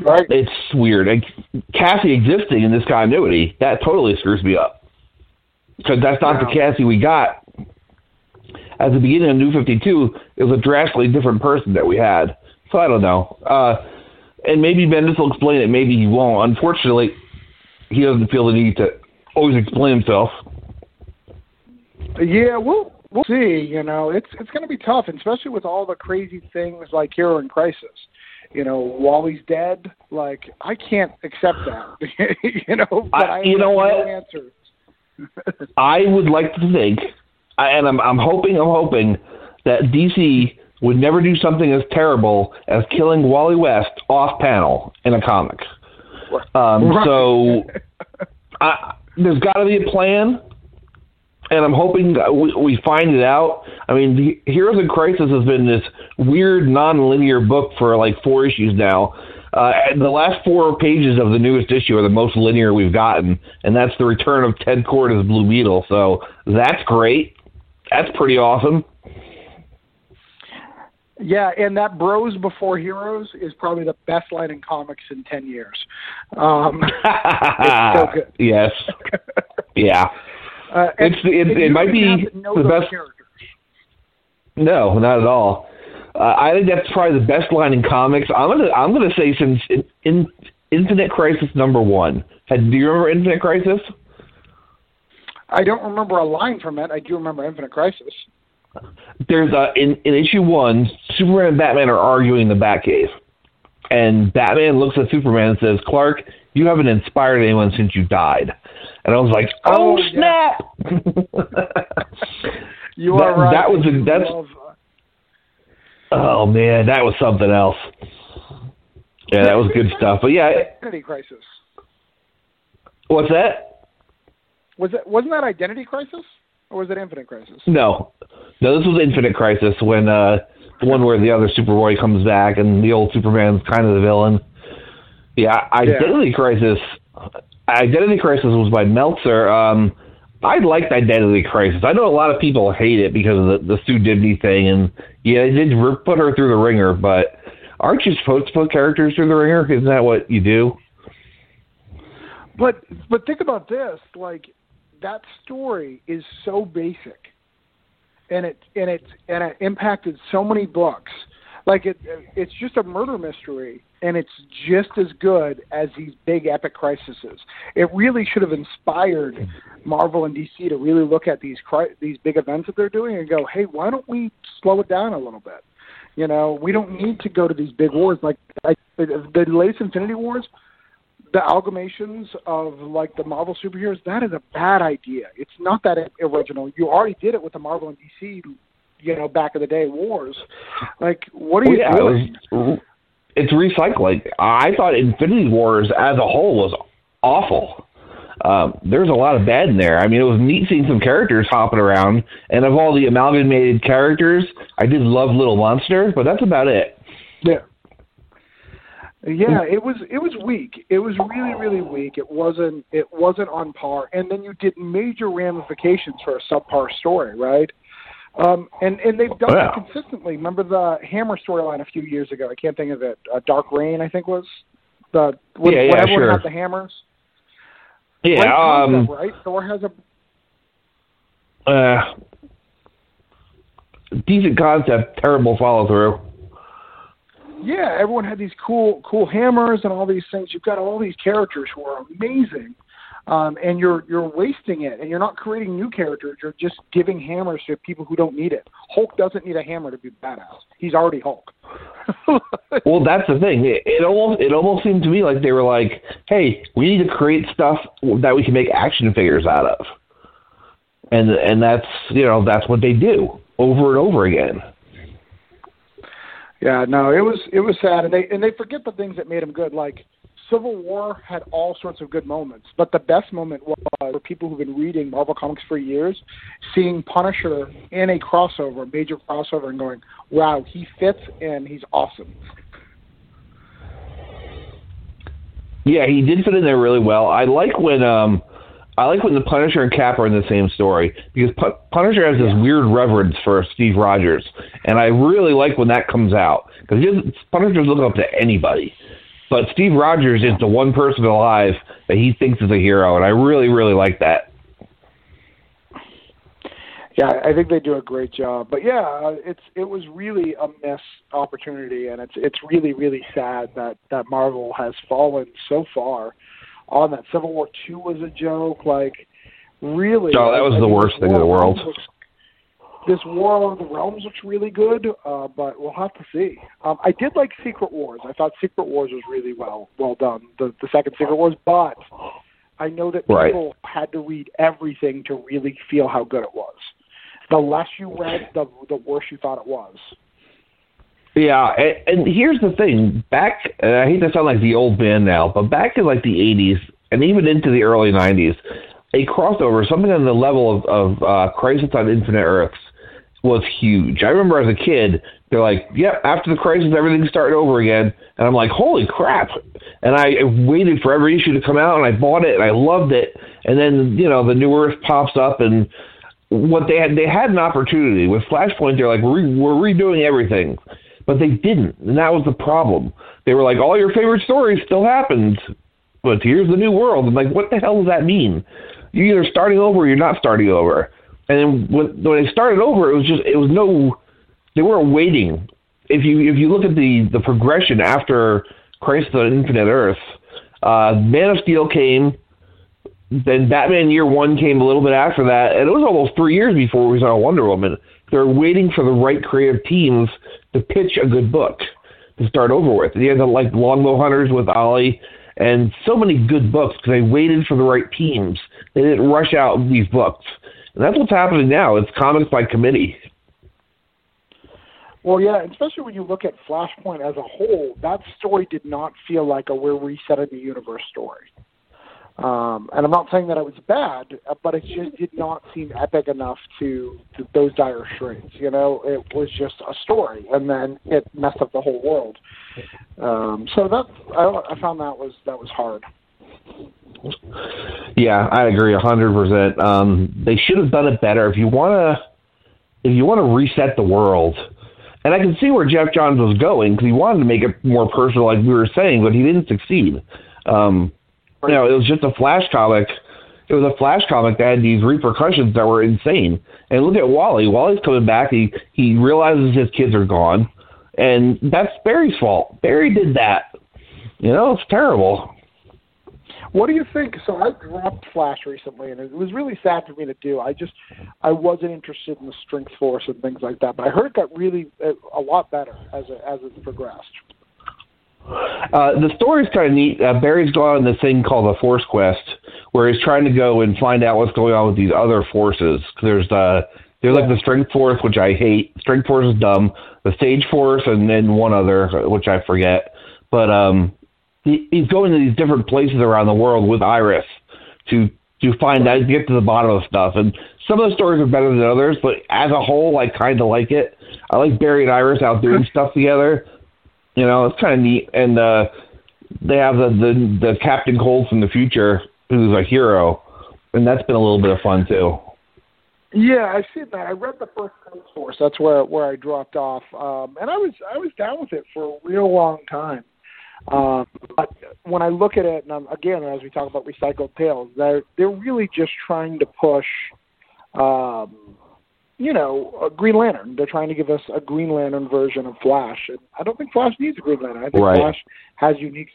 Right.
it's weird. And Cassie existing in this continuity, that totally screws me up. Because that's not
Wow.
the Cassie we got. At the beginning of New 52, it was a drastically different person that we had. So I don't know. Uh, and maybe Bendis will explain it, maybe he won't. Unfortunately, he doesn't feel the need to always explain himself.
Yeah, we'll we'll see. You know, it's it's going to be tough, and especially with all the crazy things like Hero in Crisis. You know, Wally's dead. Like I can't accept that. you know, but
I-
I,
you
have
know
No
what?
answer.
I would like to think, I- and I'm, I'm hoping, I'm hoping that DC would never do something as terrible as killing Wally West off panel in a comic. Um, So I, there's got to be a plan, and I'm hoping that we, we find it out. I mean, the Heroes in Crisis has been this weird non-linear book for like four issues now. Uh, and the last four pages of the newest issue are the most linear we've gotten, and that's the return of Ted Kord as Blue Beetle. So that's great. That's pretty awesome.
Yeah, and that "Bros Before Heroes" is probably the best line in comics in ten years. Um, so good.
yes. Yeah.
uh, and-
It's- it- it
and you
might
don't
be
have to know
the
those
best-
characters.
No, not at all. Uh, I think that's probably the best line in comics. I'm gonna I'm gonna say since in, in Infinite Crisis number one. Had, do you remember Infinite Crisis?
I don't remember a line from it. I do remember Infinite Crisis.
There's a in, in issue one, Superman and Batman are arguing in the Batcave, and Batman looks at Superman and says, "Clark, you haven't inspired anyone since you died." And I was like, "Oh,
Oh, yeah.
snap!"
You
That-
are right.
that was a-
I do
that's-
love, uh,
oh man, that was something else. Yeah, that was good stuff. But yeah,
uh, Identity Crisis.
what's that?
Was it wasn't that Identity Crisis or was it Infinite Crisis?
No, no, this was Infinite Crisis when uh, the one where the other Superboy comes back and the old Superman's kind of the villain. Yeah, Identity Crisis. Identity Crisis was by Meltzer. Um, I liked Identity Crisis. I know a lot of people hate it because of the, the Sue Dibney thing, and yeah, they did r- put her through the ringer. But aren't you supposed to put characters through the ringer? Isn't that what you do?
But but think about this, like that story is so basic, and it and it and it impacted so many books. Like it, it's just a murder mystery, and it's just as good as these big epic crises. It really should have inspired Marvel and DC to really look at these cri- these big events that they're doing and go, hey, why don't we slow it down a little bit? You know, we don't need to go to these big wars like I, the latest Infinity Wars the amalgamations of like the Marvel superheroes, that is a bad idea. It's not that original. You already did it with the Marvel and DC you know back in the day wars. Like, what are
Well,
you
yeah, it
doing?
was, it's recycling. I thought Infinity Wars as a whole was awful. Um, there's a lot of bad in there. I mean, it was neat seeing some characters hopping around, and of all the amalgamated characters, I did love Little Monster, but that's about it.
Yeah. Yeah,
Mm.
it was it was weak. It was really really weak. It wasn't it wasn't on par. And then you did major ramifications for a subpar story, right? Um, and and they've done
Yeah.
it consistently. Remember the Hammer storyline a few years ago? I can't think of it. Uh, Dark Rain, I think was the when,
Yeah, yeah,
when everyone
sure.
had the hammers.
Yeah,
Great
um,
concept, right. Thor has a
uh, decent concept, terrible follow through.
yeah, everyone had these cool cool hammers and all these things. You've got all these characters who are amazing. Um, and you're you're wasting it, and you're not creating new characters. You're just giving hammers to people who don't need it. Hulk doesn't need a hammer to be badass. He's already Hulk.
Well, that's the thing. It, it almost it almost seemed to me like they were like, "Hey, we need to create stuff that we can make action figures out of," and and that's you know that's what they do over and over again.
yeah, no, it was it was sad, and they and they forget the things that made him good. Like Civil War had all sorts of good moments, but the best moment was for people who've been reading Marvel comics for years, seeing Punisher in a crossover, major crossover, and going, "Wow, he fits and he's awesome."
Yeah, he did fit in there really well. I like when um, I like when the Punisher and Cap are in the same story because Pu- Punisher has this weird reverence for Steve Rogers, and I really like when that comes out because Punisher's looking up to anybody, but Steve Rogers is the one person alive that he thinks is a hero, and I really really like that.
Yeah, I think they do a great job. But yeah, uh, it's it was really a missed opportunity, and it's it's really really sad that that Marvel has fallen so far on that. Civil War Two was a joke, like really.
No, that was
I
the
mean,
worst
this
thing in the
War of
world.
Realms looks- This War of the Realms looks really good, uh, but we'll have to see. Um, I did like Secret Wars. I thought Secret Wars was really well well done. The the second Secret Wars, but I know that
Right.
people had to read everything to really feel how good it was. The less you read, the the worse you thought it was.
Yeah, and, and here's the thing. Back, and I hate to sound like the old man now, but back in like the '80s and even into the early '90s, a crossover, something on the level of, of uh, Crisis on Infinite Earths, was huge. I remember as a kid, they're like, "Yep, after the crisis, everything's starting over again," and I'm like, "Holy crap!" And I waited for every issue to come out, and I bought it, and I loved it. And then you know, the New Earth pops up, and what they had they had an opportunity with Flashpoint. They're like, we're, re- we're redoing everything, but they didn't, and that was the problem. They were like, all your favorite stories still happened, but here's the new world. I'm like, what the hell does that mean? You're either starting over or you're not starting over. And when when they started over, it was just it was no, they weren't waiting. If you if you look at the the progression after Crisis on Infinite Earth, uh, Man of Steel came, then Batman Year One came a little bit after that, and it was almost three years before we saw Wonder Woman. They're waiting for the right creative teams to pitch a good book to start over with. They had the, like Longbow Hunters with Ollie, and so many good books because they waited for the right teams. They didn't rush out with these books, and that's what's happening now. It's comics by committee.
Well, yeah, especially when you look at Flashpoint as a whole, that story did not feel like a we're resetting the universe story. Um, and I'm not saying that it was bad, uh, but it just did not seem epic enough to, to those dire straits. You know, it was just a story, and then it messed up the whole world. Um, so that I, I found that was that was hard.
Yeah, I agree a hundred percent. Um, they should have done it better. If you wanna, if you wanna reset the world, and I can see where Jeff Johns was going because he wanted to make it more personal, like we were saying, but he didn't succeed. Um, you know, it was just a flash comic. It was a flash comic that had these repercussions that were insane. And look at Wally. Wally's coming back. He he realizes his kids are gone, and that's Barry's fault. Barry did that. You know, it's terrible.
What do you think? So I dropped Flash recently, and it was really sad for me to do. I just I wasn't interested in the strength force and things like that. But I heard it got really uh, a lot better as it, as it progressed.
Uh, the story's kind of neat. Uh, Barry's gone on this thing called the Force Quest, where he's trying to go and find out what's going on with these other forces. 'Cause There's the They're like the String Force, which I hate. String Force is dumb. The Stage Force, and then one other, which I forget. But um, he, he's going to these different places around the world with Iris to to find out, get to the bottom of stuff. And some of the stories are better than others, but as a whole, I kind of like it. I like Barry and Iris out doing stuff together. You know, it's kind of neat. And uh, they have the, the the Captain Cold from the future, who's a hero, and that's been a little bit of fun too.
Yeah, I've seen that. I read the first Space Force. That's where where I dropped off, um, and I was I was down with it for a real long time. Um, but when I look at it, and I'm, again, as we talk about recycled tales, they're they're really just trying to push, um, you know, a Green Lantern. They're trying to give us a Green Lantern version of Flash, and I don't think Flash needs a Green Lantern. I think
Right.
Flash has unique.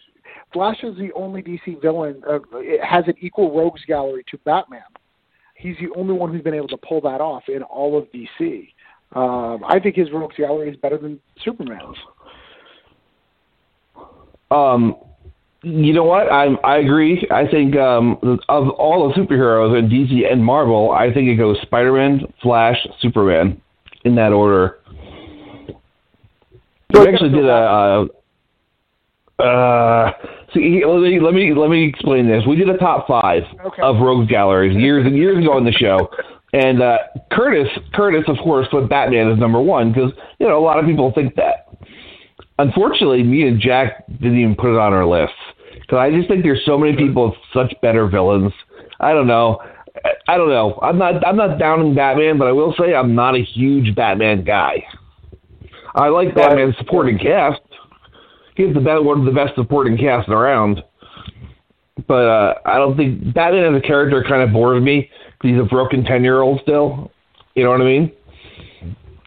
Flash is the only DC villain. Uh, it has an equal rogues gallery to Batman he's the only one who's been able to pull that off in all of DC. Um, I think his Rogues Gallery is better than Superman's.
Um, you know what? I I agree. I think um, of all the superheroes in DC and Marvel, I think it goes Spider-Man, Flash, Superman, in that order. We actually did a. Uh, uh, see, let me let me let me explain this. We did a top five
Okay.
of rogues galleries years and years ago on the show, and uh, Curtis Curtis of course put Batman as number one because you know a lot of people think that unfortunately, me and Jack didn't even put it on our list because I just think there's so many people with such better villains. I don't know. I- I don't know. I'm not. I'm not down in Batman, but I will say I'm not a huge Batman guy. I like Batman's supporting cast. He's the best, one of the best supporting cast around. But uh, I don't think Batman as a character kind of bores me. 'cause He's a broken ten year old still. You know what I mean?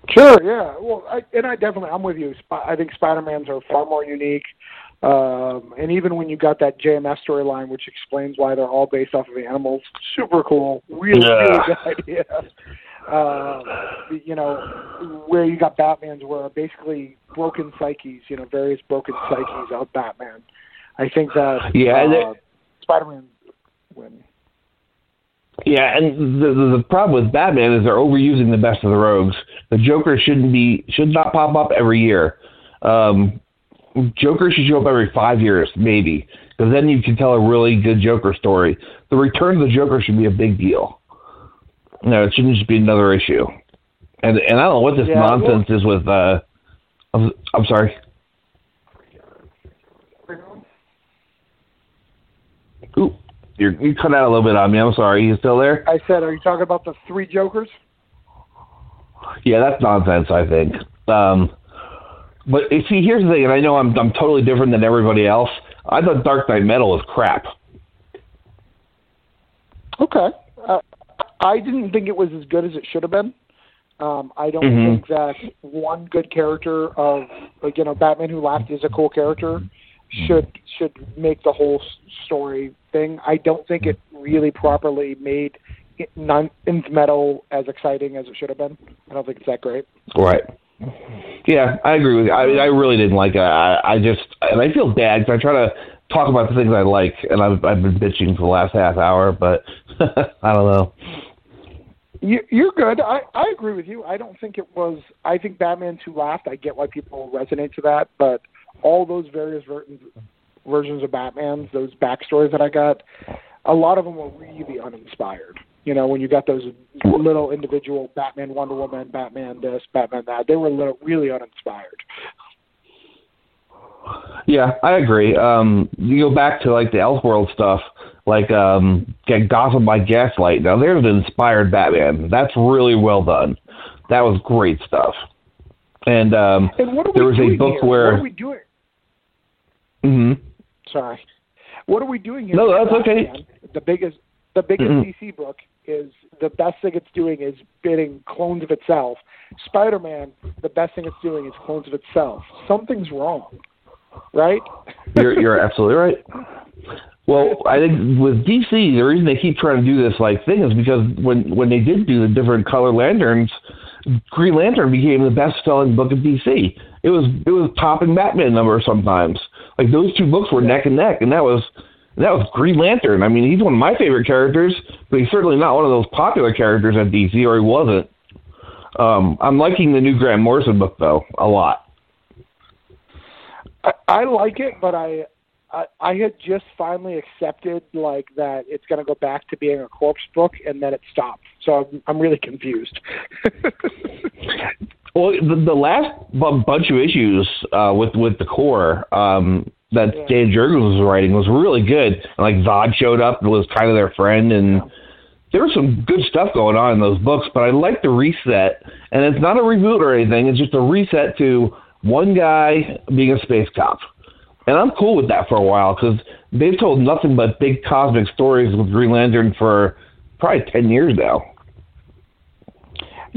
Sure, yeah. Well, I, and I definitely, I'm with you. Sp- I think Spider-Man's are far more unique. Um, and even when you got that JMS storyline, which explains why they're all based off of animals, super cool. Really, really
Yeah.
good idea. Um, you know, where you got Batman's were basically broken psyches, you know, various broken psyches of Batman. I think that
Yeah, and
uh, Spider-Man win.
Yeah, and the, the the problem with Batman is they're overusing the best of the rogues. The Joker shouldn't be should not pop up every year. Um, Joker should show up every five years, maybe, because then you can tell a really good Joker story. The return of the Joker should be a big deal. No, it shouldn't just be another issue. And and I don't know what this
Yeah, well-
nonsense is with. Uh, I'm, I'm sorry. Ooh, you're, you cut out a little bit on me. I'm sorry. You still there?
I said, are you talking about the three Jokers?
Yeah, that's nonsense. I think. Um, but you see, here's the thing, and I know I'm I'm totally different than everybody else. I thought Dark Knight Metal was crap.
Okay. Uh, I didn't think it was as good as it should have been. Um, I don't
Mhm.
think that one good character of like, you know Batman who laughed is a cool character should should make the whole s- story thing. I don't think it really properly made it- non Nth metal as exciting as it should have been. I don't think it's that great.
Right. Yeah, I agree with you. I mean, I really didn't like it. I, I just, and I feel bad because I try to talk about the things I like, and I've, I've been bitching for the last half hour, but I don't know.
You, you're good. I, I agree with you. I don't think it was. I think Batman Two laughed. I get why people resonate to that, but all those various ver- versions of Batman's, those backstories that I got, a lot of them were really uninspired. You know, when you got those little individual Batman, Wonder Woman, Batman this, Batman that, they were little, really uninspired.
Yeah, I agree. Um, you go back to like the Elseworld stuff, like um, get Gotham by Gaslight. Now there's an inspired Batman. That's really well done. That was great stuff. And um,
And what are we
there was
doing
a book
here?
where.
What are we doing?
Mhm.
Sorry. What are we doing here?
No, that's okay.
Batman, The biggest, the biggest
Mhm.
DC book is the best thing it's doing is bidding clones of itself. Spider-Man, the best thing it's doing is clones of itself. Something's wrong, right?
you're you're absolutely right. Well, I think with DC, the reason they keep trying to do this like thing is because when when they did do the different color lanterns, Green Lantern became the best selling book of DC. It was it was topping Batman number sometimes. Like those two books were neck and neck, and that was that was Green Lantern. I mean, he's one of my favorite characters, but he's certainly not one of those popular characters at DC, or he wasn't. Um, I'm liking the new Grant Morrison book though a lot.
I, I like it, but I, I I had just finally accepted like that it's going to go back to being a corpse book, and then it stopped. So I'm I'm really confused.
Well, the, the last bu- bunch of issues uh, with with the core um, that Dan Jurgens was writing was really good. And, like Zod showed up and was kind of their friend, and there was some good stuff going on in those books. But I like the reset, and it's not a reboot or anything. It's just a reset to one guy being a space cop, and I'm cool with that for a while because they've told nothing but big cosmic stories with Green Lantern for probably ten years now.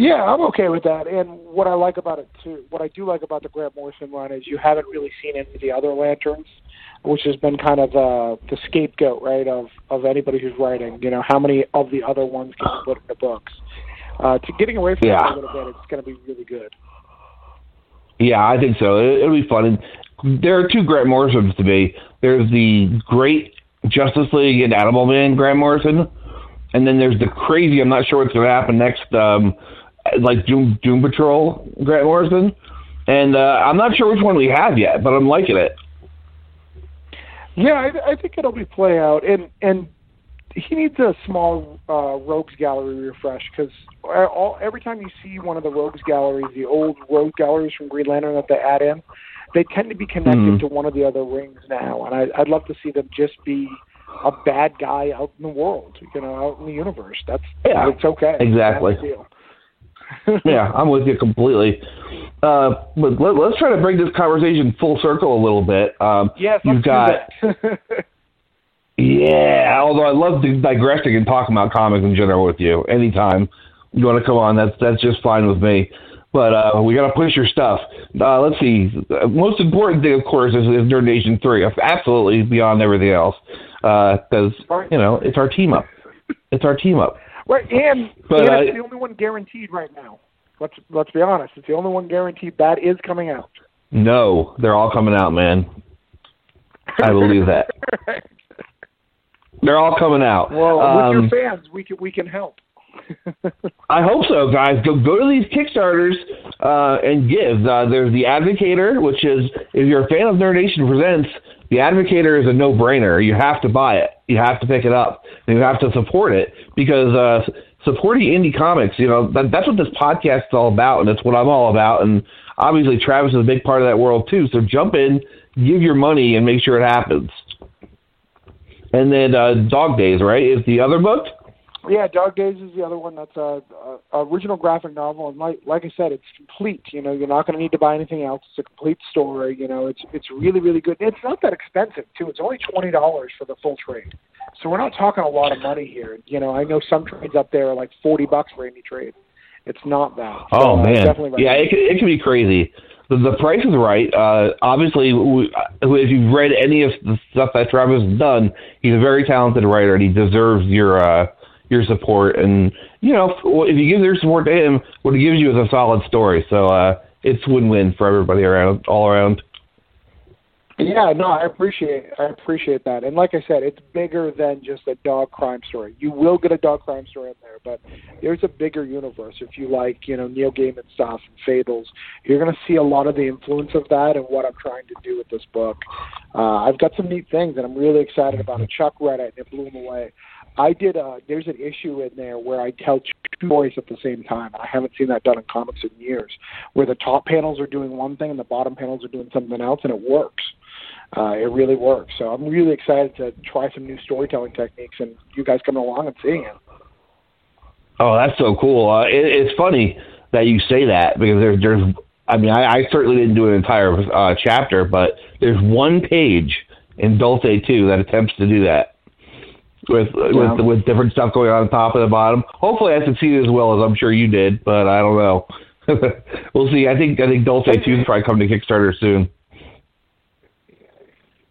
Yeah, I'm okay with that. And what I like about it too, what I do like about the Grant Morrison run is you haven't really seen any of the other lanterns, which has been kind of uh, the scapegoat, right, of of anybody who's writing. You know, how many of the other ones can you put in the books? Uh, to getting away from
Yeah.
that a little bit, it's going to be really good.
Yeah, I think so. It, it'll be fun. And there are two Grant Morrisons to me. There's the great Justice League and Animal Man Grant Morrison, and then there's the crazy. I'm not sure what's going to happen next. Um, like Doom Doom Patrol Grant Morrison, and uh, I'm not sure which one we have yet, but I'm liking it.
Yeah, I, I think it'll be play out, and and he needs a small uh, Rogues Gallery refresh because all every time you see one of the Rogues Galleries, the old Rogue Galleries from Green Lantern that they add in, they tend to be connected
Mhm.
to one of the other rings now, and I, I'd love to see them just be a bad guy out in the world, you know, out in the universe. That's
Yeah,
it's okay.
exactly.
That's the deal.
yeah, I'm with you completely. Uh, but let, let's try to bring this conversation full circle a little bit. Um,
Yes,
you've
let's do
got
that.
Yeah, although I love digressing and talking about comics in general with you. Anytime you want to come on, that's that's just fine with me. But uh, we got to push your stuff. Uh, let's see. Uh, Most important thing, of course, is, is Nerd Nation three. Absolutely beyond everything else, because
Right.
you know it's our team up. It's our team up.
Right, and,
But
and
I-
it's the only one guaranteed right now. Let's let's be honest. It's the only one guaranteed that is coming out.
No, they're all coming out, man. I believe that
Right.
they're all coming out.
Well,
Um,
with your fans, we can we can help.
I hope so, guys. Go go to these Kickstarters uh, and give. Uh, there's the Advocator, which is if you're a fan of Nerd Nation Presents, the Advocator is a no-brainer. You have to buy it. You have to pick it up. And you have to support it because uh, supporting indie comics, you know, that, that's what this podcast is all about, and that's what I'm all about. And obviously, Travis is a big part of that world too. So jump in, give your money, and make sure it happens. And then uh, Dog Days, right, is the other book.
yeah, Dog Days is the other one. That's a, a original graphic novel, and like like I said, it's complete. You know, you're not going to need to buy anything else. It's a complete story. You know, it's it's really really good. It's not that expensive too. It's only twenty dollars for the full trade. So we're not talking a lot of money here. You know, I know some trades up there are like forty bucks for any trade. It's not that. So,
Oh
uh,
man,
definitely
yeah,
recommend
it can, it can be crazy. The, the price is right. Uh, obviously, we, if you've read any of the stuff that Travis has done, he's a very talented writer, and he deserves your uh, your support. And you know, if, if you give your support to him, what he gives you is a solid story. So uh, it's win win for everybody around, all around.
Yeah, no, I appreciate I appreciate that. And like I said, it's bigger than just a dog crime story. You will get a dog crime story in there, but there's a bigger universe. If you like, you know, Neil Gaiman stuff and fables, you're going to see a lot of the influence of that and what I'm trying to do with this book. Uh, I've got some neat things, and I'm really excited about it. Chuck read it, and it blew him away. I did. A, there's an issue in there where I tell two stories at the same time. I haven't seen that done in comics in years, where the top panels are doing one thing and the bottom panels are doing something else, and it works. Uh, it really works. So I'm really excited to try some new storytelling techniques, and you guys coming along and seeing it.
Oh, that's so cool. Uh, it, it's funny that you say that because there's, there's I mean, I, I certainly didn't do an entire uh, chapter, but there's one page in Dulce too that attempts to do that with
Yeah.
with with different stuff going on top and the bottom. Hopefully, I succeeded as well as I'm sure you did, but I don't know. we'll see. I think I think Dulce too is probably coming to Kickstarter soon.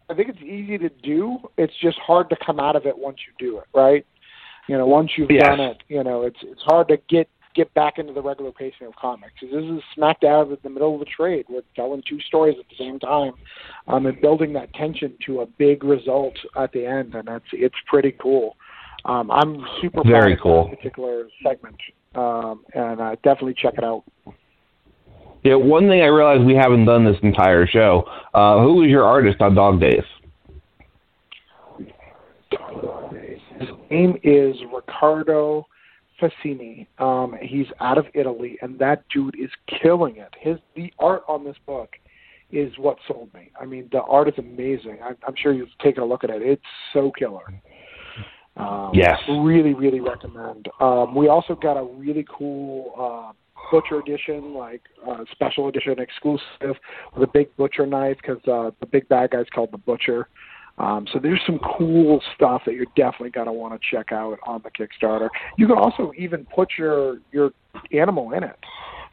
I think it's easy to do. It's just hard to come out of it once you do it, right? You know, once you've
Yes.
done it, you know, it's it's hard to get get back into the regular pacing of comics. 'Cause This is smack dab in the middle of a trade. We're telling two stories at the same time, um, and building that tension to a big result at the end, and that's it's pretty cool. Um, I'm super
Very
proud of
cool.
that particular segment. um, and uh, definitely check it out.
Yeah, one thing I realized we haven't done this entire show. Uh, who was your artist on Dog Days?
His name is Riccardo Fassini. Um, he's out of Italy, and that dude is killing it. His the art on this book is what sold me. I mean, the art is amazing. I, I'm sure you've taken a look at it. It's so killer. Um,
Yes.
Really, really recommend. Um, we also got a really cool uh, butcher edition, like uh, special edition exclusive with a big butcher knife because uh, the big bad guy's called the butcher. Um, so there's some cool stuff that you're definitely gonna want to check out on the Kickstarter. You can also even put your your animal in it.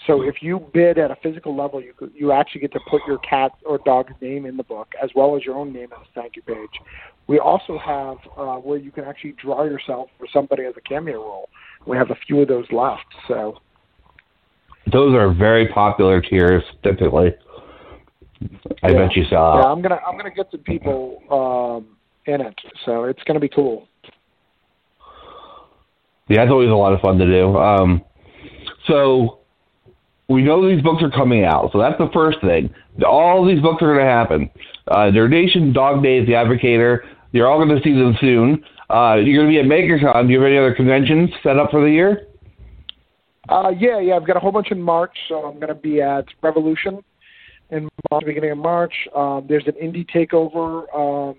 So if you bid at a physical level, you could, you actually get to put your cat or dog's name in the book as well as your own name on the thank you page. We also have uh, where you can actually draw yourself for somebody as a cameo role. We have a few of those left. So
Those are very popular tiers, typically. I
Yeah.
bet you
yeah,
saw.
I'm gonna I'm gonna get some people um, in it. So it's gonna be cool.
Yeah, that's always a lot of fun to do. Um, so we know these books are coming out, so that's the first thing. All these books are going to happen. Uh, their Nation, Dog Days, The Advocator. You're all going to see them soon. Uh, you're going to be at MakerCon. Do you have any other conventions set up for the year?
Uh, yeah, yeah. I've got a whole bunch in March, so I'm going to be at Revolution in March, beginning of March. Um, there's an indie takeover um,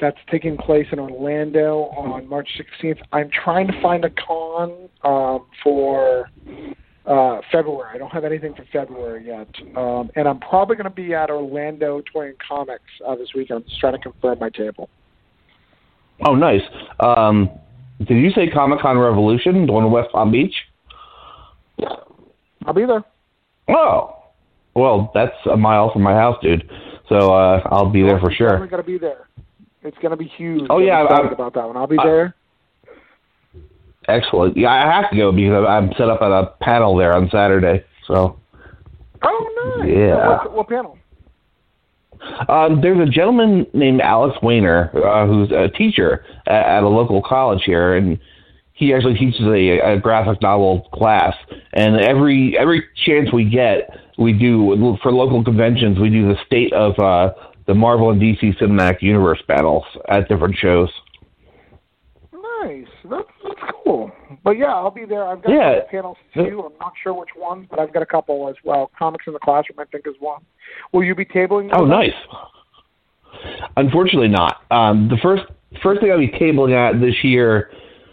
that's taking place in Orlando on March 16th. I'm trying to find a con um, for uh, February. I don't have anything for February yet, um, and I'm probably going to be at Orlando Toy and Comics uh, this weekend. I'm just trying to confirm my table.
Oh, nice. Um, did you say Comic Con Revolution, the one in West Palm Beach?
I'll be there.
Oh, well, that's a mile from my house, dude. So uh, I'll be there for
Definitely
sure.
going to be there. It's going to be huge.
Oh,
I'm
yeah, I-
excited
I-
about that one. I'll be
I-
there.
Excellent. Yeah, I have to go because I'm- I'm set up at a panel there on Saturday. So
Oh, nice.
Yeah.
So What, what panel?
um, there's a gentleman named Alex Weiner uh, who's a teacher at, at a local college here, and he actually teaches a, a graphic novel class. And every every chance we get, we do for local conventions. We do the state of uh, the Marvel and DC Cinematic Universe battles at different shows.
Nice. That's, that's cool. But yeah, I'll be there. I've got
Yeah.
a couple panels too. I'm not sure which ones, but I've got a couple as well. Comics in the Classroom, I think, is one. Will you be tabling?
Oh,
those?
nice. Unfortunately, not. Um, the first first thing I'll be tabling at this year.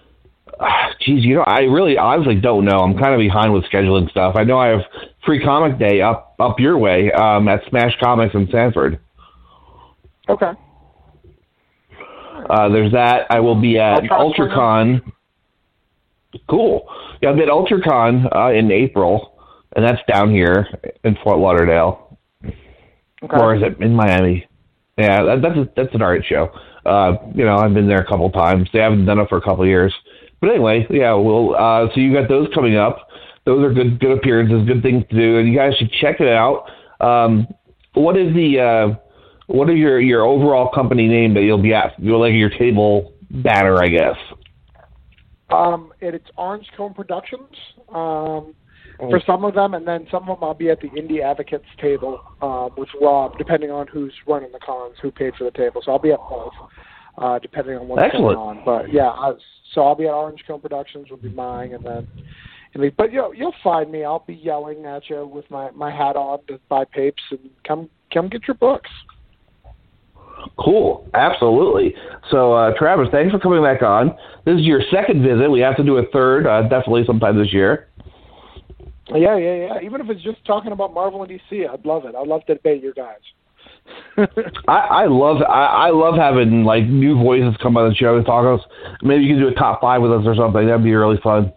ah, Geez, you know, I really honestly don't know. I'm kind of behind with scheduling stuff. I know I have free comic day up up your way um, at Smash Comics in Sanford. Oh.
Okay.
Uh, there's that. I will be at
I'll try to find
UltraCon. Cool. Yeah, I'll be at UltraCon uh, in April, and that's down here in Fort Lauderdale.
Okay.
or is it in Miami? Yeah, that, that's a, that's an art show. Uh, you know, I've been there a couple times. They haven't done it for a couple years, but anyway, yeah. Well, uh, so you got those coming up. Those are good good appearances, good things to do, and you guys should check it out. Um, what is the uh, what is your your overall company name that you'll be at? You'll like your table banner, I guess.
Um, and it's Orange Cone Productions. Um, for some of them, and then some of them I'll be at the Indie Advocates table um, with Rob, depending on who's running the cons, who paid for the table. So I'll be at both, uh, depending on what's
Excellent.
going on. But yeah, I, so I'll be at Orange Cone Productions will be mine, and then. and we- But you'll you'll find me. I'll be yelling at you with my my hat on to buy papes and come come get your books.
Cool, absolutely. So, uh, Travis, thanks for coming back on. This is your second visit. We have to do a third, uh, definitely sometime this year.
Yeah, yeah, yeah. Even if it's just talking about Marvel and DC, I'd love it. I'd love to debate your guys.
I, I love I, I love having like new voices come on the show and talk us. Maybe you can do a top five with us or something. That'd be really fun.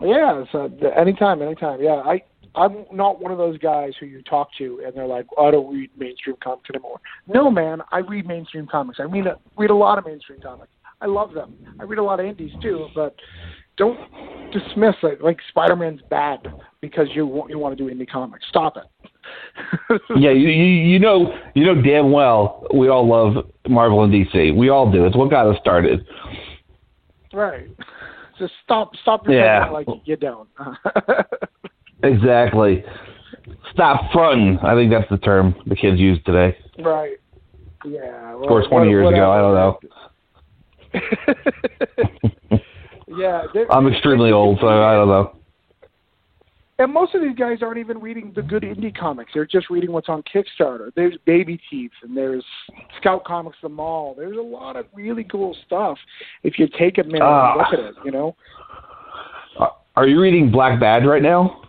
Yeah, so th- anytime, anytime. Yeah, I I'm not one of those guys who you talk to and they're like, "Oh, I don't read mainstream comics anymore. No, man, I read mainstream comics. I read a, read a lot of mainstream comics. I love them. I read a lot of indies too, but don't dismiss it like Spider-Man's bad because you want you want to do indie comics. Stop it.
Yeah, you, you you know you know damn well we all love Marvel and DC. We all do. It's what got us started.
Right. So stop, stop pretending
Yeah.
like you don't.
Exactly. Stop fronting. I think that's the term the kids use today.
right. Yeah.
Of course, 20 years ago, I don't know.
know. yeah. they-
I'm extremely old, so I don't know.
And most of these guys aren't even reading the good indie comics. They're just reading what's on Kickstarter. There's Baby Teeth and there's Scout Comics The Mall. There's a lot of really cool stuff if you take a minute
Ah.
and look at it, you know?
Are- Are you reading Black Badge right now?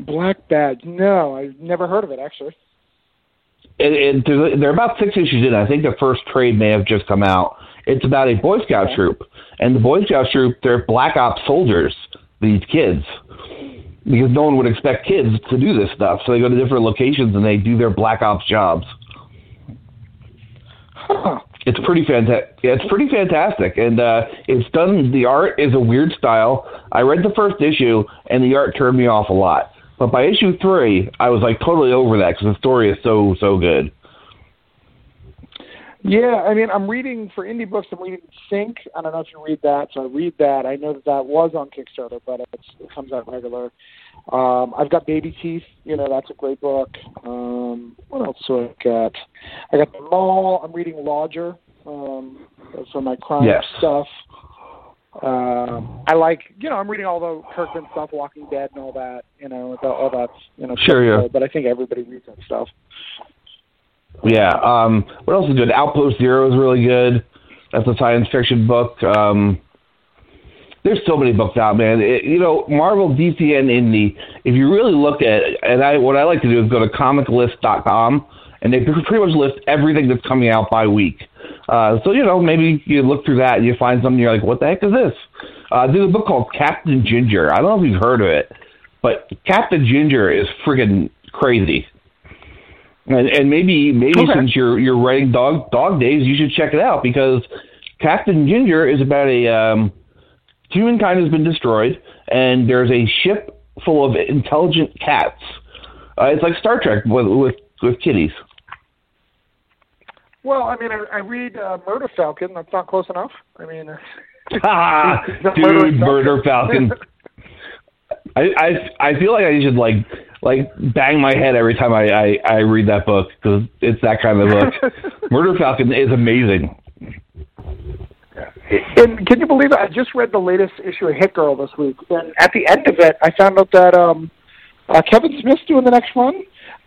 Black Badge. No, I've never heard of it, actually.
It, it, there's a- there are about six issues in. I think the first trade may have just come out. It's about a Boy Scout
Okay.
troop, and the Boy Scout troop they're Black Ops soldiers. These kids, because no one would expect kids to do this stuff, so they go to different locations and they do their Black Ops jobs.
Huh.
It's pretty fantastic. Yeah, it's pretty fantastic, and uh, it's done. The art is a weird style. I read the first issue, and the art turned me off a lot. But by issue three, I was like totally over that because the story is so so good.
Yeah, I mean, I'm reading for indie books. I'm reading Sync. I don't know if you read that, so I read that. I know that that was on Kickstarter, but it's, it comes out regular. Um, I've got Baby Teeth. You know, that's a great book. Um, what else do I got? I got The Mall. I'm reading Lodger um, for my crime
Yes.
stuff. Um, I like, you know, I'm reading all the Kirkman stuff, Walking Dead, and all that. You know, the, all that. You know,
Sure, yeah.
But I think everybody reads that stuff.
Yeah. Um, what else is good? Outpost Zero is really good. That's a science fiction book. Um, there's so many books out, man. It, you know, Marvel, DC, and Indie. If you really look at, and I what I like to do is go to comiclist.com, and they pretty much list everything that's coming out by week. Uh, so you know, maybe you look through that and you find something you're like, what the heck is this? Uh, there's a book called Captain Ginger. I don't know if you've heard of it, but Captain Ginger is friggin' crazy. And, and maybe maybe
Okay.
since you're you're writing dog dog days, you should check it out because Captain Ginger is about a um, humankind has been destroyed, and there's a ship full of intelligent cats. Uh, it's like Star Trek with with, with kitties.
Well, I mean, I, I read uh, Murder Falcon. That's not close enough. I mean,
Ha!
The
Dude,
murder
murder falcon. I, I I feel like I should like like bang my head every time I I, I read that book because it's that kind of book. murder Falcon is amazing.
and can you believe it? I just read the latest issue of Hit Girl this week, and at the end of it, I found out that um, uh, Kevin Smith's doing the next run.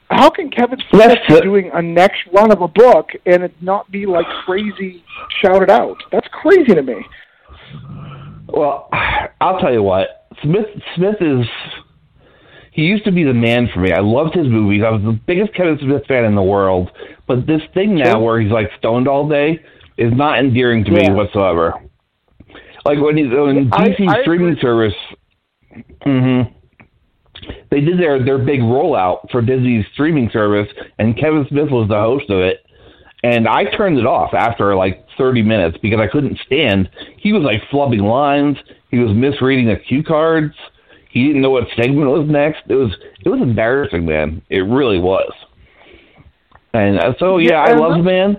How can Kevin Smith
That's
be
it.
doing a next run of a book and it not be like crazy shouted out? That's crazy to me.
Well, I'll tell you what. Smith Smith is he used to be the man for me. I loved his movies. I was the biggest Kevin Smith fan in the world. But this thing now where he's like stoned all day is not endearing to
Yeah.
me whatsoever. Like when he's when
I-
DC
I
streaming
agree.
service hmm they did their their big rollout for Disney's streaming service and Kevin Smith was the host of it. And I turned it off after like 30 minutes because I couldn't stand. He was like flubbing lines. He was misreading the cue cards. He didn't know what segment was next. It was it was embarrassing, man. It really was. And uh, so yeah, I
Yeah,
love the man.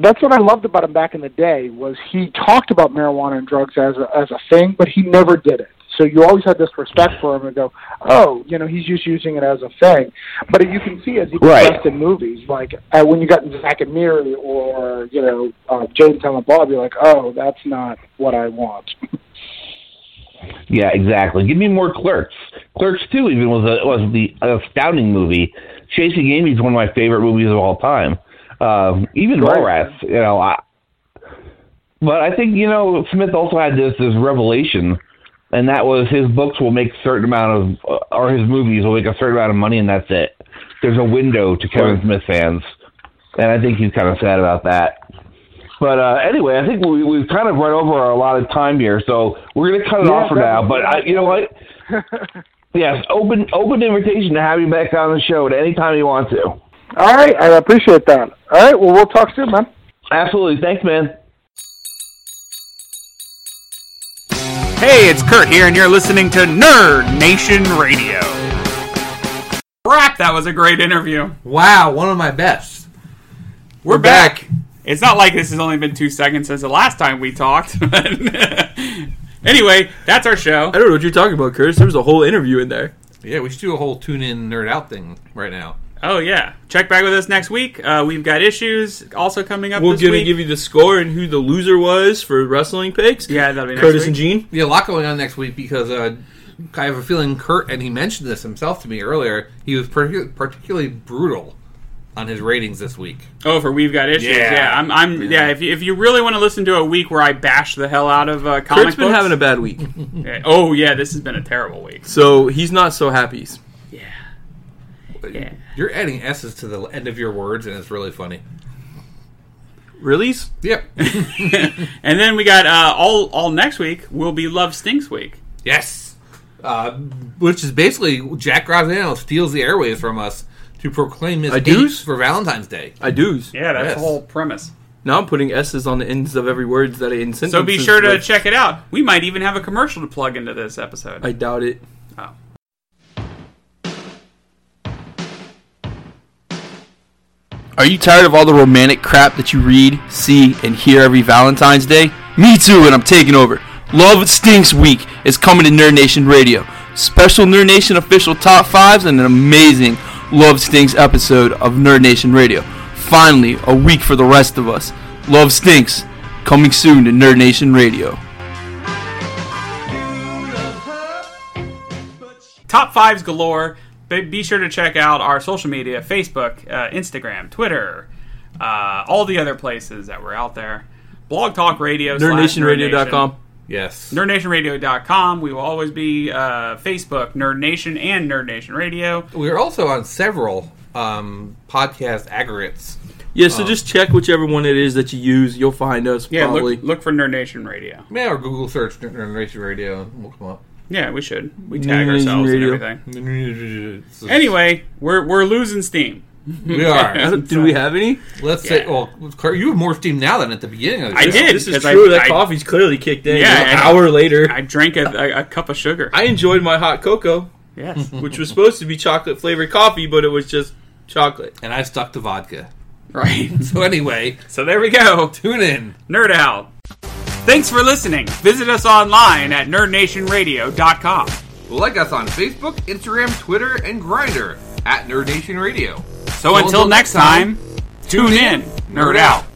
That's what I loved about him back in the day was he talked about marijuana and drugs as a, as a thing, but he never did it. So you always had this respect for him and go, oh, you know, he's just using it as a thing. But you can see as he
Right.
progressed in movies, like uh, when you got into Zack and Miri or you know uh, Jane and Silent Bob, you're like, oh, that's not what I want.
Yeah, exactly. Give me more Clerks. Clerks Two even was a, was the an astounding movie. Chasing Amy is one of my favorite movies of all time. Um, even
Right.
Mallrats, you know. I, but I think you know Smith also had this this revelation, and that was his books will make certain amount of uh, or his movies will make a certain amount of money, and that's it. There's a window to Kevin Smith fans, and I think he's kind of sad about that. But uh, anyway, I think we, we've kind of run over our allotted time here, so we're going to cut it
Yeah,
off for
that-
now. But I, you know what? Yes, open open invitation to have you back on the show at any time you want to.
All right, I appreciate that. All right, well, we'll talk soon, man.
Absolutely. Thanks, man.
Hey, it's Kurt here, and you're listening to Nerd Nation Radio. Crap, that was a great interview.
Wow, one of my best.
We're back. It's not like this has only been two seconds since the last time we talked. but anyway, that's our show.
I don't know what you're talking about, Curtis. There was a whole interview in there.
Yeah, we should do a whole tune in nerd out thing right now.
Oh yeah, check back with us next week. Uh, we've got issues also coming up.
We're
this
gonna
week.
give you the score and who the loser was for wrestling picks.
yeah, that'll be next
Curtis
week.
and Gene.
Yeah, a lot going on next week because uh, I have a feeling Kurt, and he mentioned this himself to me earlier, he was partic- particularly brutal on his ratings this week.
Oh, for we've got issues. Yeah,
Yeah.
I'm. I'm yeah. if, you, if you really want to listen to a week where I bash the hell out of uh, comic
Kurt's been
books-
having a bad week,
Yeah. Oh yeah, this has been a terrible week.
so he's not so happy.
Yeah. Yeah.
You're adding S's to the end of your words, and it's really funny.
Release?
Yep.
And then we got uh, all all next week will be Love Stinks week.
yes. Uh, which is basically Jack Graziano steals the airways from us to proclaim his
I do's?
hate for Valentine's Day.
I do's.
Yeah, that's
Yes.
the whole premise.
Now I'm putting S's on the ends of every words that I in
So be
sentences
sure to
with.
check it out. We might even have a commercial to plug into this episode.
I doubt it.
Oh.
Are you tired of all the romantic crap that you read, see, and hear every Valentine's Day? Me too, and I'm taking over. Love Stinks Week is coming to Nerd Nation Radio. Special Nerd Nation official top fives and an amazing Love Stinks episode of Nerd Nation Radio. Finally, a week for the rest of us. Love Stinks, coming soon to Nerd Nation Radio.
top fives galore. Be, be sure to check out our social media Facebook, uh, Instagram, Twitter, uh, all the other places that we're out there. Blog Talk Radio, slash
NerdNationRadio.com.
Yes.
NerdNationRadio.com. We will always be uh, Facebook, Nerd Nation, and Nerd Nation Radio.
We're also on several um, podcast aggregates.
Yeah, so just check whichever one it is that you use. You'll find us
Yeah,
probably.
look, look for Nerd Nation Radio.
Yeah, or Google search Nerd Nation Radio, and we'll come up.
Yeah, we should. We
Nerd
tag
Nation
ourselves
Radio.
and everything. Anyway, we're, we're losing steam.
we are.
Do we have any?
Let's say, well, Clark, you have more steam now than at the beginning of the
I
show.
did.
This is
'cause I-
true. that
I-
coffee's clearly kicked in.
Yeah,
Yeah, an
I-
hour later. I,
I drank a, a, a cup of sugar.
enjoyed my hot cocoa,
yes.
which was supposed to be chocolate flavored coffee, but it was just chocolate.
And I stuck to vodka.
Right.
So anyway,
So there we go.
tune in.
Nerd Out. Thanks for listening. Visit us online at nerdnationradio.com.
Like us on Facebook, Instagram, Twitter, and Grinder at Nerd Nation Radio.
So until next time, tune in, Nerd Out.